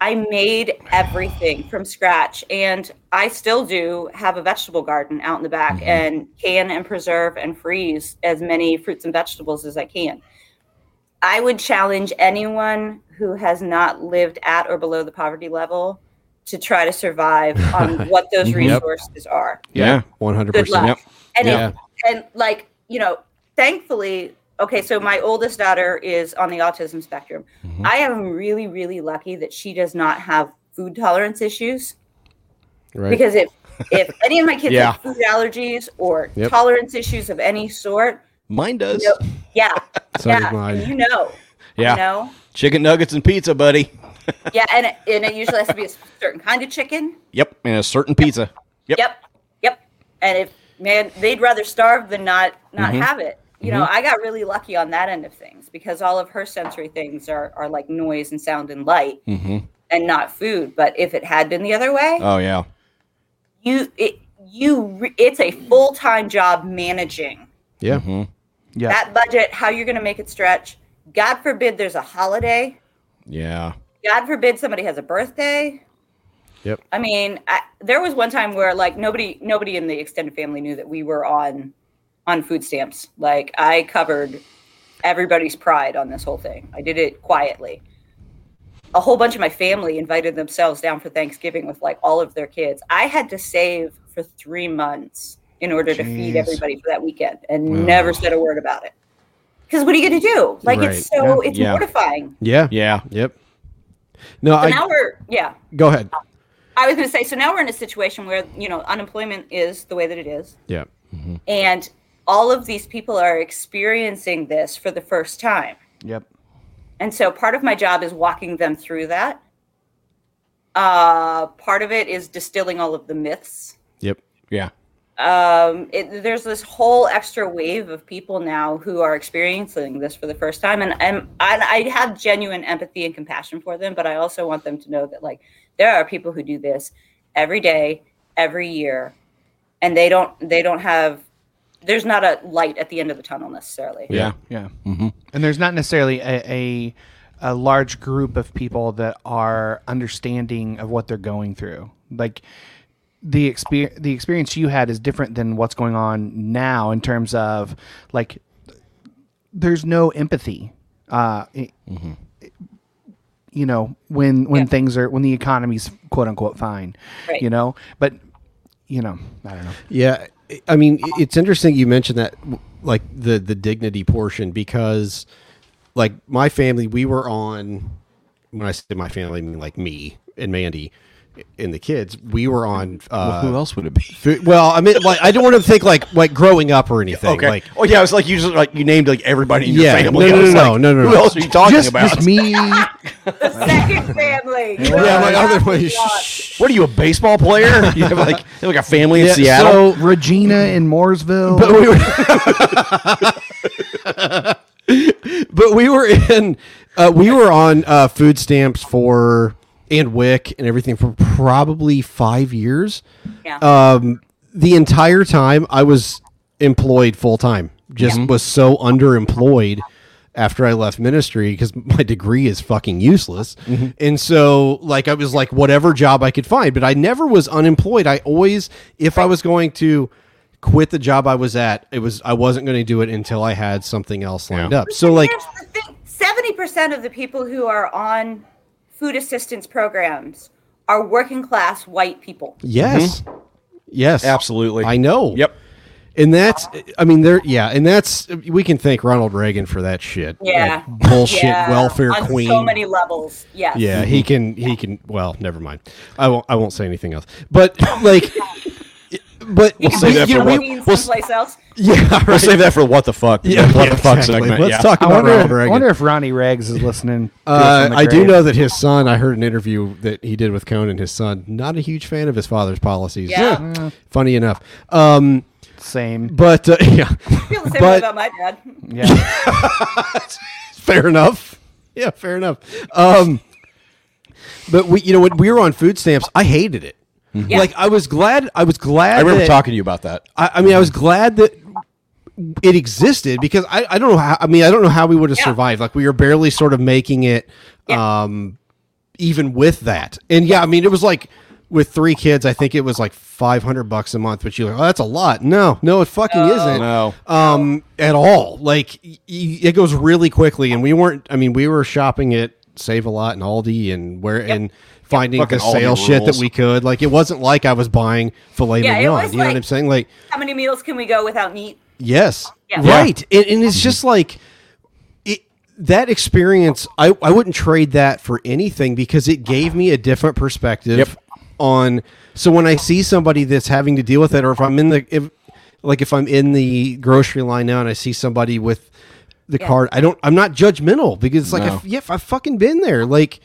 Speaker 14: I made everything from scratch, and I still do have a vegetable garden out in the back
Speaker 2: Mm-hmm.
Speaker 14: and can and preserve and freeze as many fruits and vegetables as I can. I would challenge anyone who has not lived at or below the poverty level to try to survive on what those
Speaker 2: Mm-hmm.
Speaker 3: Yep.
Speaker 14: resources are.
Speaker 3: Yeah, one hundred
Speaker 14: Good luck.
Speaker 3: percent.
Speaker 14: And
Speaker 3: yeah.
Speaker 14: if, and like you know, thankfully, okay. So my oldest daughter is on the autism spectrum.
Speaker 2: Mm-hmm.
Speaker 14: I am really, really lucky that she does not have food tolerance issues
Speaker 3: right.
Speaker 14: because if if any of my kids
Speaker 2: Yeah.
Speaker 14: have food allergies or
Speaker 2: Yep.
Speaker 14: tolerance issues of any sort,
Speaker 2: Mine
Speaker 14: you
Speaker 2: does.
Speaker 14: know- yeah,
Speaker 2: So
Speaker 14: yeah,
Speaker 2: did mine.
Speaker 14: you know,
Speaker 2: Yeah.
Speaker 14: you know,
Speaker 2: Chicken nuggets and pizza, buddy.
Speaker 14: yeah, and it, and it usually has to be a certain kind of chicken.
Speaker 2: Yep, and a certain pizza. Yep.
Speaker 14: Yep. Yep. And if man, they'd rather starve than not not
Speaker 2: Mhm.
Speaker 14: have it. You know,
Speaker 2: Mhm.
Speaker 14: I got really lucky on that end of things because all of her sensory things are are like noise and sound and light
Speaker 2: Mm-hmm.
Speaker 14: and not food. But if it had been the other way,
Speaker 2: Oh yeah.
Speaker 14: you it you re- it's a full time job managing
Speaker 3: Yeah.
Speaker 1: Yeah.
Speaker 14: that budget, how you're going to make it stretch. God forbid there's a holiday.
Speaker 2: Yeah.
Speaker 14: God forbid somebody has a birthday.
Speaker 3: Yep.
Speaker 14: I mean, I, there was one time where like nobody nobody in the extended family knew that we were on on food stamps. Like I covered everybody's pride on this whole thing. I did it quietly. A whole bunch of my family invited themselves down for Thanksgiving with like all of their kids. I had to save for 3 months in order to feed
Speaker 16: Jeez.
Speaker 14: everybody for that weekend and
Speaker 16: Wow.
Speaker 14: never said a word about it. Cuz what are you going to do? Like it's
Speaker 3: Right.
Speaker 14: so
Speaker 3: Yeah.
Speaker 14: it's
Speaker 3: Yeah.
Speaker 14: mortifying.
Speaker 3: Yeah. Yeah. Yep. No,
Speaker 14: So
Speaker 3: I
Speaker 14: now we're yeah.
Speaker 3: go ahead.
Speaker 14: I was going to say, so now we're in a situation where you know unemployment is the way that it is,
Speaker 3: Yeah.
Speaker 14: and all of these people are experiencing this for the first time.
Speaker 1: Yep.
Speaker 14: And so part of my job is walking them through that. Uh, part of it is distilling all of the myths.
Speaker 3: Yep.
Speaker 2: Yeah.
Speaker 14: Um, it, there's this whole extra wave of people now who are experiencing this for the first time, and and I, I have genuine empathy and compassion for them, but I also want them to know that like there are people who do this every day, every year, and they don't they don't have there's not a light at the end of the tunnel necessarily.
Speaker 1: Yeah.
Speaker 2: Mm-hmm.
Speaker 1: And there's not necessarily a, a a large group of people that are understanding of what they're going through. Like the experience the experience you had is different than what's going on now in terms of like there's no empathy. Uh, i-
Speaker 2: Mm-hmm.
Speaker 1: You know when when things are when the economy's quote unquote fine.
Speaker 14: Right.
Speaker 1: You know, but you know I don't know.
Speaker 3: Yeah, I- I mean, i- it's interesting you mentioned that, w- like the the dignity portion, because, like, my family, we were on. When I say my family, I mean like me and Mandy, and the kids. We were on. Uh,
Speaker 2: who else would it be?
Speaker 3: Food, well, I mean, like, I don't want to think like like growing up or anything.
Speaker 2: Okay.
Speaker 3: Like,
Speaker 2: oh yeah, it's like you just like you named like everybody in your
Speaker 3: Yeah,
Speaker 2: family.
Speaker 3: no, no,
Speaker 2: I was
Speaker 3: no,
Speaker 2: like,
Speaker 3: no, no,
Speaker 2: Who
Speaker 3: no.
Speaker 2: else are you talking
Speaker 3: Just-
Speaker 2: about?
Speaker 3: just me.
Speaker 14: Second family. Oh
Speaker 2: yeah, like other ways. What are you, a baseball player? You have like you have like a family in
Speaker 1: Yeah,
Speaker 2: Seattle.
Speaker 1: so Regina
Speaker 2: Mm-hmm.
Speaker 1: in Mooresville.
Speaker 3: but we were in uh, we were on uh, food stamps for and WIC and everything for probably five years.
Speaker 14: Yeah.
Speaker 2: Uh,
Speaker 3: Um, the entire time I was employed full time, just was so underemployed after I left ministry because my degree is fucking useless. And so, like, I was like, whatever job I could find, but I never was unemployed. I always, if I was going to quit the job I was at, it was, I wasn't going to do it until I had something else lined up. So, like,
Speaker 14: Mm-hmm. Seventy percent of the people who are on food assistance programs are working class white people.
Speaker 3: Yes. Yes.
Speaker 2: Absolutely.
Speaker 3: I know. Yep. And that's, I mean, there, yeah, and that's, we can thank Ronald Reagan for that shit.
Speaker 14: Yeah.
Speaker 3: That bullshit
Speaker 14: Yeah,
Speaker 3: welfare
Speaker 14: on
Speaker 3: queen.
Speaker 14: So many levels. Yes.
Speaker 3: Yeah, he can. He can. Well, never mind. I won't. I won't say anything else. But like, but
Speaker 14: He can
Speaker 3: we-
Speaker 14: be
Speaker 3: you know,
Speaker 14: queen
Speaker 3: we- we'll s-
Speaker 14: someplace else.
Speaker 3: Yeah,
Speaker 2: We'll save that for what the fuck.
Speaker 3: Yeah,
Speaker 2: what
Speaker 3: yeah,
Speaker 2: the fuck
Speaker 3: exactly.
Speaker 2: segment.
Speaker 3: Let's
Speaker 2: yeah.
Speaker 3: talk
Speaker 1: I
Speaker 3: about
Speaker 1: wonder,
Speaker 3: Ronald
Speaker 1: I
Speaker 3: Reagan.
Speaker 1: wonder if Ronnie Rags is listening. to us
Speaker 3: Uh,
Speaker 1: on the
Speaker 3: I do
Speaker 1: grave.
Speaker 3: know that his son. I heard an interview that he did with Conan. His son, not a huge fan of his father's policies.
Speaker 14: Yeah. Yeah.
Speaker 3: Funny enough. Um,
Speaker 1: Same.
Speaker 3: But uh, yeah.
Speaker 14: Feel the same way
Speaker 3: but
Speaker 14: about my dad.
Speaker 3: fair enough. Yeah, fair enough. Um, but we, you know, when we were on food stamps, I hated it.
Speaker 2: Yeah.
Speaker 3: Like I was glad. I was glad.
Speaker 2: I remember
Speaker 3: that-
Speaker 2: talking to you about that.
Speaker 3: I, I mean, I was glad that it existed because I, I don't know how. I mean, I don't know how we would have survived. Like we were barely sort of making it. Um, even with that. And yeah, I mean, it was like with three kids, I think it was like five hundred bucks a month. But you're like, oh, that's a lot. No, no, it fucking isn't. No, um, at all. Like y- y- it goes really quickly, and we weren't. I mean, we were shopping at Save a Lot and Aldi, and where and finding
Speaker 2: Fucking
Speaker 3: the sale
Speaker 2: Aldi
Speaker 3: shit that
Speaker 2: rules.
Speaker 3: we could. Like it wasn't like I was buying filet
Speaker 14: Yeah, it
Speaker 3: mignon.
Speaker 14: was
Speaker 3: You know what
Speaker 14: like-
Speaker 3: I'm saying? Like
Speaker 14: How many meals can we go without meat?
Speaker 3: Yes.
Speaker 14: Yeah.
Speaker 3: Right. And, and it's just like it, that experience, I, I wouldn't trade that for anything because it gave me a different perspective on. So when I see somebody that's having to deal with it, or if I'm in the, if, like if I'm in the grocery line now and I see somebody with the card, I don't, I'm not judgmental because it's like,
Speaker 2: No.
Speaker 3: if, yeah, if I've fucking been there. Like,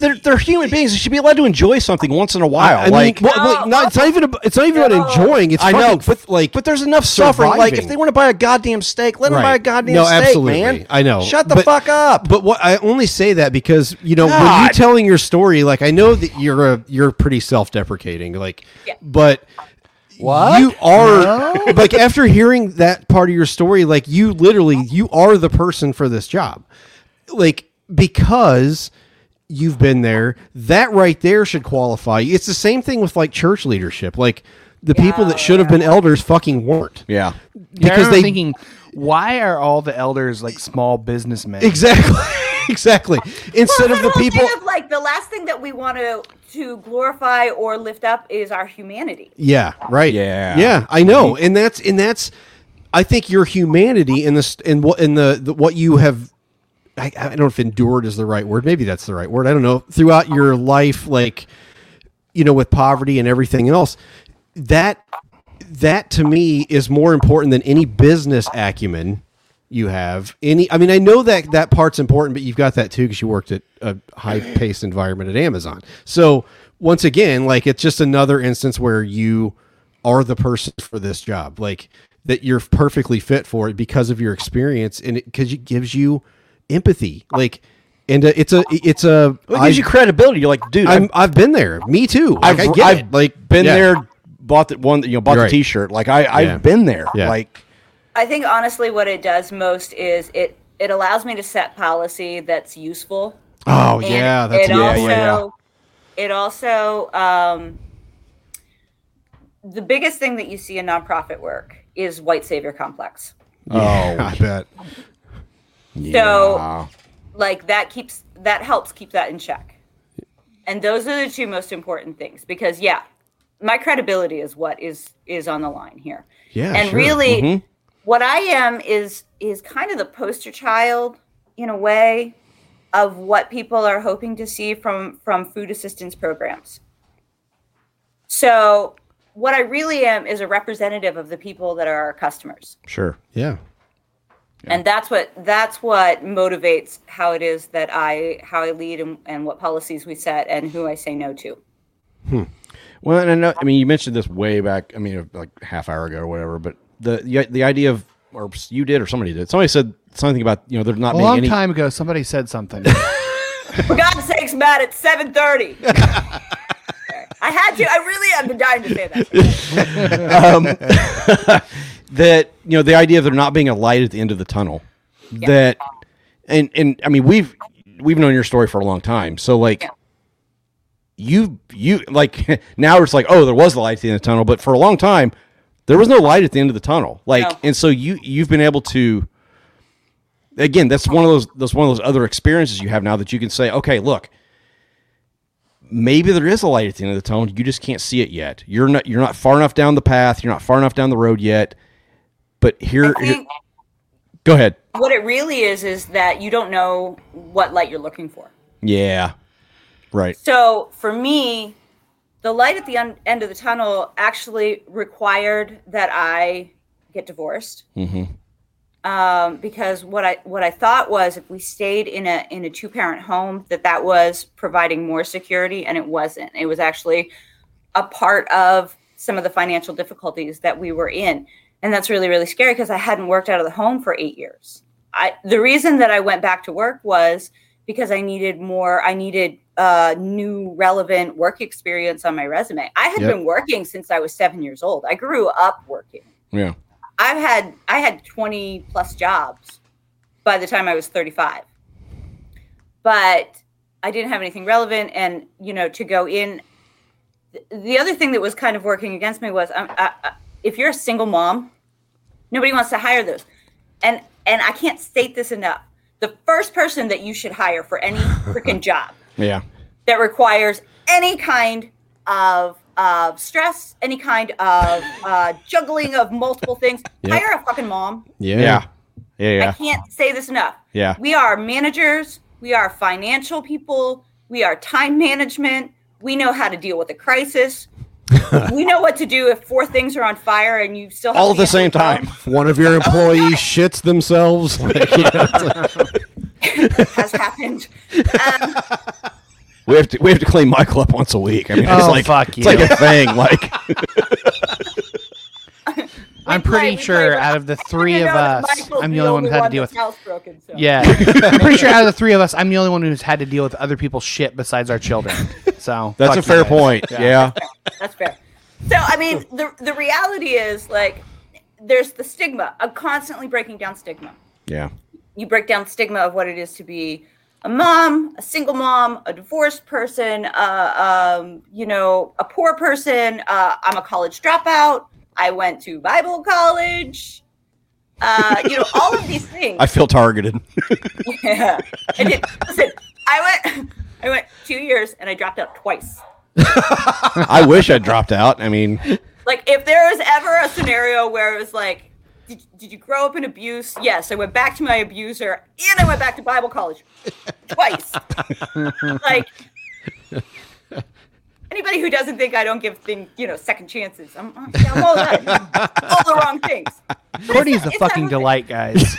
Speaker 2: they're, they're human beings. They should be allowed to enjoy something once in a while.
Speaker 3: I mean,
Speaker 2: like,
Speaker 3: well, like, no, it's not even about, it's not even about enjoying. It's
Speaker 2: I know,
Speaker 3: fucking- but like,
Speaker 2: but there's enough suffering. Like, if
Speaker 3: surviving.
Speaker 2: they want to buy a goddamn steak, let them
Speaker 3: Right.
Speaker 2: buy a goddamn
Speaker 3: no,
Speaker 2: steak,
Speaker 3: absolutely.
Speaker 2: man.
Speaker 3: I know.
Speaker 2: Shut the
Speaker 3: But-
Speaker 2: fuck up.
Speaker 3: But what I only say that because you know when
Speaker 2: God.
Speaker 3: you're telling your story, like I know that you're a you're pretty self deprecating, like, but
Speaker 1: What?
Speaker 3: you are like after hearing that part of your story, like you literally you are the person for this job, like because you've been there. That right there should qualify. you. It's the same thing with like church leadership, like. The people that should have been elders fucking weren't.
Speaker 2: Yeah.
Speaker 3: Because
Speaker 1: Because
Speaker 3: they-
Speaker 1: they thinking, why are all the elders like small businessmen?
Speaker 3: Exactly. exactly. Instead of the
Speaker 14: Well,
Speaker 3: people
Speaker 14: thing of, like the last thing that we want to to glorify or lift up is our humanity.
Speaker 3: Yeah, right. Yeah. Yeah, I know. And that's and that's I think your humanity in this in what in the, the what you have I, I don't know if endured is the right word. Maybe that's the right word. I don't know. Throughout your life like you know with poverty and everything else, that that to me is more important than any business acumen you have any i mean i know that that part's important but you've got that too because you worked at a high paced environment at amazon so once again like it's just another instance where you are the person for this job like that you're perfectly fit for it because of your experience and it because it gives you empathy like and uh, it's a it's a
Speaker 2: Well, it gives you credibility you're like dude
Speaker 3: I'm, i've been there me too like,
Speaker 2: I've,
Speaker 3: i get
Speaker 2: I've
Speaker 3: it. like
Speaker 2: been
Speaker 3: yeah.
Speaker 2: there, bought the one, that you know, bought
Speaker 3: Right.
Speaker 2: the T-shirt. Like I,
Speaker 3: Yeah.
Speaker 2: I've been there.
Speaker 3: Yeah.
Speaker 2: Like
Speaker 14: I think honestly, what it does most is it it allows me to set policy that's useful.
Speaker 3: Oh,
Speaker 14: And
Speaker 3: yeah, that's
Speaker 14: it
Speaker 3: a good
Speaker 14: also,
Speaker 3: point. Yeah,
Speaker 14: It also um, the biggest thing that you see in nonprofit work is white savior complex.
Speaker 3: oh i bet
Speaker 14: So like that keeps that helps keep that in check. And those are the two most important things because yeah, my credibility is what is is on the line here.
Speaker 3: yeah
Speaker 14: and
Speaker 3: sure.
Speaker 14: really
Speaker 3: Mhm.
Speaker 14: what I am is is kind of the poster child in a way of what people are hoping to see from from food assistance programs. So what I really am is a representative of the people that are our customers.
Speaker 2: sure.
Speaker 3: Yeah.
Speaker 14: And that's what that's what motivates how it is that I how I lead and, and what policies we set and who I say no to.
Speaker 2: Well, and I know. I mean, you mentioned this way back. I mean, like half hour ago or whatever. But the the, the idea of or you did or somebody did. Somebody said something about you know there's not
Speaker 1: a
Speaker 2: being
Speaker 1: long
Speaker 2: any.
Speaker 1: time ago, somebody said something.
Speaker 14: For God's sakes, Matt, it's seven thirty. I had to. I really have been dying to say that.
Speaker 2: um, that you know the idea of there not being a light at the end of the tunnel that and and i mean we've we've known your story for a long time so like you you like now it's like oh there was a light at the end of the tunnel but for a long time there was no light at the end of the tunnel like and so you you've been able to again that's one of those that's one of those other experiences you have now that you can say okay look maybe there is a light at the end of the tunnel. You just can't see it yet. You're not you're not far enough down the path. You're not far enough down the road yet. But here,
Speaker 14: I
Speaker 2: here-
Speaker 14: think-
Speaker 2: go ahead.
Speaker 14: what it really is is that you don't know what light you're looking for.
Speaker 2: Yeah, right.
Speaker 14: So for me, the light at the un- end of the tunnel actually required that I get divorced.
Speaker 2: Mm-hmm.
Speaker 14: um, because what I what I thought was if we stayed in a in a two parent home that that was providing more security and it wasn't. It was actually a part of some of the financial difficulties that we were in, and that's really really scary because I hadn't worked out of the home for eight years. I the reason that I went back to work was because I needed more. I needed uh, new relevant work experience on my resume. I had
Speaker 2: Yep.
Speaker 14: been working since I was seven years old. I grew up working.
Speaker 2: Yeah.
Speaker 14: I've had I had 20 plus jobs by the time I was 35. But I didn't have anything relevant, and you know, to go in. th- The other thing that was kind of working against me was, um, I, I, if you're a single mom, nobody wants to hire those, and and I can't state this enough. The first person that you should hire for any freaking job
Speaker 2: Yeah.
Speaker 14: that requires any kind of of stress, any kind of uh, juggling of multiple things,
Speaker 2: Yep.
Speaker 14: hire a fucking mom.
Speaker 2: Yeah. Yeah. Yeah.
Speaker 14: I can't say this enough.
Speaker 2: Yeah.
Speaker 14: We are managers, we are financial people, we are time management, we know how to deal with a crisis. we know what to do if four things are on fire and you still have
Speaker 2: All at
Speaker 14: to
Speaker 2: the same
Speaker 14: get-
Speaker 2: time.
Speaker 3: One of your employees shits themselves. Like, you know, it's like-
Speaker 14: has happened. Um,
Speaker 2: We have to we have to clean Michael up once a week. I mean, it's
Speaker 1: Oh,
Speaker 2: like
Speaker 1: fuck
Speaker 2: it's
Speaker 1: you.
Speaker 2: like a thing. Like
Speaker 1: I'm pretty sure out of the three of us, I'm the only one who had to deal with.
Speaker 14: broken,
Speaker 1: Yeah, I'm pretty sure out of the three of us, I'm the only one who's had to deal with other people's shit besides our children. So
Speaker 2: That's
Speaker 1: fuck
Speaker 2: a
Speaker 1: you
Speaker 2: fair
Speaker 1: guys.
Speaker 2: point. Yeah.
Speaker 14: That's fair. So I mean, the the reality is like there's the stigma. I'm constantly breaking down stigma.
Speaker 2: Yeah.
Speaker 14: You break down stigma of what it is to be a mom, a single mom, a divorced person, uh, um, you know, a poor person. Uh, I'm a college dropout. I went to Bible college. Uh, you know, all of these things.
Speaker 2: I feel targeted.
Speaker 14: yeah. I did. Listen, I went. I went two years and I dropped out twice.
Speaker 2: I wish I dropped out. I mean,
Speaker 14: like if there was ever a scenario where it was like did, did you grow up in abuse yes i went back to my abuser and i went back to bible college twice like anybody who doesn't think i don't give thing you know second chances i'm, I'm I'm all that all the wrong things
Speaker 1: Courtney's a fucking delight, guys.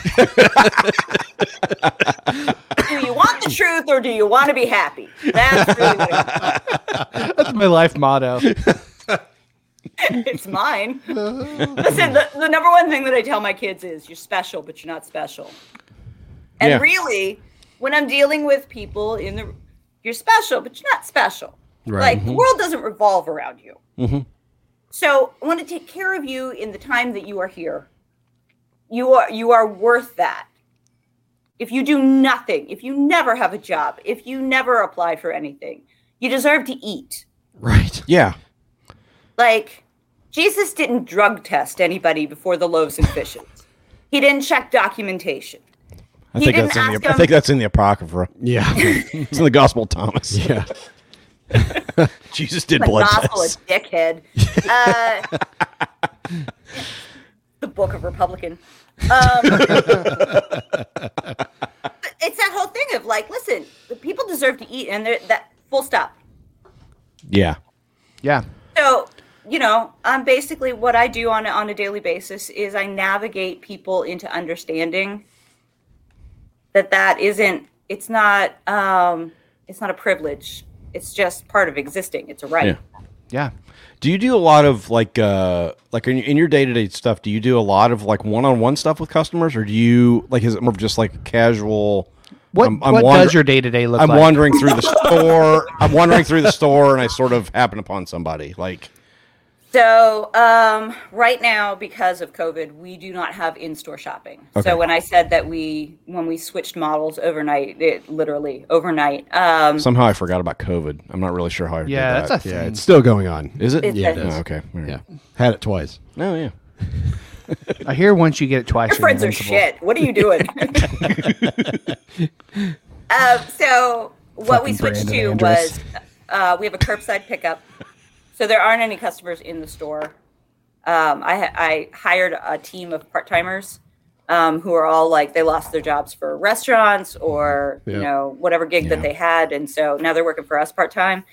Speaker 14: do you want the truth or do you want to be happy that's really what it
Speaker 1: That's my life motto.
Speaker 14: it's mine. Listen, the, the number one thing that I tell my kids is you're special, but you're not special. And
Speaker 2: Yeah.
Speaker 14: really, when I'm dealing with people in the, you're special, but you're not special.
Speaker 2: Right.
Speaker 14: Like the
Speaker 2: Mhm.
Speaker 14: world doesn't revolve around you.
Speaker 2: mm-hmm.
Speaker 14: So I want to take care of you in the time that you are here. You are you are worth that. If you do nothing, if you never have a job, if you never apply for anything, you deserve to eat.
Speaker 2: yeah.
Speaker 14: Like, Jesus didn't drug test anybody before the loaves and fishes. he didn't check documentation.
Speaker 2: I
Speaker 14: He
Speaker 2: think
Speaker 14: didn't
Speaker 2: that's in the
Speaker 14: ask
Speaker 2: I
Speaker 14: him-
Speaker 2: think that's in the apocrypha. Yeah. it's in the Gospel of Thomas. Yeah. Jesus did blood
Speaker 14: Gospel
Speaker 2: tests.
Speaker 14: a dickhead. Uh, the Book of Republican. Um, but it's that whole thing of like, listen, the people deserve to eat, and they're that full stop.
Speaker 2: Yeah.
Speaker 1: Yeah.
Speaker 14: So, you know, um, basically what I do on a- on a daily basis is I navigate people into understanding that that isn't it's not um, it's not a privilege. It's just part of existing. It's a right.
Speaker 1: Yeah.
Speaker 2: Do you do a lot of like uh like in, in your day to day stuff? Do you do a lot of like one on one stuff with customers, or do you like is it more of just like casual?
Speaker 1: What- what does your day-to-day look
Speaker 2: I'm
Speaker 1: like?
Speaker 2: wandering through the store. I'm wandering through the store, and I sort of happen upon somebody. Like,
Speaker 14: So, um, right now, because of COVID, we do not have in-store shopping.
Speaker 2: Okay.
Speaker 14: So when I said that we when we switched models overnight, it literally overnight. Um,
Speaker 2: somehow I forgot about COVID. I'm not really sure how I did
Speaker 14: Yeah,
Speaker 2: that.
Speaker 14: that's a
Speaker 3: yeah,
Speaker 14: thing.
Speaker 3: it's still going on.
Speaker 2: Is it? It's
Speaker 3: yeah,
Speaker 2: a thing. Oh, okay. All right.
Speaker 3: Yeah, had it twice.
Speaker 2: No, yeah.
Speaker 1: I hear once you get it twice,
Speaker 14: Your
Speaker 1: you're
Speaker 14: friends are
Speaker 1: invincible.
Speaker 14: shit. What are you doing? um, so what we
Speaker 1: Fucking
Speaker 14: switched
Speaker 1: Brandon
Speaker 14: to
Speaker 1: Andrus.
Speaker 14: was uh, we have a curbside pickup, so there aren't any customers in the store. Um, I, ha- I hired a team of part timers um, who are all like they lost their jobs for restaurants or
Speaker 16: Yeah.
Speaker 14: you know whatever gig
Speaker 16: Yeah.
Speaker 14: that they had, and so now they're working for us part time,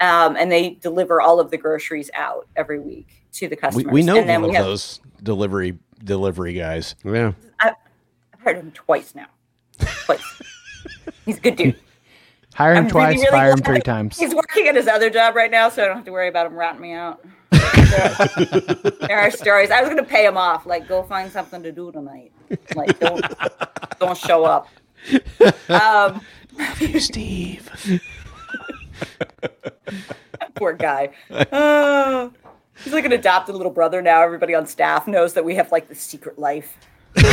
Speaker 14: um, and they deliver all of the groceries out every week to the
Speaker 2: We,
Speaker 14: customers.
Speaker 2: we know
Speaker 14: and then
Speaker 2: one
Speaker 14: we
Speaker 2: of
Speaker 14: have,
Speaker 2: those delivery delivery guys.
Speaker 3: Yeah.
Speaker 14: I've hired him twice now. Twice. He's a good dude.
Speaker 1: Hire him
Speaker 14: I'm
Speaker 1: twice,
Speaker 14: really, really
Speaker 1: fire him
Speaker 14: glad
Speaker 1: three times.
Speaker 14: He's working at his other job right now, so I don't have to worry about him ratting me out. there are stories. I was going to pay him off, like go find something to do tonight. Like don't don't show up. Um,
Speaker 2: Steve.
Speaker 14: poor guy. Uh, he's like an adopted little brother now. Everybody on staff knows that we have like the secret life. like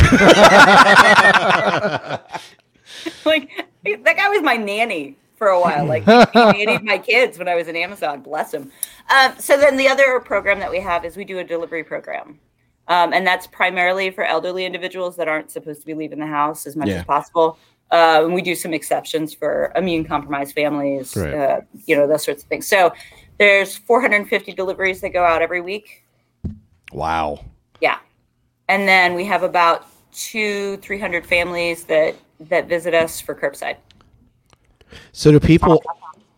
Speaker 14: that guy was my nanny for a while. Like any of my kids when I was in Amazon, bless them. Um, so then the other program that we have is we do a delivery program, um, and that's primarily for elderly individuals that aren't supposed to be leaving the house as much
Speaker 2: Yeah.
Speaker 14: as possible. Uh, and we do some exceptions for immune compromised families,
Speaker 2: Right.
Speaker 14: uh, you know, those sorts of things. So there's 450 deliveries that go out every week.
Speaker 2: Wow.
Speaker 14: Yeah. And then we have about two, three hundred families that that visit us for curbside.
Speaker 3: So do
Speaker 14: Oh,
Speaker 3: people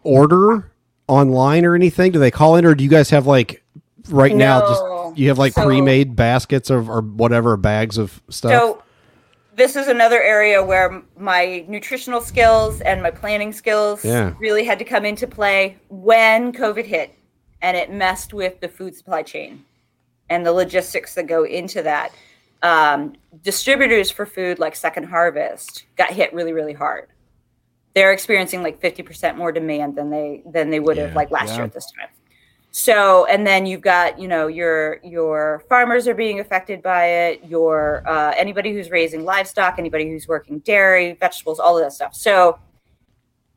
Speaker 3: order online or anything? Do they call in or do you guys have like right now
Speaker 14: No.
Speaker 3: just you have like
Speaker 14: So-
Speaker 3: pre-made baskets of or whatever bags of stuff?
Speaker 14: So this is another area where m- my nutritional skills and my planning skills
Speaker 3: Yeah.
Speaker 14: really had to come into play when COVID hit and it messed with the food supply chain and the logistics that go into that. Um, distributors for food like Second Harvest got hit really, really hard. They're experiencing like 50% more demand than they than they would have like last
Speaker 17: yeah.
Speaker 14: year at this time. So, and then you've got you know your your farmers are being affected by it. Your uh, anybody who's raising livestock, anybody who's working dairy, vegetables, all of that stuff. So,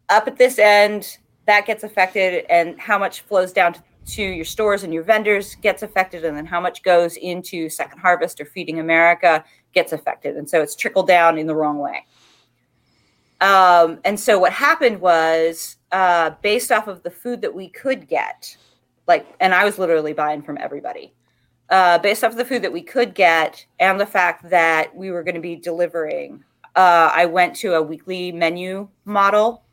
Speaker 14: up at this end, that gets affected, and how much flows down to, to your stores and your vendors gets affected, and then how much goes into Second Harvest or Feeding America gets affected, and so it's trickled down in the wrong way. Um, and so what happened was, uh, based off of the food that we could get, like, and I was literally buying from everybody, uh, based off of the food that we could get and the fact that we were going to be delivering, uh, I went to a weekly menu model.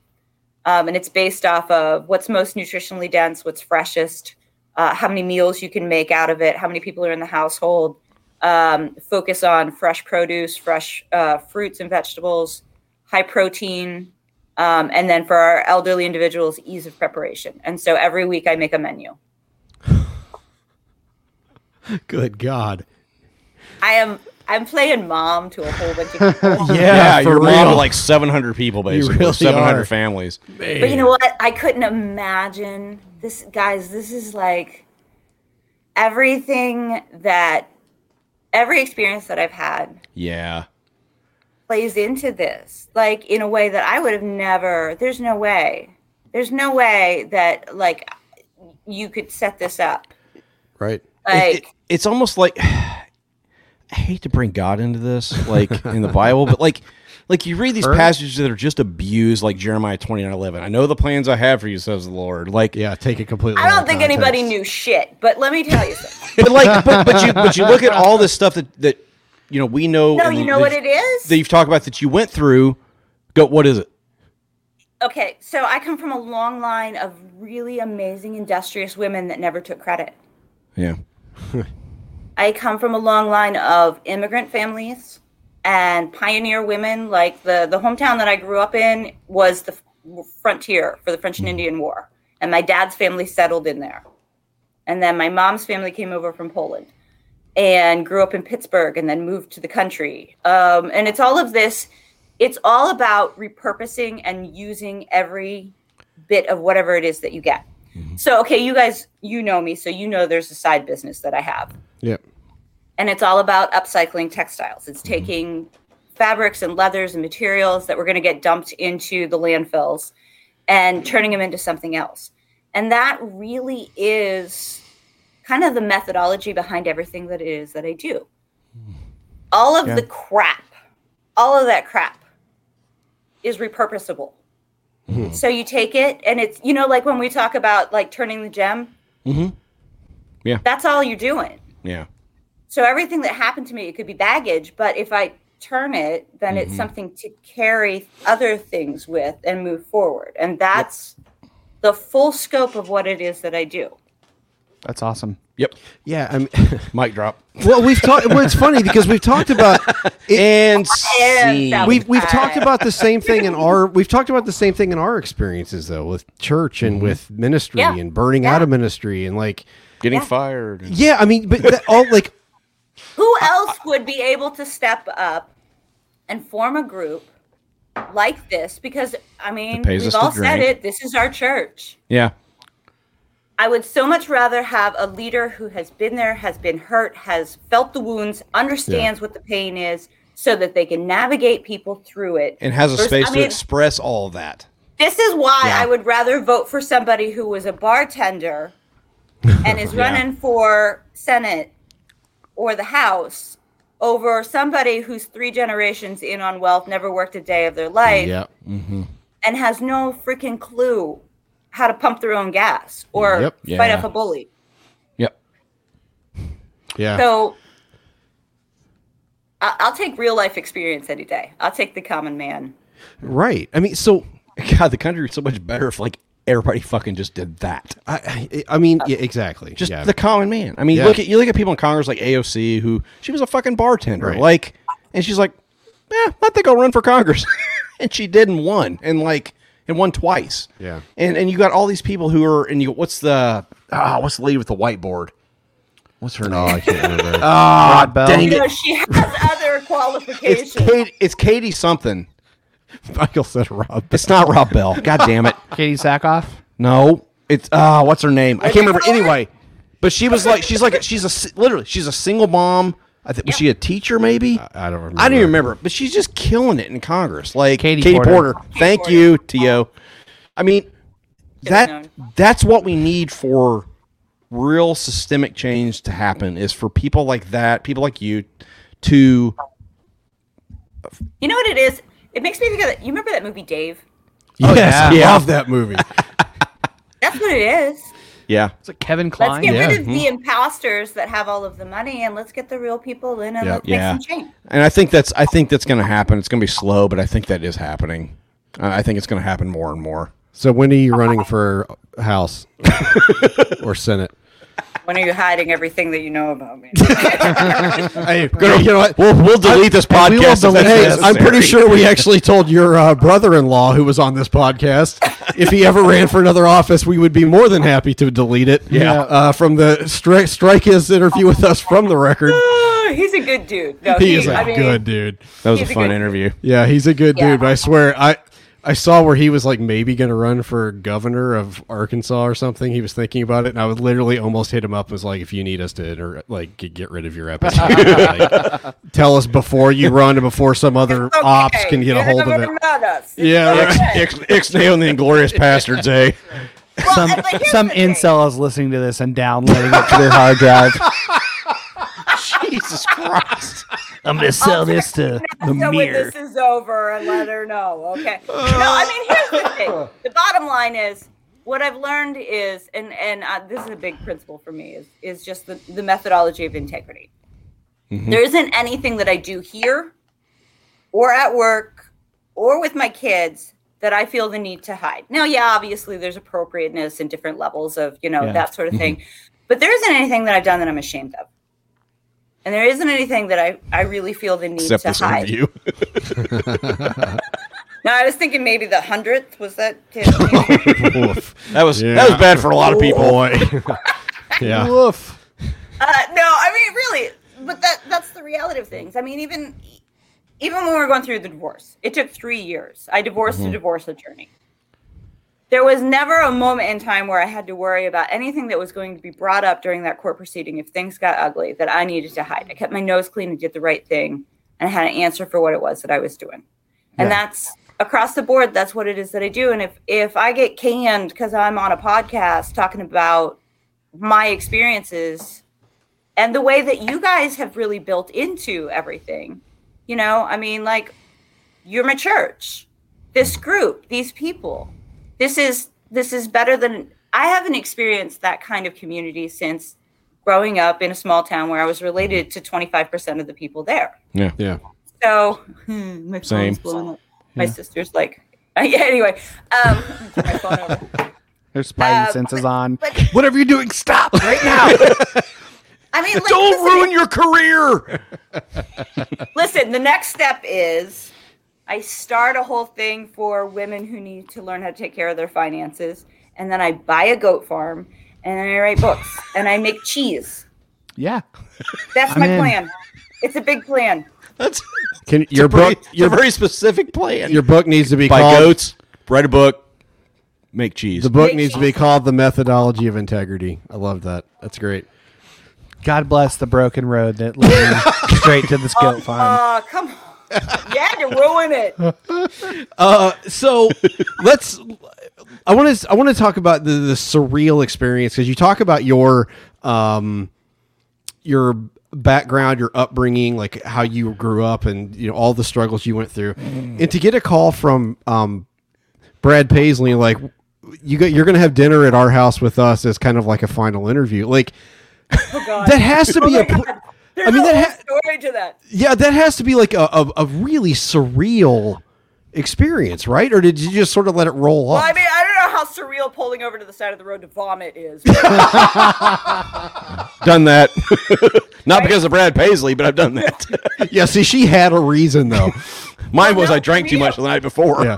Speaker 14: Um, and it's based off of what's most nutritionally dense, what's freshest, uh, how many meals you can make out of it, how many people are in the household. Um, focus on fresh produce, fresh uh, fruits and vegetables, high protein, um, and then for our elderly individuals, ease of preparation. And so every week I make a menu.
Speaker 3: Good God.
Speaker 14: I am I'm playing mom to a whole bunch of people.
Speaker 2: Yeah,
Speaker 3: for
Speaker 2: you're mom to
Speaker 3: real.
Speaker 2: like 700 people, basically.
Speaker 3: really
Speaker 2: 700
Speaker 3: are.
Speaker 2: families.
Speaker 14: But you know what? I couldn't imagine this, guys. This is like everything that every experience that I've had
Speaker 2: Yeah.
Speaker 14: plays into this, like in a way that I would have never. There's no way. There's no way that like you could set this up.
Speaker 3: Right.
Speaker 14: Like
Speaker 2: it's almost like I hate to bring God into this, like in the Bible, but like like you read these
Speaker 3: Sure.
Speaker 2: passages that are just abused, like Jeremiah 29 11. I know the plans I have for you, says the Lord. Like
Speaker 3: Yeah, take it completely.
Speaker 14: I don't think anybody knew shit. But let me tell you something.
Speaker 2: but like but, but you but you look at all this stuff that that you know we know
Speaker 14: No,
Speaker 2: and
Speaker 14: you know what
Speaker 2: that-
Speaker 14: it is?
Speaker 2: that you've talked about that you went through go what is it
Speaker 14: Okay, so I come from a long line of really amazing, industrious women that never took credit.
Speaker 2: yeah
Speaker 14: I come from a long line of immigrant families and pioneer women. Like the the hometown that I grew up in was the f- frontier for the French and Indian War, and my dad's family settled in there, and then my mom's family came over from Poland and grew up in Pittsburgh, and then moved to the country. Um, and it's all of this. It's all about repurposing and using every bit of whatever it is that you get. So, okay, you guys, you know me, so you know there's a side business that I have
Speaker 3: Yeah.
Speaker 14: and it's all about upcycling textiles. It's taking fabrics and leathers and materials that were going to get dumped into the landfills and turning them into something else. And that really is kind of the methodology behind everything that it is that I do. All of
Speaker 17: Yeah.
Speaker 14: the crap, all of that crap is repurposable. So you take it and it's, you know, like when we talk about like turning the gem,
Speaker 2: mm-hmm
Speaker 14: that's all you're doing.
Speaker 2: yeah
Speaker 14: So everything that happened to me, it could be baggage, but if I turn it, then it's
Speaker 2: Mhm.
Speaker 14: something to carry other things with and move forward. And that's the full scope of what it is that I do.
Speaker 1: That's awesome.
Speaker 2: Yep.
Speaker 3: Yeah. I mean,
Speaker 2: mic drop.
Speaker 3: Well, we've talked. Well, it's funny because we've talked about it,
Speaker 2: and
Speaker 14: scene.
Speaker 3: we've we've talked
Speaker 14: uh,
Speaker 3: about the same thing in our we've talked about the same thing in our experiences though with church
Speaker 2: Mm-hmm.
Speaker 3: and with ministry
Speaker 2: Yeah.
Speaker 3: and burning out of ministry and like
Speaker 2: getting fired
Speaker 3: yeah. I mean, but that all like
Speaker 14: Who else would be able to step up and form a group like this? Because I mean,
Speaker 2: That pays
Speaker 14: we've
Speaker 2: us to
Speaker 14: all said
Speaker 2: drink.
Speaker 14: it. This is our church.
Speaker 2: yeah
Speaker 14: I would so much rather have a leader who has been there, has been hurt, has felt the wounds, understands what the pain is, so that they can navigate people through it.
Speaker 2: and has a
Speaker 14: Versus-
Speaker 2: space
Speaker 14: I
Speaker 2: to
Speaker 14: mean,
Speaker 2: express all that
Speaker 14: This is why
Speaker 2: Yeah.
Speaker 14: I would rather vote for somebody who was a bartender and is
Speaker 2: Yeah.
Speaker 14: running for Senate or the House over somebody who's three generations in on wealth, never worked a day of their life,
Speaker 2: Yeah. Mm-hmm.
Speaker 14: and has no freaking clue how to pump their own gas or
Speaker 3: Yep.
Speaker 14: fight
Speaker 3: Yeah.
Speaker 14: off a bully.
Speaker 3: Yeah.
Speaker 14: So I- I'll take real life experience any day. I'll take the common man.
Speaker 2: Right. I mean, so God, the country would so much better if like everybody fucking just did that.
Speaker 3: I, I, I mean, yeah, exactly.
Speaker 2: Uh, Just
Speaker 3: Yeah.
Speaker 2: the common man. I mean,
Speaker 3: Yeah.
Speaker 2: look at you look at people in Congress like AOC, who she was a fucking bartender,
Speaker 3: Right.
Speaker 2: like, and she's like, yeah, I think I'll run for Congress, and she did and won, and like, and won twice.
Speaker 3: Yeah.
Speaker 2: And and you got all these people who are and you what's the ah what's the lady with the whiteboard? What's her name? Oh, I can't remember. Ah,
Speaker 1: Red Bell?
Speaker 2: dang
Speaker 14: You know,
Speaker 2: it!
Speaker 14: she has other
Speaker 2: It's
Speaker 14: qualifications.
Speaker 2: Katie, it's Katie something.
Speaker 3: Michael said Rob.
Speaker 2: It's not Rob Bell. God damn it.
Speaker 1: Katie Sackhoff.
Speaker 2: No, it's ah, what's her name? I can't remember. Anyway, but she was like, she's like, she's a si- literally, she's a single mom. I think was she a teacher? Maybe
Speaker 3: I don't remember.
Speaker 2: I don't even remember. But she's just killing it in Congress. Like Katie,
Speaker 1: Porter.
Speaker 2: Porter. Thank you, Tio. I mean, that that's what we need for real systemic change to happen is for people like that, people like you, to
Speaker 14: You know what it is? It makes me think of that. You remember that movie, Dave?
Speaker 3: Yes, I
Speaker 2: yeah.
Speaker 3: Oh, love that movie.
Speaker 14: That's what it is.
Speaker 2: yeah.
Speaker 1: It's like Kevin
Speaker 14: Let's
Speaker 1: Klein.
Speaker 14: get rid of
Speaker 3: hmm.
Speaker 14: the imposters that have all of the money and let's get the real people in and
Speaker 2: Yeah.
Speaker 14: let's
Speaker 2: Yeah.
Speaker 14: make some change.
Speaker 2: And I think that's I think that's going to happen. It's going to be slow, but I think that is happening. I I think it's going to happen more and more.
Speaker 3: So when are you running for House or Senate?
Speaker 14: When are you hiding everything that you know about me?
Speaker 3: Hey,
Speaker 2: you know what? We'll, we'll delete this podcast.
Speaker 3: We will
Speaker 2: if that's
Speaker 3: delete- Hey, I'm
Speaker 2: necessary.
Speaker 3: pretty sure we actually told your uh, brother-in-law who was on this podcast if he ever ran for another office, we would be more than happy to delete it.
Speaker 2: Yeah.
Speaker 3: Uh, from the stri- strike his interview with us from the record.
Speaker 14: He's a good dude. No,
Speaker 3: he, is a
Speaker 14: I mean,
Speaker 3: good dude.
Speaker 2: That was a
Speaker 14: He's a
Speaker 2: fun
Speaker 14: good-
Speaker 2: interview.
Speaker 3: Yeah, he's a good
Speaker 14: Yeah.
Speaker 3: dude. But I swear, I I saw where he was like maybe going to run for governor of Arkansas or something. He was thinking about it, and I would literally almost hit him up. and Was like, if you need us to inter- like get, get rid of your episode, like, tell us before you run and before some other ops
Speaker 14: okay,
Speaker 3: can get a
Speaker 14: you're
Speaker 3: hold of
Speaker 14: gonna
Speaker 3: it.
Speaker 14: run us.
Speaker 3: Yeah,
Speaker 2: Ex,
Speaker 3: right.
Speaker 2: ex, ex nail and the inglorious bastards, eh?
Speaker 1: some some incel is listening to this and downloading it to their hard drive.
Speaker 2: Jesus Christ!
Speaker 1: I'm gonna sell this to the
Speaker 14: So when
Speaker 1: mirror.
Speaker 14: this is over and let her know. Okay. No, I mean here's the thing. The bottom line is what I've learned is, and and uh, this is a big principle for me is is just the the methodology of integrity. There isn't anything that I do here, or at work, or with my kids that I feel the need to hide. Now, yeah, obviously there's appropriateness and different levels of you know
Speaker 16: Yeah.
Speaker 14: that sort of thing, but there isn't anything that I've done that I'm ashamed of. And there isn't anything that I, I really feel the need
Speaker 2: Except
Speaker 14: to
Speaker 2: this
Speaker 14: hide.
Speaker 2: interview.
Speaker 14: No, I was thinking maybe the hundredth was that.
Speaker 2: That was that was bad for a lot of people.
Speaker 3: yeah.
Speaker 1: Woof.
Speaker 14: Uh, no, I mean really, but that that's the reality of things. I mean, even even when we were going through the divorce, it took three years. I divorced a
Speaker 16: Mhm.
Speaker 14: divorce attorney. There was never a moment in time where I had to worry about anything that was going to be brought up during that court proceeding if things got ugly that I needed to hide. I kept my nose clean and did the right thing and I had an answer for what it was that I was doing. And that's across the board, that's what it is that I do. And if if I get canned because I'm on a podcast talking about my experiences and the way that you guys have really built into everything. You know, I mean, like, you're my church, this group, these people. This is this is better than I haven't experienced that kind of community since growing up in a small town where I was related to 25% of the people there.
Speaker 2: Yeah.
Speaker 3: Yeah.
Speaker 14: So hmm, my phone's
Speaker 2: Same.
Speaker 14: blowing up. My
Speaker 1: Yeah.
Speaker 14: sister's like, anyway, um, turn my phone over.
Speaker 1: Their spidey
Speaker 14: Uh,
Speaker 1: senses on.
Speaker 2: Whatever you're doing, stop right now.
Speaker 14: I mean, like,
Speaker 2: Don't
Speaker 14: listen,
Speaker 2: ruin your career.
Speaker 14: Listen, the next step is I start a whole thing for women who need to learn how to take care of their finances, and then I buy a goat farm, and then I write books, and I make cheese.
Speaker 1: Yeah.
Speaker 14: That's
Speaker 1: I'm
Speaker 14: my
Speaker 1: in.
Speaker 14: plan. It's a big plan.
Speaker 2: That's
Speaker 3: Can
Speaker 2: your
Speaker 3: your
Speaker 2: very,
Speaker 3: book
Speaker 2: it's a
Speaker 3: your
Speaker 2: very specific plan.
Speaker 3: your book needs to be
Speaker 2: Buy
Speaker 3: called
Speaker 2: goats, write a book, make cheese.
Speaker 3: the book needs to be called the methodology of integrity. I love that. That's great.
Speaker 14: Um,
Speaker 1: God bless the broken road that led me straight to the skill farm.
Speaker 14: Oh, come on. yeah, to ruin it.
Speaker 3: Uh, so let's. I want to. I want to talk about the, the surreal experience because you talk about your um, your background, your upbringing, like how you grew up, and you know all the struggles you went through, and to get a call from um, Brad Paisley, like you got, you're going to have dinner at our house with us as kind of like a final interview, like. That has to be a. pl-
Speaker 14: There's
Speaker 3: I mean,
Speaker 14: a
Speaker 3: that
Speaker 14: whole
Speaker 3: ha-
Speaker 14: story to that.
Speaker 3: yeah, that has to be like a, a, a really surreal experience, right? Or did you just sort of let it roll
Speaker 14: Well, I
Speaker 3: off?
Speaker 14: mean, I don't know how surreal pulling over to the side of the road to vomit is.
Speaker 2: done that. Not because of Brad Paisley, but I've done that.
Speaker 3: yeah, see, she had a reason though.
Speaker 2: Mine was I drank too much the night before.
Speaker 3: Yeah.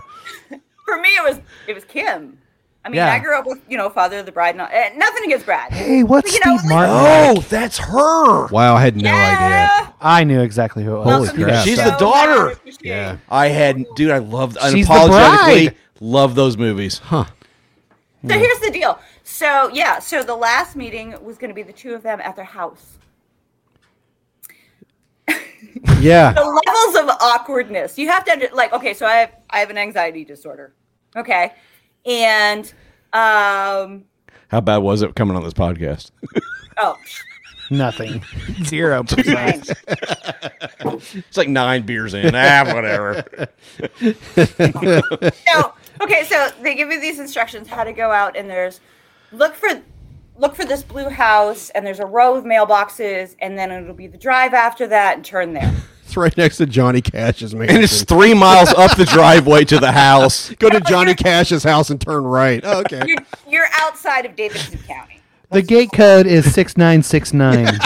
Speaker 14: For me, it was it was Kim. I mean,
Speaker 2: Yeah.
Speaker 14: I grew up with you know father of the bride. And all, eh, nothing against Brad.
Speaker 1: Hey, what's
Speaker 14: But, you know,
Speaker 1: Steve Martin?
Speaker 2: Oh, that's her.
Speaker 3: Wow, I had no
Speaker 14: Eh,
Speaker 1: idea. Oh! I knew exactly who it was.
Speaker 2: Holy crap. She's the daughter. Yeah. I had, dude, I loved,
Speaker 1: She's the
Speaker 2: unapologetically
Speaker 1: bride.
Speaker 2: love those movies. Huh.
Speaker 14: So here's the deal. So yeah, so the last meeting was going to be the two of them at their house.
Speaker 3: Yeah.
Speaker 14: The levels of awkwardness. You have to under- like okay, so I have I have an anxiety disorder. Okay. And um
Speaker 2: How bad was it coming on this podcast?
Speaker 14: oh,
Speaker 1: Nothing. Zero percent.
Speaker 2: it's like nine beers in. Ah, whatever.
Speaker 14: so okay, so they give you these instructions how to go out and there's look for look for this blue house and there's a row of mailboxes and then it'll be the drive after that and turn there.
Speaker 3: It's right next to Johnny Cash's mansion.
Speaker 2: and it's three miles up the driveway to the house.
Speaker 3: Go to Johnny Cash's house and turn right. Oh, okay.
Speaker 14: You're, you're outside of Davidson County.
Speaker 1: The gate code is six nine six nine.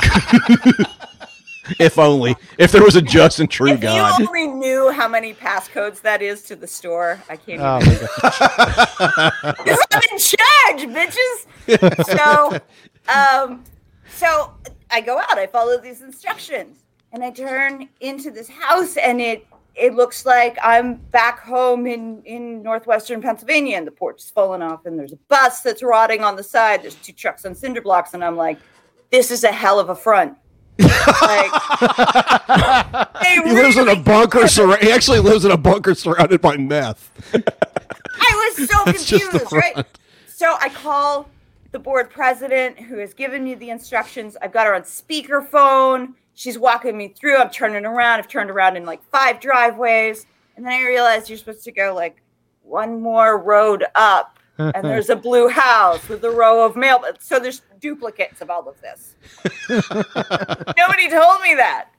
Speaker 2: If only. If there was a just and true God.
Speaker 14: You only knew how many passcodes that is to the store. I can't
Speaker 1: Oh
Speaker 14: even.
Speaker 1: my god.
Speaker 14: Because I'm in charge, bitches. So, um, so I go out. I follow these instructions, and I turn into this house, and it it looks like I'm back home in in northwestern Pennsylvania, and the porch is fallen off, and there's a bus that's rotting on the side. There's two trucks on cinder blocks, and I'm like, this is a hell of a front.
Speaker 3: He lives in a bunker. Surra- he actually lives in a bunker surrounded by meth.
Speaker 14: I was so
Speaker 3: That's just the
Speaker 14: confused, right?
Speaker 3: front.
Speaker 14: So I call the board president who has given me the instructions. I've got her on speakerphone. She's walking me through. I'm turning around. I've turned around in like five driveways. And then I realized you're supposed to go like one more road up. And there's a blue house with a row of mail. So there's duplicates of all of this. Nobody told me that.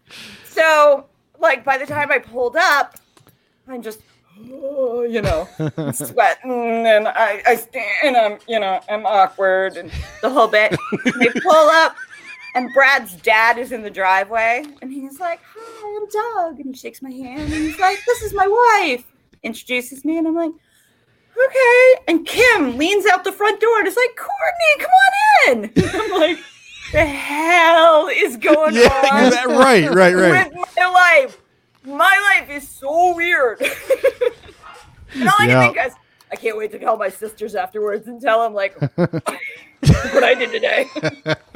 Speaker 14: So, like, by the time I pulled up, I'm just, oh, you know, sweating and I, I stand and I'm, you know, I'm awkward and the whole bit. And they pull up and Brad's dad is in the driveway and he's like, Hi, I'm Doug. And he shakes my hand and he's like, This is my wife. Introduces me and I'm like, Okay. And Kim leans out the front door and is like, Courtney, come on in. I'm like, The hell is going
Speaker 3: Yeah,
Speaker 14: on?
Speaker 3: that- right, right, right.
Speaker 14: With my life. My life is so weird. And all I
Speaker 3: Yeah.
Speaker 14: can think is, I can't wait to call my sisters afterwards and tell them like what I did today.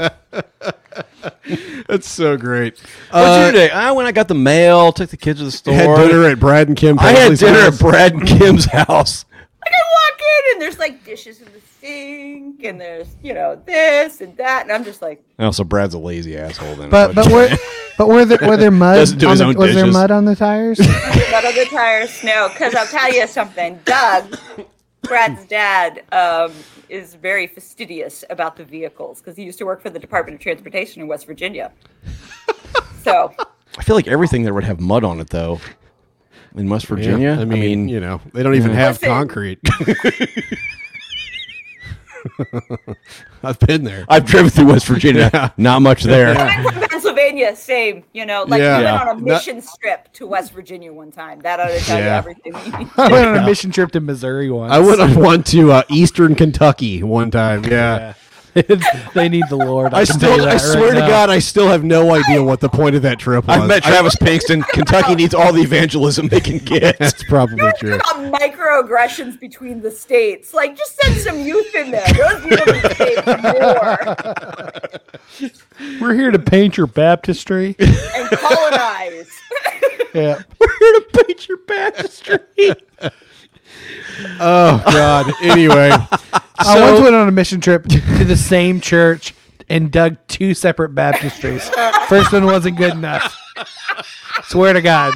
Speaker 3: That's so great.
Speaker 2: What's your day? I went. I got the mail. Took the kids to the store.
Speaker 3: had dinner at Brad and Kim.
Speaker 2: I had
Speaker 3: Paisley's
Speaker 2: dinner
Speaker 3: house.
Speaker 2: at Brad and Kim's house.
Speaker 14: Like I walk in and there's like dishes in the sink and there's you know this and that and I'm just like
Speaker 2: And also, Brad's a lazy asshole. Then,
Speaker 1: But but were but were there were there mud
Speaker 2: Doesn't do
Speaker 1: on
Speaker 2: his
Speaker 1: the,
Speaker 2: own
Speaker 1: was there
Speaker 2: dishes.
Speaker 1: mud on the tires?
Speaker 14: not on the tire snow because I'll tell you something, Doug. Brad's dad um, is very fastidious about the vehicles because he used to work for the Department of Transportation in West Virginia. So
Speaker 2: I feel like everything there would have mud on it though. In West Virginia,
Speaker 3: I mean, you know, they don't even
Speaker 2: Yeah.
Speaker 3: have
Speaker 14: Listen.
Speaker 3: concrete. I've been there.
Speaker 2: I've driven through West Virginia.
Speaker 3: Yeah.
Speaker 2: Not much there.
Speaker 3: Yeah.
Speaker 14: I'm from Pennsylvania, same. You know, like
Speaker 2: Yeah.
Speaker 14: we
Speaker 2: Yeah.
Speaker 14: went on a
Speaker 2: Not-
Speaker 14: mission trip to West Virginia one time. That ought to tell
Speaker 3: Yeah.
Speaker 14: you everything.
Speaker 1: I went on a mission trip to Missouri once.
Speaker 3: I went on one to uh, Eastern Kentucky one time. Yeah.
Speaker 1: they need the Lord. I,
Speaker 3: I
Speaker 1: can tell you
Speaker 3: still, I
Speaker 1: that
Speaker 3: swear
Speaker 1: right
Speaker 3: to
Speaker 1: now.
Speaker 3: God, I still have no idea what the point of that trip was.
Speaker 2: I've met Travis Pinkston. Kentucky needs all the evangelism they can get.
Speaker 3: That's probably true.
Speaker 14: Talk about microaggressions between the states. Like, just send some youth in there. Those people need saved more
Speaker 1: We're here to paint your baptistry.
Speaker 14: and colonize.
Speaker 1: Yeah.
Speaker 2: We're here to paint your baptistry.
Speaker 3: Oh God. Anyway,
Speaker 14: Oh,
Speaker 1: I once went on a mission trip to the same church and dug two separate baptistries. First one wasn't good enough. Swear to God.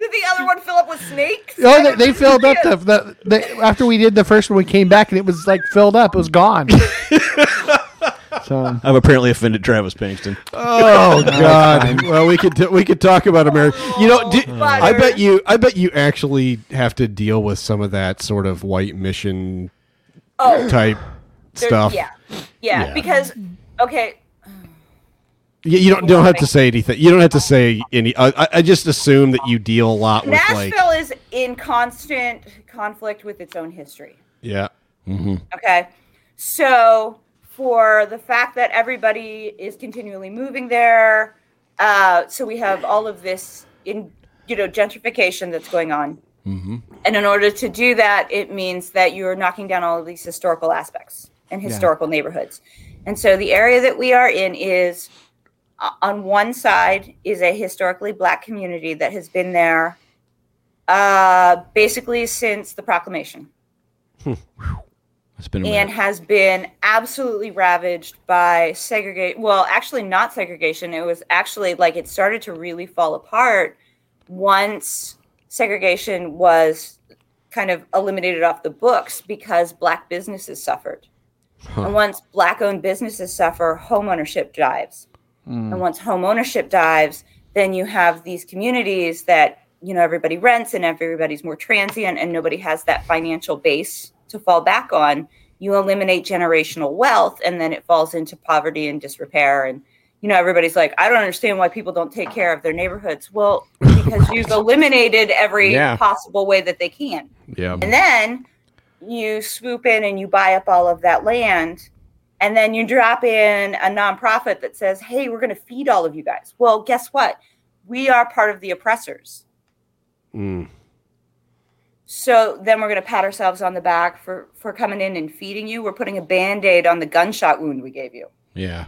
Speaker 14: Did the other one fill up with snakes?
Speaker 1: Oh, they, they filled up the, the, the after we did the first one. We came back and it was like filled up. It was gone. so
Speaker 2: I've apparently offended Travis Pinkston.
Speaker 3: Oh God! well, we could t- we could talk about America. You know, di- I bet you I bet you actually have to deal with some of that sort of white mission
Speaker 14: Oh.
Speaker 3: type
Speaker 14: There-
Speaker 3: stuff.
Speaker 14: Yeah. yeah.
Speaker 3: Yeah.
Speaker 14: Because okay,
Speaker 3: You, you don't don't have to say anything. You don't have to say any. I, I- I just assume that you deal a lot with like
Speaker 14: Nashville is in constant conflict with its own history.
Speaker 3: yeah. Mm-hmm.
Speaker 14: Okay. So, for the fact that everybody is continually moving there, uh, so we have all of this in, you know, gentrification that's going on.
Speaker 2: Mm-hmm.
Speaker 14: And in order to do that, it means that you're knocking down all of these historical aspects and
Speaker 2: Yeah.
Speaker 14: historical neighborhoods. And so the area that we are in is uh, on one side is a historically black community that has been there uh, basically since the proclamation
Speaker 2: It's been a
Speaker 14: and
Speaker 2: minute.
Speaker 14: has been absolutely ravaged by segregation. Well, actually, not segregation. It was actually like it started to really fall apart once segregation was kind of eliminated off the books because black businesses suffered. And once black owned businesses suffer, home ownership dives. And once home ownership dives, then you have these communities that, you know, everybody rents and everybody's more transient and nobody has that financial base to fall back on. You eliminate generational wealth and then it falls into poverty and disrepair. And, you know, everybody's like, I don't understand why people don't take care of their neighborhoods. Well, because you've eliminated every
Speaker 2: Yeah.
Speaker 14: possible way that they can.
Speaker 3: Yeah.
Speaker 14: And then you swoop in and you buy up all of that land. And then you drop in a nonprofit that says, hey, we're going to feed all of you guys. Well, guess what? We are part of the oppressors.
Speaker 3: Mm.
Speaker 14: So then we're going to pat ourselves on the back for, for coming in and feeding you. We're putting a band aid on the gunshot wound we gave you.
Speaker 2: yeah.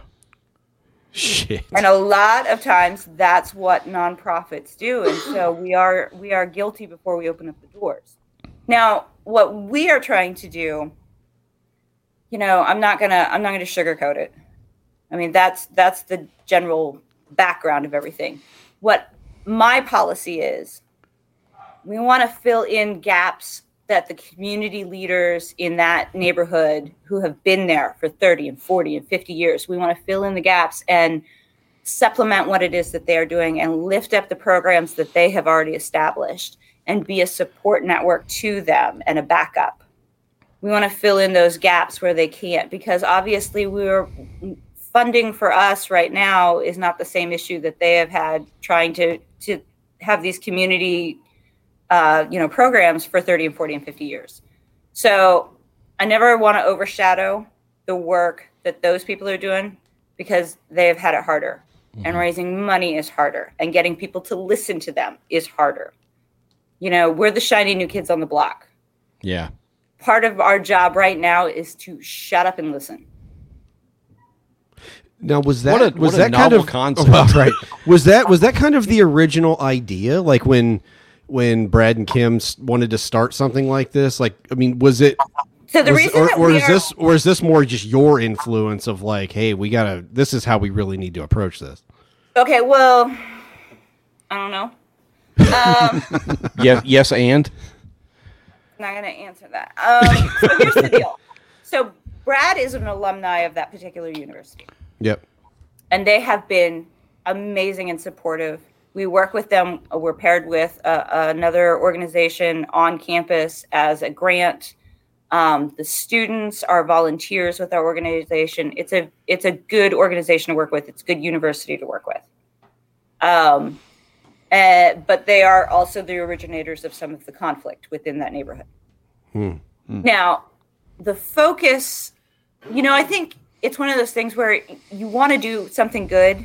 Speaker 2: Shit.
Speaker 14: And a lot of times that's what nonprofits do. And so we are we are guilty before we open up the doors. Now, what we are trying to do, you know, I'm not gonna I'm not gonna sugarcoat it. I mean, that's that's the general background of everything. What my policy is, we want to fill in gaps that the community leaders in that neighborhood who have been there for 30 and 40 and 50 years, we want to fill in the gaps and supplement what it is that they are doing and lift up the programs that they have already established and be a support network to them and a backup. We want to fill in those gaps where they can't because obviously we're funding for us right now is not the same issue that they have had trying to to have these community uh, you know programs for 30 and 40 and 50 years so i never want to overshadow the work that those people are doing because they have had it harder
Speaker 3: Mm-hmm.
Speaker 14: and raising money is harder and getting people to listen to them is harder you know we're the shiny new kids on the block
Speaker 2: Yeah.
Speaker 14: part of our job right now is to shut up and listen
Speaker 3: Now was that
Speaker 2: What a- what
Speaker 3: was
Speaker 2: a
Speaker 3: that kind
Speaker 2: novel
Speaker 3: of
Speaker 2: concept.
Speaker 3: Well, right? Was that was that kind of the original idea? Like when when Brad and Kim s- wanted to start something like this? Like I mean, was it?
Speaker 14: So the
Speaker 3: was-
Speaker 14: reason
Speaker 3: or,
Speaker 14: that
Speaker 3: or
Speaker 14: we
Speaker 3: is
Speaker 14: are-
Speaker 3: this or is this more just your influence of like, hey, we gotta. This is how we really need to approach this.
Speaker 14: okay well i don't know um,
Speaker 2: Yeah. Yes, and
Speaker 14: not going to answer that. Um, so here's the deal. So Brad is an alumni of that particular university,
Speaker 3: Yep.
Speaker 14: and they have been amazing and supportive. We work with them. uh, We're paired with uh, another organization on campus as a grant. Um, the students are volunteers with our organization. It's a it's a good organization to work with. It's a good university to work with. Um, uh, but they are also the originators of some of the conflict within that neighborhood. Now, the focus, you know, I think it's one of those things where you want to do something good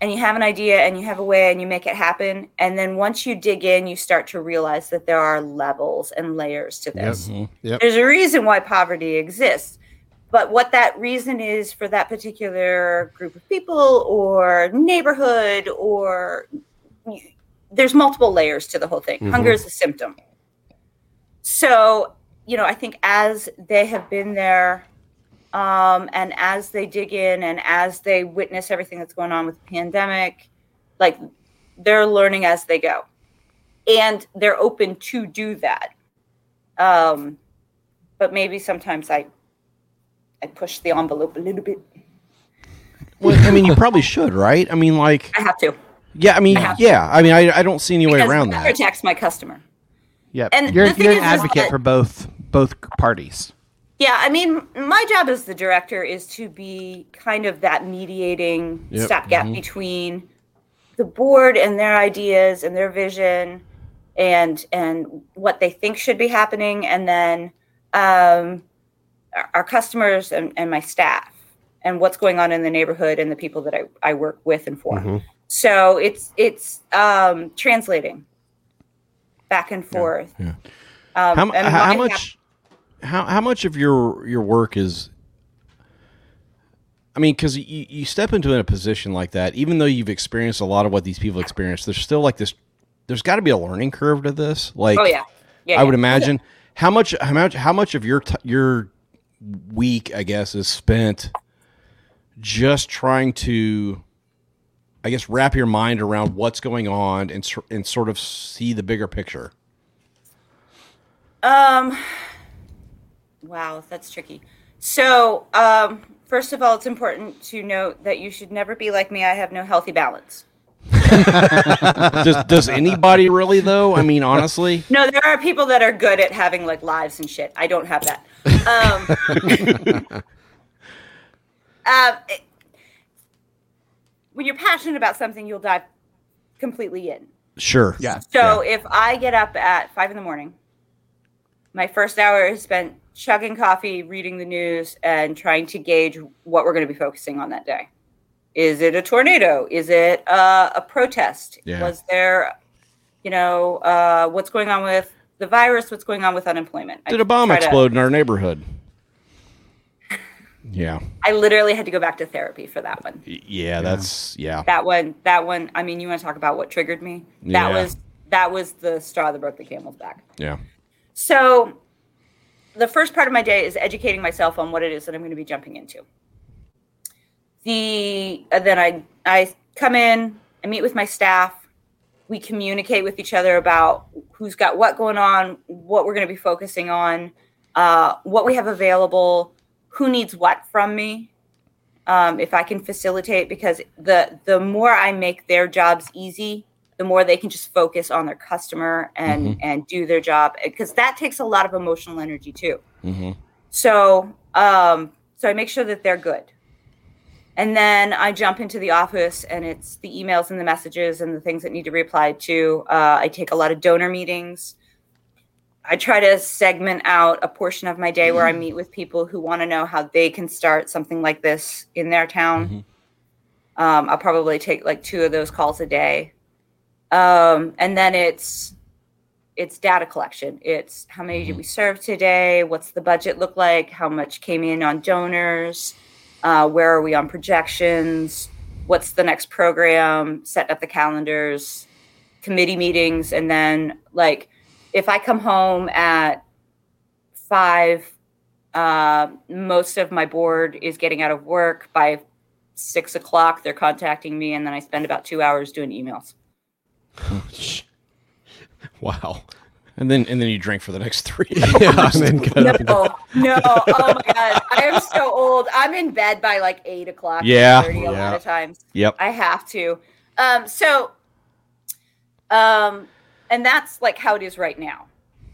Speaker 14: and you have an idea and you have a way and you make it happen. And then once you dig in, you start to realize that there are levels and layers to this.
Speaker 3: Yep.
Speaker 14: There's a reason why poverty exists. But what that reason is for that particular group of people or neighborhood or there's multiple layers to the whole thing.
Speaker 17: Mhm.
Speaker 14: Hunger is a symptom. So, you know, I think as they have been there um, and as they dig in and as they witness everything that's going on with the pandemic, like they're learning as they go. And they're open to do that. Um, but maybe sometimes I I push the envelope a little bit.
Speaker 2: Well, I mean, you probably should, right? I mean, like,
Speaker 14: I have to.
Speaker 2: yeah, I mean,
Speaker 14: I have to.
Speaker 2: yeah, I mean, I, I don't see any way
Speaker 14: Because
Speaker 2: around
Speaker 14: That
Speaker 2: that.
Speaker 14: protects my customer.
Speaker 1: Yep.
Speaker 14: And
Speaker 1: you're
Speaker 14: the thing
Speaker 1: you're an
Speaker 14: is, is
Speaker 1: advocate
Speaker 14: that-
Speaker 1: for both both parties.
Speaker 14: Yeah, I mean, my job as the director is to be kind of that mediating
Speaker 1: Yep.
Speaker 14: stopgap
Speaker 2: Mm-hmm.
Speaker 1: Mhm.
Speaker 14: between the board and their ideas and their vision and and what they think should be happening and then um, our- our customers and, and my staff and what's going on in the neighborhood and the people that I, I work with and for.
Speaker 2: Mm-hmm.
Speaker 14: So it's it's um, translating back and forth.
Speaker 2: yeah.
Speaker 14: Um,
Speaker 2: how, mu-
Speaker 14: and
Speaker 2: how,
Speaker 14: my
Speaker 2: how
Speaker 14: hap-
Speaker 2: much how, how much of your your work is i mean because you, you step into a position like that even though you've experienced a lot of what these people experience there's still like this there's got to be a learning curve to this like
Speaker 14: oh yeah, yeah
Speaker 2: i would
Speaker 14: yeah.
Speaker 2: imagine how much how much how much of your t- your week i guess is spent just trying to i guess wrap your mind around what's going on and, sor- and sort of see the bigger picture
Speaker 14: Um, wow, that's tricky. So, um, first of all, it's important to note that you should never be like me. I have no healthy balance.
Speaker 2: does, does anybody really though? I mean, honestly,
Speaker 14: No, there are people that are good at having like lives and shit. I don't have that. Um, uh, it- when you're passionate about something, you'll dive completely in.
Speaker 2: sure. Yeah.
Speaker 14: So if I get up at five in the morning, my first hour is spent chugging coffee, reading the news, and trying to gauge what we're going to be focusing on that day. Is it a tornado? Is it uh, a protest?
Speaker 17: Yeah.
Speaker 14: Was there, you know, uh, what's going on with the virus? What's going on with unemployment? I
Speaker 2: Did a bomb
Speaker 14: try to-
Speaker 2: explode in our neighborhood? Yeah.
Speaker 14: I literally had to go back to therapy for that one.
Speaker 2: Y- Yeah, that's yeah.
Speaker 14: That one, that one. I mean, you want to talk about what triggered me?
Speaker 2: Yeah.
Speaker 14: That was that was the straw that broke the camel's back.
Speaker 2: Yeah.
Speaker 14: So, the first part of my day is educating myself on what it is that I'm going to be jumping into. The uh, then I I come in, I meet with my staff, we communicate with each other about who's got what going on, what we're going to be focusing on, uh, what we have available, who needs what from me, um, if I can facilitate because the the more I make their jobs easy, the more they can just focus on their customer and
Speaker 17: Mhm.
Speaker 14: and do their job because that takes a lot of emotional energy too.
Speaker 2: Mm-hmm.
Speaker 14: So, um, so I make sure that they're good. And then I jump into the office and it's the emails and the messages and the things that need to be replied to. Uh, I take a lot of donor meetings. I try to segment out a portion of my day where I meet with people who want to know how they can start something like this in their town. Um, I'll probably take like two of those calls a day. Um, and then it's it's data collection. It's how many did we serve today? What's the budget look like? How much came in on donors? Uh, where are we on projections? What's the next program? Setting up the calendars, committee meetings, and then like if I come home at five, uh, most of my board is getting out of work by six o'clock. They're contacting me, and then I spend about two hours doing emails.
Speaker 2: Wow. And then and then you drink for the next three.
Speaker 3: Yeah,
Speaker 2: hours.
Speaker 3: and then cut up and
Speaker 14: No, no. Oh my god, I am so old. I'm in bed by like eight o'clock.
Speaker 2: Yeah.
Speaker 14: 8:30 a lot
Speaker 2: Yeah.
Speaker 14: of times.
Speaker 2: Yep.
Speaker 14: I have to. Um, so, um, and that's like how it is right now.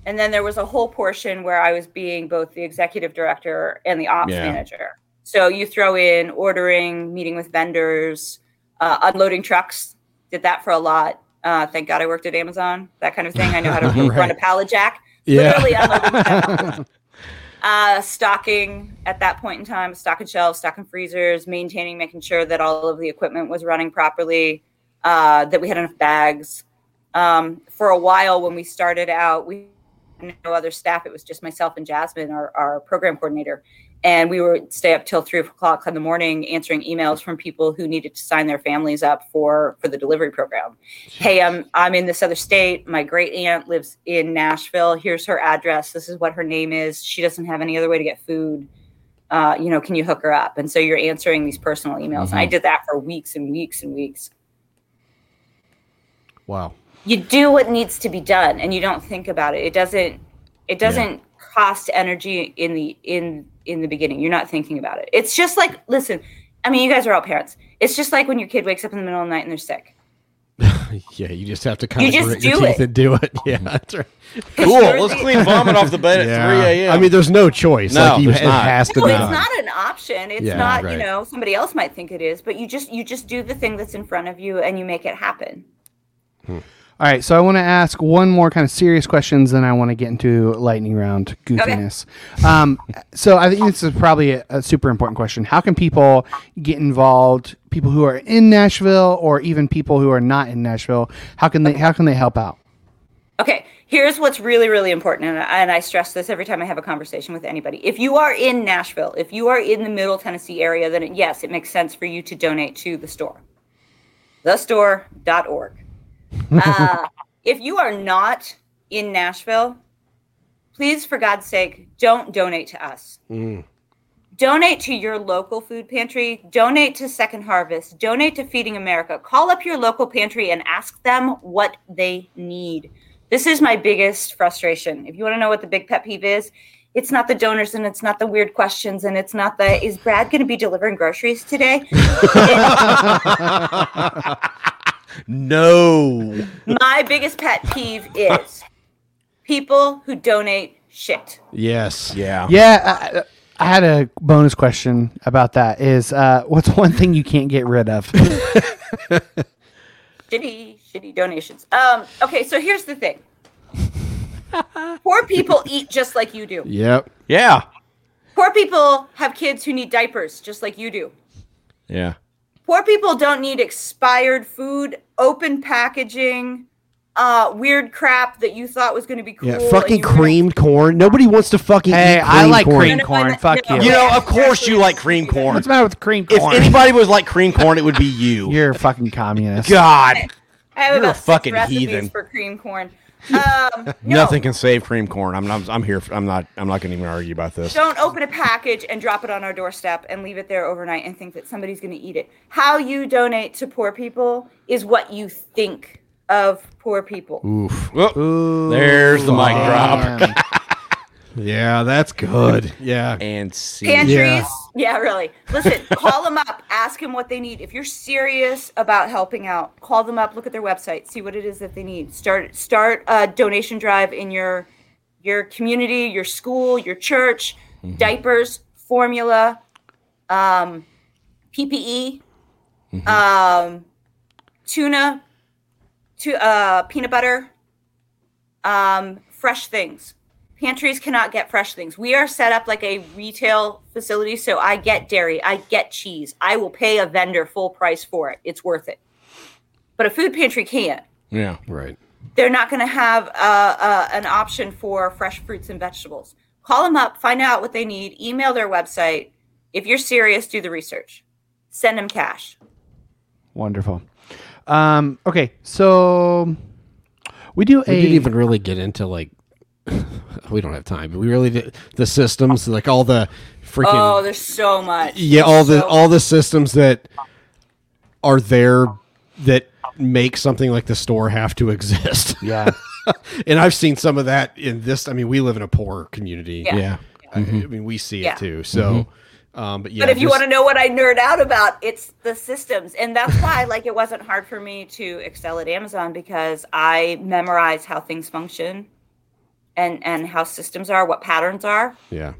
Speaker 14: And then there was a whole portion where I was being both the executive director and the ops
Speaker 17: Yeah.
Speaker 14: manager. So you throw in ordering, meeting with vendors, uh, unloading trucks. Did that for a lot. Uh, thank God I worked at Amazon. That kind of thing. I know how to run a
Speaker 17: Right.
Speaker 14: pallet jack.
Speaker 17: Yeah.
Speaker 14: Literally unloading trucks uh, stocking at that point in time, stocking shelves, stocking freezers, maintaining, making sure that all of the equipment was running properly, uh, that we had enough bags. Um, for a while, when we started out, we no other staff. It was just myself and Jasmine, our, our program coordinator. And we would stay up till three o'clock in the morning answering emails from people who needed to sign their families up for for the delivery program. Hey, I'm I'm in this other state. My great aunt lives in Nashville. Here's her address. This is what her name is. She doesn't have any other way to get food. Uh, you know, can you hook her up? And so you're answering these personal emails. And I
Speaker 2: Mm-hmm.
Speaker 3: Mhm.
Speaker 14: did that for weeks and weeks and weeks.
Speaker 3: Wow.
Speaker 14: You do what needs to be done, and you don't think about it. It doesn't. It doesn't cost energy in the in in the beginning. You're not thinking about it. It's just like listen. I mean, you guys are all parents. It's just like when your kid wakes up in the middle of the night and they're sick.
Speaker 3: Yeah, you just have to kind
Speaker 14: You
Speaker 3: of
Speaker 14: just
Speaker 3: grit your
Speaker 14: do
Speaker 3: teeth
Speaker 14: it.
Speaker 3: and do it. Yeah, that's right.
Speaker 2: Cool. Let's clean vomit off the bed at 3 a.m.
Speaker 3: I mean, there's no choice.
Speaker 2: No,
Speaker 3: like you,
Speaker 2: it's
Speaker 3: it
Speaker 2: not.
Speaker 3: has to
Speaker 14: No,
Speaker 3: be
Speaker 14: it's
Speaker 3: done.
Speaker 14: not an option. It's
Speaker 3: Yeah,
Speaker 14: not,
Speaker 3: right.
Speaker 14: you know, somebody else might think it is, but you just you just do the thing that's in front of you and you make it happen.
Speaker 1: All right, so I want to ask one more kind of serious questions, then I want to get into lightning round goofiness. Um, so I think this is probably a, a super important question. How can people get involved? People who are in Nashville, or even people who are not in Nashville, how can they how can they help out?
Speaker 14: Okay, here's what's really, really important, and I, and I stress this every time I have a conversation with anybody. If you are in Nashville, if you are in the Middle Tennessee area, then it, yes, it makes sense for you to donate to the store, thestore.org. Uh, if you are not in Nashville, please, for God's sake, don't donate to us. donate to your local food pantry, donate to Second Harvest, donate to Feeding America. Call up your local pantry and ask them what they need. This is my biggest frustration. If you want to know what the big pet peeve is, it's not the donors and it's not the weird questions and it's not the is Brad going to be delivering groceries today?
Speaker 2: no.
Speaker 14: my biggest pet peeve is people who donate shit.
Speaker 3: Yes.
Speaker 2: Yeah.
Speaker 1: Yeah, I- I, I had a bonus question about that. Is uh, what's one thing you can't get rid of?
Speaker 14: shitty, shitty donations. Um, okay, so here's the thing. Poor people eat just like you do.
Speaker 3: Yep.
Speaker 2: Yeah.
Speaker 14: Poor people have kids who need diapers just like you do.
Speaker 2: Yeah.
Speaker 14: Poor people don't need expired food, open packaging, uh, weird crap that you thought was going to be cool.
Speaker 3: Yeah,
Speaker 14: and
Speaker 3: fucking
Speaker 14: you-
Speaker 3: creamed corn. Nobody wants to fucking.
Speaker 1: Hey,
Speaker 3: eat
Speaker 1: I like
Speaker 3: corn.
Speaker 1: cream corn. Fuck you.
Speaker 2: You know, of course you like cream corn. What's
Speaker 1: the matter with cream corn?
Speaker 2: If anybody was like cream corn, it would be you.
Speaker 1: You're a fucking communist.
Speaker 2: God.
Speaker 14: I have
Speaker 2: You're a
Speaker 14: about six
Speaker 2: fucking
Speaker 14: recipes
Speaker 2: heathen.
Speaker 14: for cream corn. Um, no,
Speaker 2: Nothing can save cream corn. I'm, I'm, I'm here. For, I'm not. I'm not going to even argue about this.
Speaker 14: Don't open a package and drop it on our doorstep and leave it there overnight and think that somebody's going to eat it. How you donate to poor people is what you think of poor people.
Speaker 3: Oof.
Speaker 2: there's the mic
Speaker 3: Damn.
Speaker 2: drop.
Speaker 3: yeah, that's good. Yeah.
Speaker 2: And see.
Speaker 14: Pantries, yeah. really. Listen, call them up, ask them what they need. If you're serious about helping out, call them up, look at their website, see what it is that they need. Start start a donation drive in your your community, your school, your church, diapers, formula, um, PPE, um, tuna, to uh, peanut butter, um, fresh things. Pantries cannot get fresh things. We are set up like a retail facility, so I get dairy, I get cheese, I will pay a vendor full price for it. It's worth it. But a food pantry can't.
Speaker 2: Yeah. Right.
Speaker 14: They're not going to have uh, uh, an option for fresh fruits and vegetables. Call them up, find out what they need, email their website. If you're serious, do the research. Send them cash.
Speaker 1: Wonderful. Um, okay, so we do
Speaker 3: We
Speaker 1: a
Speaker 3: didn't even really get into like. we don't have time, but we really did the systems, like all the freaking.
Speaker 14: Oh, there's so much.
Speaker 3: yeah all the
Speaker 14: So-
Speaker 3: all the systems that are there that make something like the store have to exist
Speaker 1: yeah
Speaker 3: and i've seen some of that in this i mean we live in a poor community
Speaker 14: Yeah. Yeah.
Speaker 3: I, I mean we see
Speaker 14: Yeah.
Speaker 3: it too so um but yeah
Speaker 14: but if you
Speaker 3: just-
Speaker 14: want to know what I nerd out about, it's the systems, and that's why like it wasn't hard for me to excel at Amazon because I memorize how things function, and and how systems are, what patterns are.
Speaker 3: yeah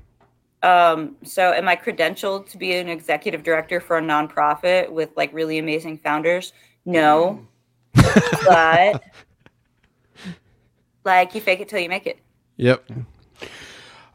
Speaker 14: Um, so am I credentialed to be an executive director for a nonprofit with like really amazing founders? No, but like you fake it till you make it.
Speaker 3: Yep.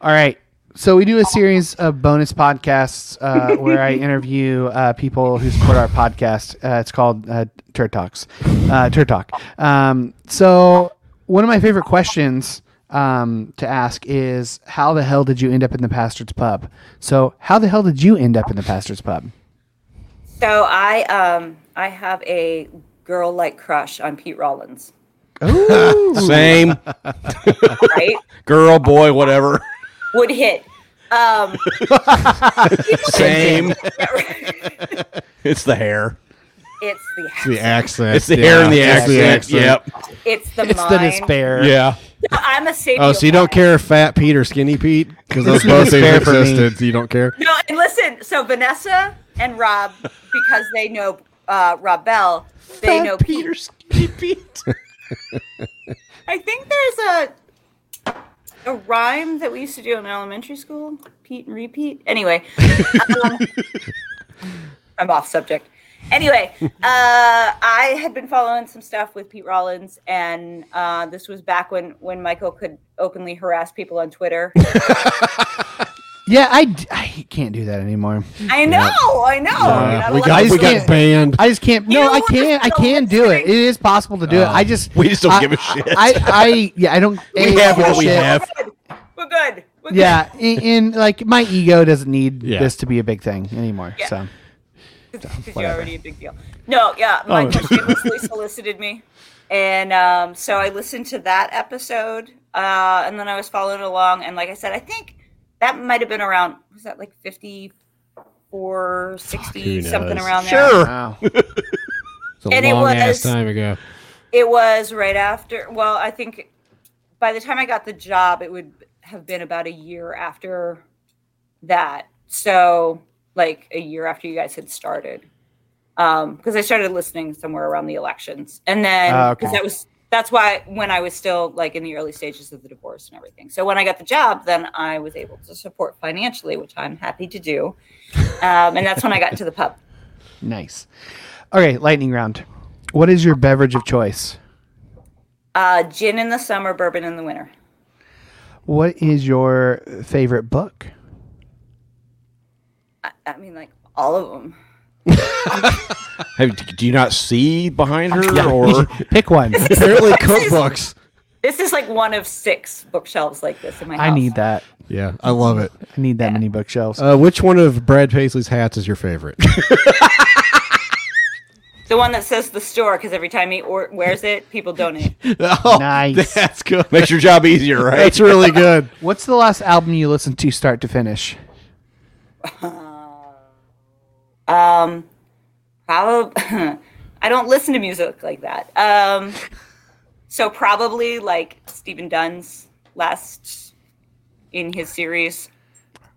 Speaker 1: All right. So we do a series of bonus podcasts uh, where I interview uh, people who support our podcast. Uh, it's called uh, Turd Talks, uh, Turd Talk. Um, so one of my favorite questions um, to ask is how the hell did you end up in the pastor's pub? So, how the hell did you end up in the pastor's pub?
Speaker 14: So I um I have a girl like crush on Pete Rollins.
Speaker 2: Same.
Speaker 14: Right?
Speaker 2: Girl, boy, whatever.
Speaker 14: Would hit. Um
Speaker 2: Same. it's the hair.
Speaker 14: it's the
Speaker 8: It's the accent.
Speaker 2: It's the hair and the
Speaker 8: it's
Speaker 2: accent,
Speaker 14: it's the
Speaker 1: It's
Speaker 14: mind.
Speaker 1: the despair.
Speaker 2: Yeah.
Speaker 14: So I'm a savior.
Speaker 3: Oh, so you don't care if fat Pete or skinny Pete because those
Speaker 8: It's
Speaker 3: both things
Speaker 8: fair for me.
Speaker 3: existed. So you don't care.
Speaker 14: No, and listen, so Vanessa and Rob, because they know uh Rob Bell, they know Peter Pete. I think there's a a rhyme that we used to do in elementary school. Pete and repeat. Anyway, um, I'm off subject. Anyway, uh, I had been following some stuff with Pete Rollins, and uh, this was back when when Michael could openly harass people on Twitter.
Speaker 1: Yeah, I, d- I can't do that anymore.
Speaker 14: I know, I Oh, know.
Speaker 3: Uh,
Speaker 14: You're not allowed to do it.
Speaker 1: banned. I just can't. No, I can't. I can do it. It is possible to do it. I just we just don't give a shit. I, I yeah, I don't.
Speaker 2: We
Speaker 1: I don't
Speaker 2: have
Speaker 1: give a
Speaker 2: what we
Speaker 1: shit.
Speaker 2: have.
Speaker 14: We're good. We're good.
Speaker 1: Yeah, in, in like my ego doesn't need
Speaker 2: Yeah.
Speaker 1: this to be a big thing anymore.
Speaker 14: Yeah.
Speaker 1: So
Speaker 14: Because you're already a big deal. No, yeah,
Speaker 1: Oh.
Speaker 14: Michael shamelessly solicited me, and um, so I listened to that episode, uh, and then I was following along. And like I said, I think that might have been around. Was that like 54, 60, something around there?
Speaker 4: it's a
Speaker 14: And it
Speaker 4: long ass
Speaker 14: was-
Speaker 4: time ago.
Speaker 14: It was right after. Well, I think by the time I got the job, it would have been about a year after that. So, like a year after you guys had started, because I started listening somewhere around the elections, and then
Speaker 16: Ah,
Speaker 14: 'cause
Speaker 16: okay.
Speaker 14: that was that's why when I was still like in the early stages of the divorce and everything. So when I got the job, then I was able to support financially, which I'm happy to do, um, and that's when I got into the pub.
Speaker 1: nice. Okay, lightning round. What is your beverage of choice?
Speaker 14: Uh, gin in the summer, bourbon in the winter.
Speaker 1: What is your favorite book?
Speaker 14: I, I mean, like all of them.
Speaker 2: Have, do you not see behind her?
Speaker 1: Yeah.
Speaker 2: Or
Speaker 1: pick one.
Speaker 2: Apparently, cookbooks.
Speaker 14: This is like one of six bookshelves like this in my house.
Speaker 1: I need that.
Speaker 3: Yeah, I love it.
Speaker 1: I need that many bookshelves.
Speaker 3: Uh, which one of Brad Paisley's hats is your favorite?
Speaker 14: the one that says the store because every time he or- wears it, people donate.
Speaker 1: nice. That's
Speaker 2: good. Makes your job easier, right?
Speaker 3: That's really good.
Speaker 1: What's the last album you listened to start to finish?
Speaker 14: Um, probably. I don't listen to music like that. Um, so probably like Stephen Dunn's last in his series.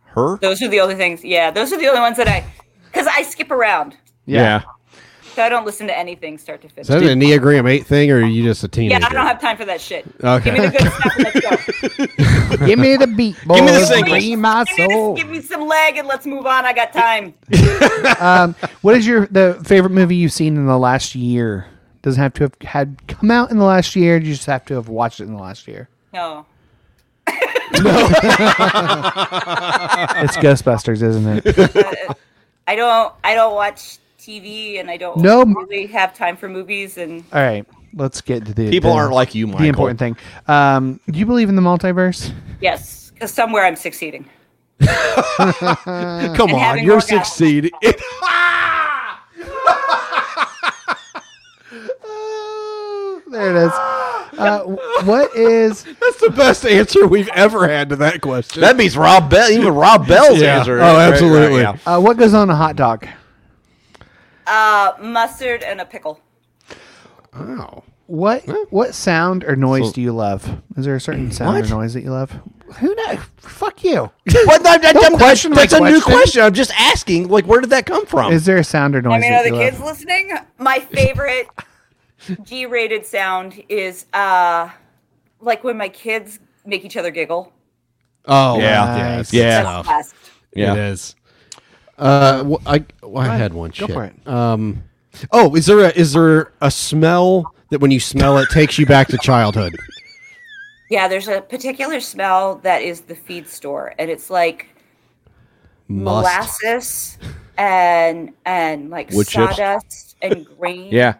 Speaker 2: Her?
Speaker 14: Those are the only things. Yeah, those are the only ones that I because I skip around,
Speaker 2: Yeah.
Speaker 14: so I don't listen to anything start to finish.
Speaker 3: Is that an Enneagram 8 thing, or are you just a
Speaker 14: yeah,
Speaker 3: teenager?
Speaker 14: I don't have time for that shit.
Speaker 3: Okay.
Speaker 14: Give me the good stuff. and Let's go.
Speaker 1: Give me the beat, boy.
Speaker 3: Give me the single.
Speaker 1: my soul.
Speaker 14: Give me some leg and let's move on. I got time.
Speaker 1: um, what is your the favorite movie you've seen in the last year? Doesn't have to have had come out in the last year. You just have to have watched it in the last year.
Speaker 14: No.
Speaker 1: It's Ghostbusters, isn't it?
Speaker 14: I don't. I don't watch TV, and I don't
Speaker 1: No.
Speaker 14: really have time for movies. And
Speaker 1: All right, let's get to the
Speaker 2: People
Speaker 1: the-
Speaker 2: aren't like you, Michael.
Speaker 1: The important thing. Um, do you believe in the multiverse?
Speaker 14: yes, because somewhere I'm succeeding.
Speaker 1: Come
Speaker 14: And on, having you're orgasms.
Speaker 3: succeeding.
Speaker 1: there it is. Uh, wh- what is?
Speaker 3: That's the best answer we've ever had to that question.
Speaker 2: That beats Rob Bell. Even Rob Bell's
Speaker 3: Yeah.
Speaker 2: answer.
Speaker 3: Oh, absolutely.
Speaker 1: Uh, what goes on a hot dog?
Speaker 14: Uh, mustard and a pickle.
Speaker 3: Wow.
Speaker 1: What what sound or noise
Speaker 3: So-
Speaker 1: do you love? Is there a certain sound or
Speaker 2: What?
Speaker 1: noise that you love? Who knows? Fuck you.
Speaker 2: What? That, that,
Speaker 1: Don't
Speaker 2: that-
Speaker 1: question
Speaker 2: that's
Speaker 1: my
Speaker 2: a new
Speaker 1: question.
Speaker 2: question. I'm just asking. Like, where did that come from?
Speaker 1: Is there a sound or noise?
Speaker 14: I mean,
Speaker 1: that
Speaker 14: are the
Speaker 1: you love?
Speaker 14: kids listening? My favorite G-rated sound is uh, like when my kids make each other giggle.
Speaker 3: Oh,
Speaker 2: Yeah.
Speaker 3: yeah,
Speaker 2: Nice. Yeah.
Speaker 3: That's
Speaker 14: the best.
Speaker 2: Yeah.
Speaker 3: It is. Uh, wh- I well, I had one.
Speaker 1: Go
Speaker 3: shit.
Speaker 1: for it.
Speaker 3: Um, oh, is there a is there a smell that when you smell it takes you back to childhood?
Speaker 14: Yeah, there's a particular smell that is the feed store, and it's like molasses and and like
Speaker 2: Wood chips.
Speaker 14: sawdust and grain.
Speaker 2: Yeah.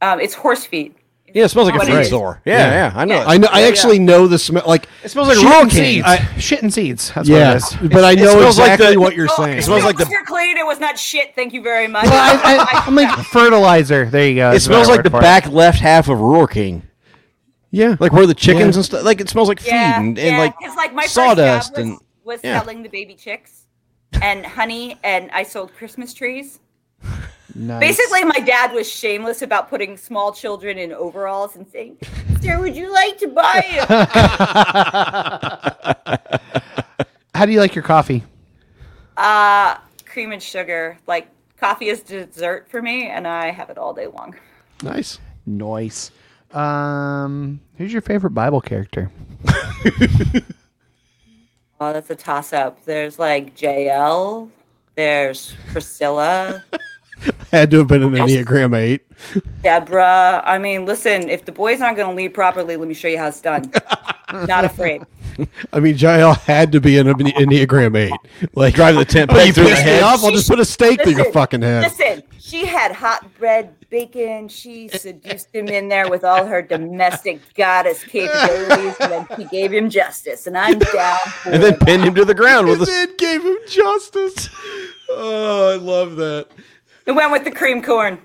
Speaker 14: Um, it's horse feed.
Speaker 2: Yeah, it smells like
Speaker 14: Oh,
Speaker 2: a
Speaker 14: it
Speaker 2: food
Speaker 14: is. Oh,
Speaker 2: store. Yeah, yeah, I know.
Speaker 3: I know. I
Speaker 2: Yeah,
Speaker 3: actually know the smell. Like
Speaker 2: It smells like
Speaker 3: Shit
Speaker 2: raw
Speaker 3: and
Speaker 2: candy.
Speaker 3: seeds.
Speaker 1: I- shit and seeds. That's
Speaker 3: Yeah,
Speaker 1: what it is.
Speaker 3: but I know
Speaker 1: smells
Speaker 3: exactly what
Speaker 14: Oh,
Speaker 3: you're saying.
Speaker 1: It smells like the.
Speaker 14: Mr. Clean, it was not shit. Thank you very much.
Speaker 1: Well, I, I, am like fertilizer. There you go.
Speaker 2: It
Speaker 1: That's
Speaker 2: smells
Speaker 1: what I
Speaker 2: like the
Speaker 1: word for it.
Speaker 2: back left half of Roar King.
Speaker 3: Yeah,
Speaker 2: like where the chickens
Speaker 1: Yeah.
Speaker 2: and stuff. Like it smells like
Speaker 14: yeah,
Speaker 2: feed and, and
Speaker 14: yeah,
Speaker 2: like,
Speaker 14: 'cause, like my
Speaker 2: sawdust
Speaker 14: first job was,
Speaker 2: and
Speaker 14: was
Speaker 2: yeah.
Speaker 14: selling the baby chicks and honey, and I sold Christmas trees. Basically, my dad was shameless about putting small children in overalls and saying, "Sir, would you like to buy it?"
Speaker 1: How do you like your coffee?
Speaker 14: uh, cream and sugar. Like coffee is dessert for me, and I have it all day long.
Speaker 3: Nice.
Speaker 1: Nice. Um, who's your favorite Bible character?
Speaker 14: Oh, that's a toss-up. There's like JL. There's Priscilla.
Speaker 3: had to have been an Enneagram eight.
Speaker 14: Deborah. I mean, listen, if the boy's not going to lead properly, let me show you how it's done. not afraid.
Speaker 3: I mean, Jael had to be an Enne- Enneagram eight. Like
Speaker 2: drive the tent
Speaker 3: but
Speaker 2: back
Speaker 3: you
Speaker 2: through the
Speaker 3: pissed me
Speaker 2: head.
Speaker 3: off. I'll just put a stake through your
Speaker 14: Listen,
Speaker 3: fucking head.
Speaker 14: Listen, she had hot bread bacon. She seduced him in there with all her domestic goddess capabilities, and then she gave him justice. And I'm down. for
Speaker 2: and then pinned him to the ground with
Speaker 3: And
Speaker 2: a.
Speaker 3: then gave him justice. Oh, I love that.
Speaker 14: It went with the cream corn.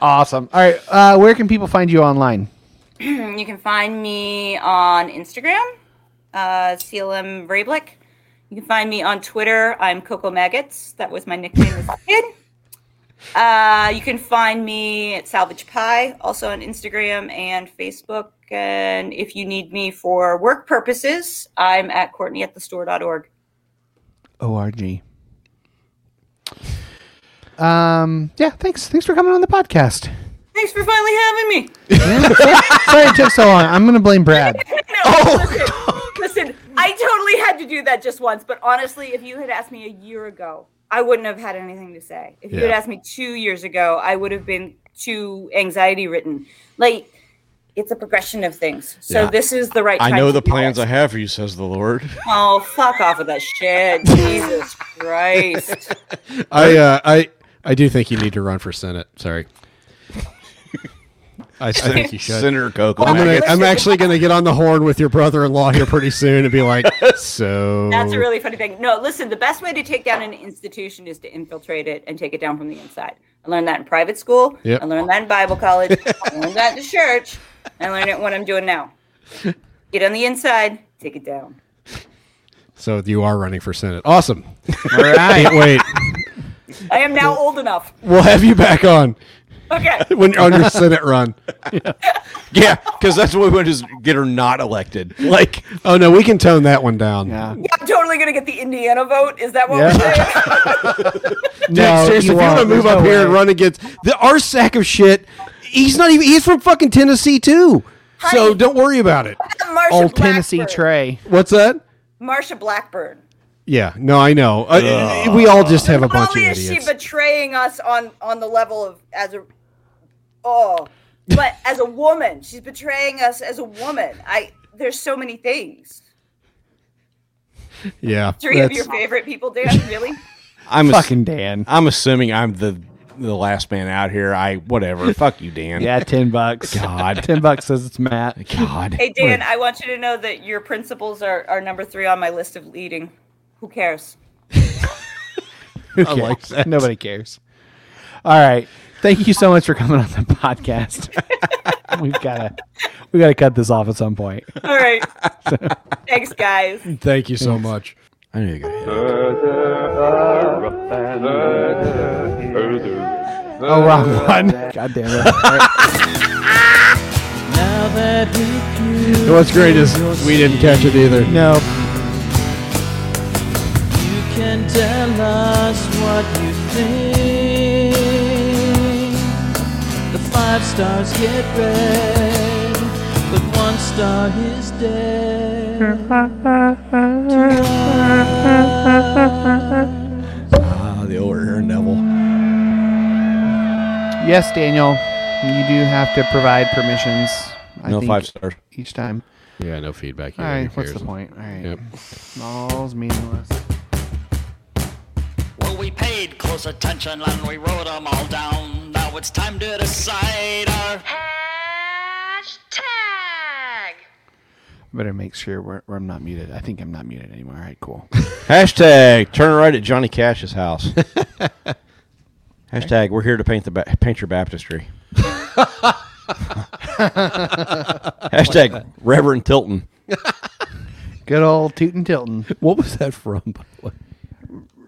Speaker 1: Awesome. All right. Uh, where can people find you online?
Speaker 14: you can find me on Instagram, uh, CLM Vrablik. You can find me on Twitter. I'm Coco Maggots. That was my nickname as a kid. Uh, you can find me at Salvage Pie, also on Instagram and Facebook. And if you need me for work purposes, I'm at Courtney at the store.org.
Speaker 1: Org. Um. Yeah. Thanks. Thanks for coming on the podcast.
Speaker 14: Thanks for finally having me.
Speaker 1: Sorry it took so long. I'm gonna blame Brad.
Speaker 14: No,
Speaker 2: Oh,
Speaker 14: listen, listen, I totally had to do that just once, but honestly, if you had asked me a year ago, I wouldn't have had anything to say. If you had
Speaker 17: Yeah.
Speaker 14: asked me two years ago, I would have been too anxiety ridden. Like, it's a progression of things. So
Speaker 2: Yeah.
Speaker 14: this is the right
Speaker 2: I
Speaker 14: time.
Speaker 2: know
Speaker 14: to
Speaker 2: the
Speaker 14: do
Speaker 2: plans I have for you, says the Lord.
Speaker 14: it. Oh, fuck off with that shit. Jesus Christ.
Speaker 3: I uh, I I do think you need to run for senate. Sorry. I think you should.
Speaker 2: Senator Coco.
Speaker 3: I'm, gonna,
Speaker 2: Maggots.
Speaker 3: I'm actually going to get on the horn with your brother-in-law here pretty soon and be like, so
Speaker 14: That's a really funny thing. No, listen, the best way to take down an institution is to infiltrate it and take it down from the inside. I learned that in private school.
Speaker 3: Yep.
Speaker 14: I learned that in Bible college. I learned that in the church. I learned it when I'm doing now. Get on the inside, take it down.
Speaker 3: so you are running for senate. Awesome.
Speaker 1: All right.
Speaker 3: Can't wait.
Speaker 14: I am now old enough.
Speaker 3: We'll have you back on
Speaker 14: Okay.
Speaker 3: when you're on your senate run.
Speaker 2: yeah, because that's what we want to just get her not elected. Like,
Speaker 3: Oh no, we can tone that one down. Yeah.
Speaker 14: Yeah, I'm totally gonna get the Indiana vote. Is that what
Speaker 3: Yeah.
Speaker 14: we're saying?
Speaker 3: No, seriously, if you want to move up here and run against the our sack of shit, he's not even. He's from fucking Tennessee too. so don't worry about it.
Speaker 14: Marsha
Speaker 1: Old
Speaker 14: Blackburn.
Speaker 1: Tennessee Trey.
Speaker 3: What's that?
Speaker 14: Marsha Blackburn.
Speaker 3: Yeah, no, I know. Uh, we all just have a
Speaker 14: Not
Speaker 3: bunch of
Speaker 14: only is she
Speaker 3: idiots.
Speaker 14: betraying us on on the level of as a oh, but as a woman, she's betraying us as a woman. I there's so many things.
Speaker 3: yeah,
Speaker 14: Three of your favorite people, Dan. Really?
Speaker 2: I'm
Speaker 1: fucking Dan.
Speaker 2: I'm assuming I'm the the last man out here. I whatever. Fuck you, Dan.
Speaker 1: Yeah, ten bucks.
Speaker 2: God.
Speaker 1: ten bucks says it's Matt.
Speaker 2: God.
Speaker 14: Hey Dan, I want you to know that your principles are are number three on my list of leading. Who cares?
Speaker 1: Who
Speaker 3: I
Speaker 1: cares?
Speaker 3: like that.
Speaker 1: Nobody cares. All right. Thank you so much for coming on the podcast. we've gotta we gotta cut this off at some point.
Speaker 14: All right. Thanks, guys.
Speaker 3: Thank you so much. I need to go.
Speaker 1: Oh, wrong one. God damn it. All right.
Speaker 3: And what's great is we didn't catch it either.
Speaker 1: No.
Speaker 9: You can tell us what you think. The five stars get red, but one star is dead.
Speaker 2: Ah, the old Aaron Neville.
Speaker 1: Yes, Daniel. You do have to provide permissions.
Speaker 2: No five stars.
Speaker 1: each time.
Speaker 3: Yeah, no feedback.
Speaker 1: All
Speaker 3: either.
Speaker 1: right,
Speaker 3: Who
Speaker 1: what's the
Speaker 3: cares?
Speaker 1: point? All right.
Speaker 3: Yep.
Speaker 1: All's meaningless.
Speaker 16: Well, we paid close attention and we wrote 'em all down. Now Now it's time to decide our
Speaker 1: Better make sure we're, we're- I'm not muted. I think I'm not muted anymore. All right, cool.
Speaker 2: Hashtag turn right at Johnny Cash's house. Hashtag we're here to paint the ba- paint your baptistry. Hashtag Reverend Tilton.
Speaker 1: Good old Tootin' Tilton.
Speaker 3: What was that from, by the way?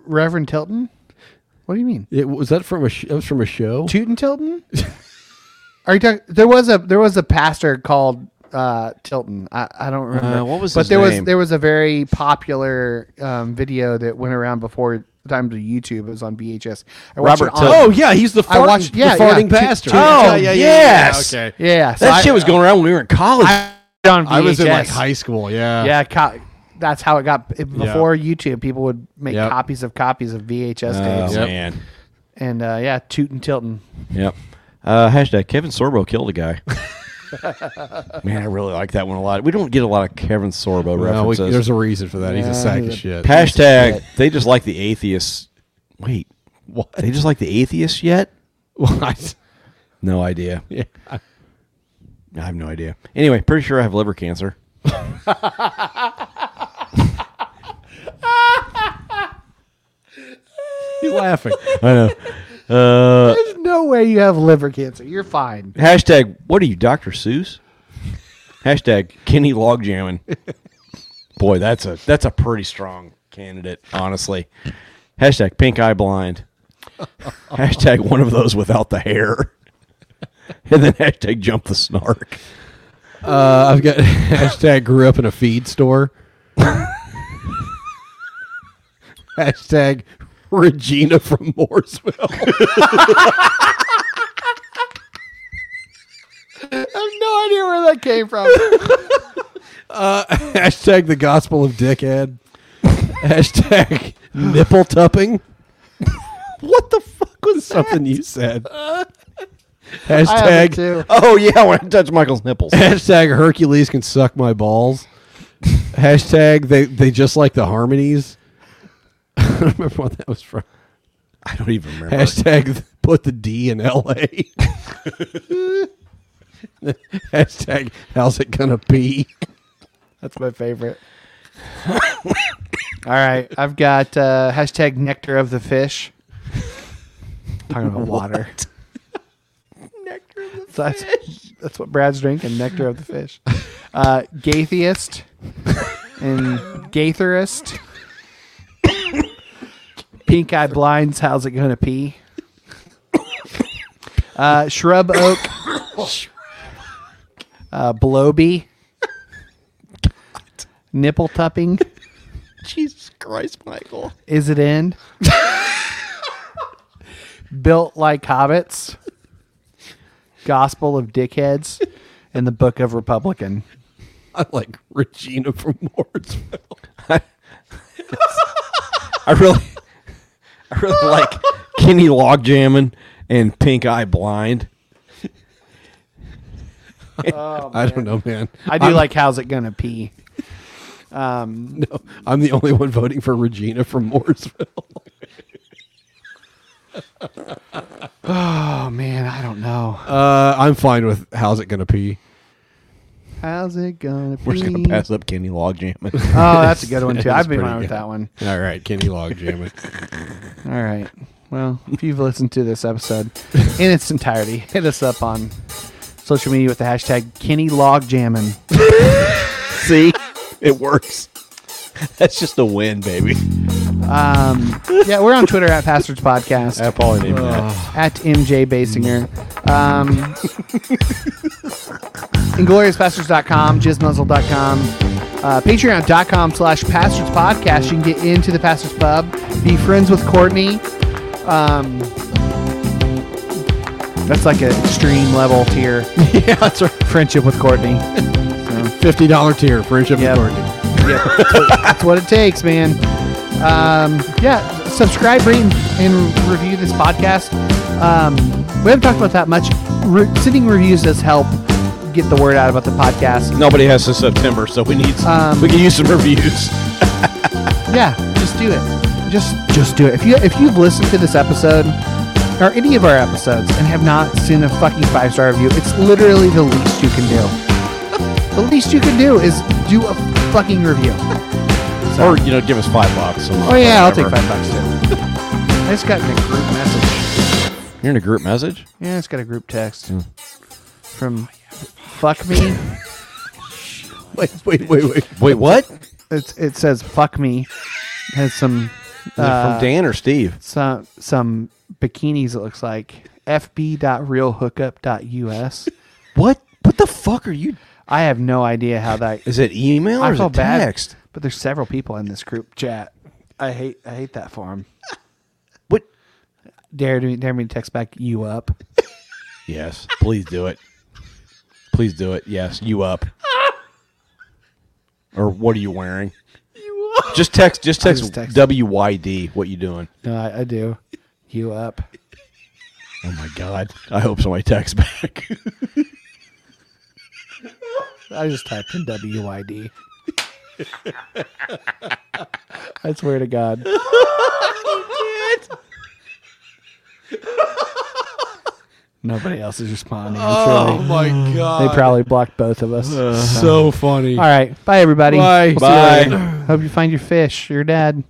Speaker 1: Reverend Tilton? What do you mean?
Speaker 3: It was that from a sh- that was from a show.
Speaker 1: Tootin' Tilton? Are you talking? There was a there was a pastor called uh, Tilton. I, I don't remember
Speaker 2: Uh, what was
Speaker 1: But
Speaker 2: his
Speaker 1: there
Speaker 2: name?
Speaker 1: was there was a very popular um, video that went around before the time to YouTube. It was on VHS. I watched
Speaker 2: Robert
Speaker 1: it on-
Speaker 2: Tilton. Oh, yeah, he's the
Speaker 1: I
Speaker 2: farting-
Speaker 1: watched,
Speaker 2: the
Speaker 1: yeah,
Speaker 2: farting
Speaker 1: yeah,
Speaker 2: pastor.
Speaker 1: Tootin'
Speaker 2: Oh,
Speaker 1: Tilton.
Speaker 2: yeah, yeah, yeah, yeah, yes. okay.
Speaker 1: yeah. so
Speaker 2: That
Speaker 1: I-
Speaker 2: shit was going around when we were in college.
Speaker 1: I- on
Speaker 3: I was in like
Speaker 1: VHS.
Speaker 3: high school. Yeah.
Speaker 1: yeah. co- that's how it got it- before YouTube. People would make
Speaker 3: Yep.
Speaker 1: copies of copies of VHS
Speaker 2: Oh,
Speaker 1: tapes.
Speaker 2: man.
Speaker 1: And uh, yeah, Tootin' Tilton.
Speaker 2: Yep. Uh, hashtag Kevin Sorbo killed a guy. Man, I really like that one a lot. We don't get a lot of Kevin Sorbo
Speaker 3: Well, we-
Speaker 2: references.
Speaker 3: there's a reason for that. He's a
Speaker 2: Yeah,
Speaker 3: sack
Speaker 2: he's
Speaker 3: of shit.
Speaker 2: Hashtag they just like the atheists. Wait, what? They just like the atheists yet? What? No idea. Yeah. I have no idea. Anyway, pretty sure I have liver cancer.
Speaker 3: He's laughing.
Speaker 2: I know. Uh,
Speaker 1: There's no way you have liver cancer. You're fine.
Speaker 2: Hashtag, what are you, Dr. Seuss? Hashtag, Kenny log jamming. Boy, that's a that's a pretty strong candidate, honestly. Hashtag pink eye blind. Hashtag one of those without the hair. and then hashtag jump the snark.
Speaker 3: Uh, I've got hashtag grew up in a feed store. hashtag Regina from Mooresville.
Speaker 1: I have no idea where that came from.
Speaker 3: uh, hashtag the gospel of dickhead. hashtag nipple tupping. what the fuck was something you said? Hashtag.
Speaker 2: Oh yeah, when I touch Michael's nipples.
Speaker 3: Hashtag Hercules can suck my balls. Hashtag they, they just like the harmonies. I don't remember what that was from.
Speaker 2: I don't even remember.
Speaker 3: Hashtag put the D in LA. Hashtag how's it gonna be?
Speaker 1: That's my favorite. All right, I've got uh, hashtag nectar of the fish. Talking about water. nectar of the That's, that's what Brad's drinking. Nectar of the fish. Uh, gaytheist and gaytherist. Pink eye blinds. How's it gonna pee? Uh, shrub oak. Uh, blowby. Nipple tupping.
Speaker 2: Jesus Christ, Michael.
Speaker 1: Is it in? Built like hobbits. Gospel of dickheads, and the Book of Republican.
Speaker 3: I like Regina from Mooresville.
Speaker 2: I really I really like Kenny log jamming and pink eye blind.
Speaker 3: I don't know, man.
Speaker 1: Oh, I do
Speaker 3: I'm-
Speaker 1: like how's it gonna pee. Um,
Speaker 3: No, I'm the only one voting for Regina from Mooresville.
Speaker 1: oh man, I don't know.
Speaker 3: Uh, I'm fine with how's it gonna pee.
Speaker 1: How's it gonna pee?
Speaker 2: We're just gonna pass up Kenny log jamming.
Speaker 1: Oh, that's a good one too.
Speaker 3: That is
Speaker 1: I've been
Speaker 3: pretty
Speaker 1: fine with
Speaker 3: good.
Speaker 1: that one.
Speaker 3: All right, Kenny log jamming.
Speaker 1: All right. Well, if you've listened to this episode in its entirety, hit us up on social media with the hashtag Kenny Log Jammin'.
Speaker 2: See? It works. That's just a win, baby.
Speaker 1: Um, yeah, we're on Twitter at Pastors Podcast.
Speaker 2: At Paulie Neiman,
Speaker 1: At MJ Basinger. Um, IngloriousPastors.com, JizzMuzzle.com, uh, Patreon.com slash Pastors Podcast. You can get into the Pastors Pub, be friends with Courtney. Um, that's like a extreme level tier. yeah, that's right. Friendship with Courtney.
Speaker 3: Fifty dollar tier, friendship
Speaker 1: Yep.
Speaker 3: with Courtney.
Speaker 1: yeah, that's what, that's what it takes, man. Um, yeah, subscribe, rate, and- and review this podcast. Um, we haven't talked about that much. Re- sending reviews does help get the word out about the podcast.
Speaker 2: Nobody has to September, so we need
Speaker 1: Um,
Speaker 2: we can use some reviews.
Speaker 1: yeah, just do it. Just just do it. If you if you've listened to this episode or any of our episodes and have not seen a fucking five star review, it's literally the least you can do. The least you can do is do a fucking review.
Speaker 2: Or, you know, give us five bucks.
Speaker 1: Oh yeah, I'll take five bucks too. I just got in a group message.
Speaker 2: You're in a group message?
Speaker 1: Yeah, it's got a group text
Speaker 2: Hmm.
Speaker 1: from "fuck me."
Speaker 3: wait, wait, wait, wait.
Speaker 2: Wait, what?
Speaker 1: It's, it says "fuck me." Has some
Speaker 2: Is it
Speaker 1: Uh,
Speaker 2: from Dan or Steve?
Speaker 1: Some some bikinis. It looks like fb.realhookup.us.
Speaker 2: what? What the fuck are you?
Speaker 1: I have no idea how that
Speaker 2: is. It email
Speaker 1: I
Speaker 2: or is
Speaker 1: feel
Speaker 2: it
Speaker 1: bad,
Speaker 2: text?
Speaker 1: but there's several people in this group chat. I hate I hate that for them.
Speaker 2: what?
Speaker 1: Dare me dare me to text back you up.
Speaker 2: Yes, please do it. Please do it. Yes, you up. or what are you wearing? You up. Just text. Just
Speaker 1: I'll
Speaker 2: text.
Speaker 1: just text.
Speaker 2: WYD. What you doing?
Speaker 1: No, I, I do. You up?
Speaker 2: Oh my god! I hope somebody texts back.
Speaker 1: I just typed in WID. I swear to God. Nobody else is responding. I'm
Speaker 3: Oh
Speaker 1: sure they-
Speaker 3: my God.
Speaker 1: They probably blocked both of us.
Speaker 3: Uh, so funny.
Speaker 1: All right, bye everybody.
Speaker 3: Bye.
Speaker 1: see you
Speaker 3: Bye.
Speaker 1: later. Hope you find your fish, your dad.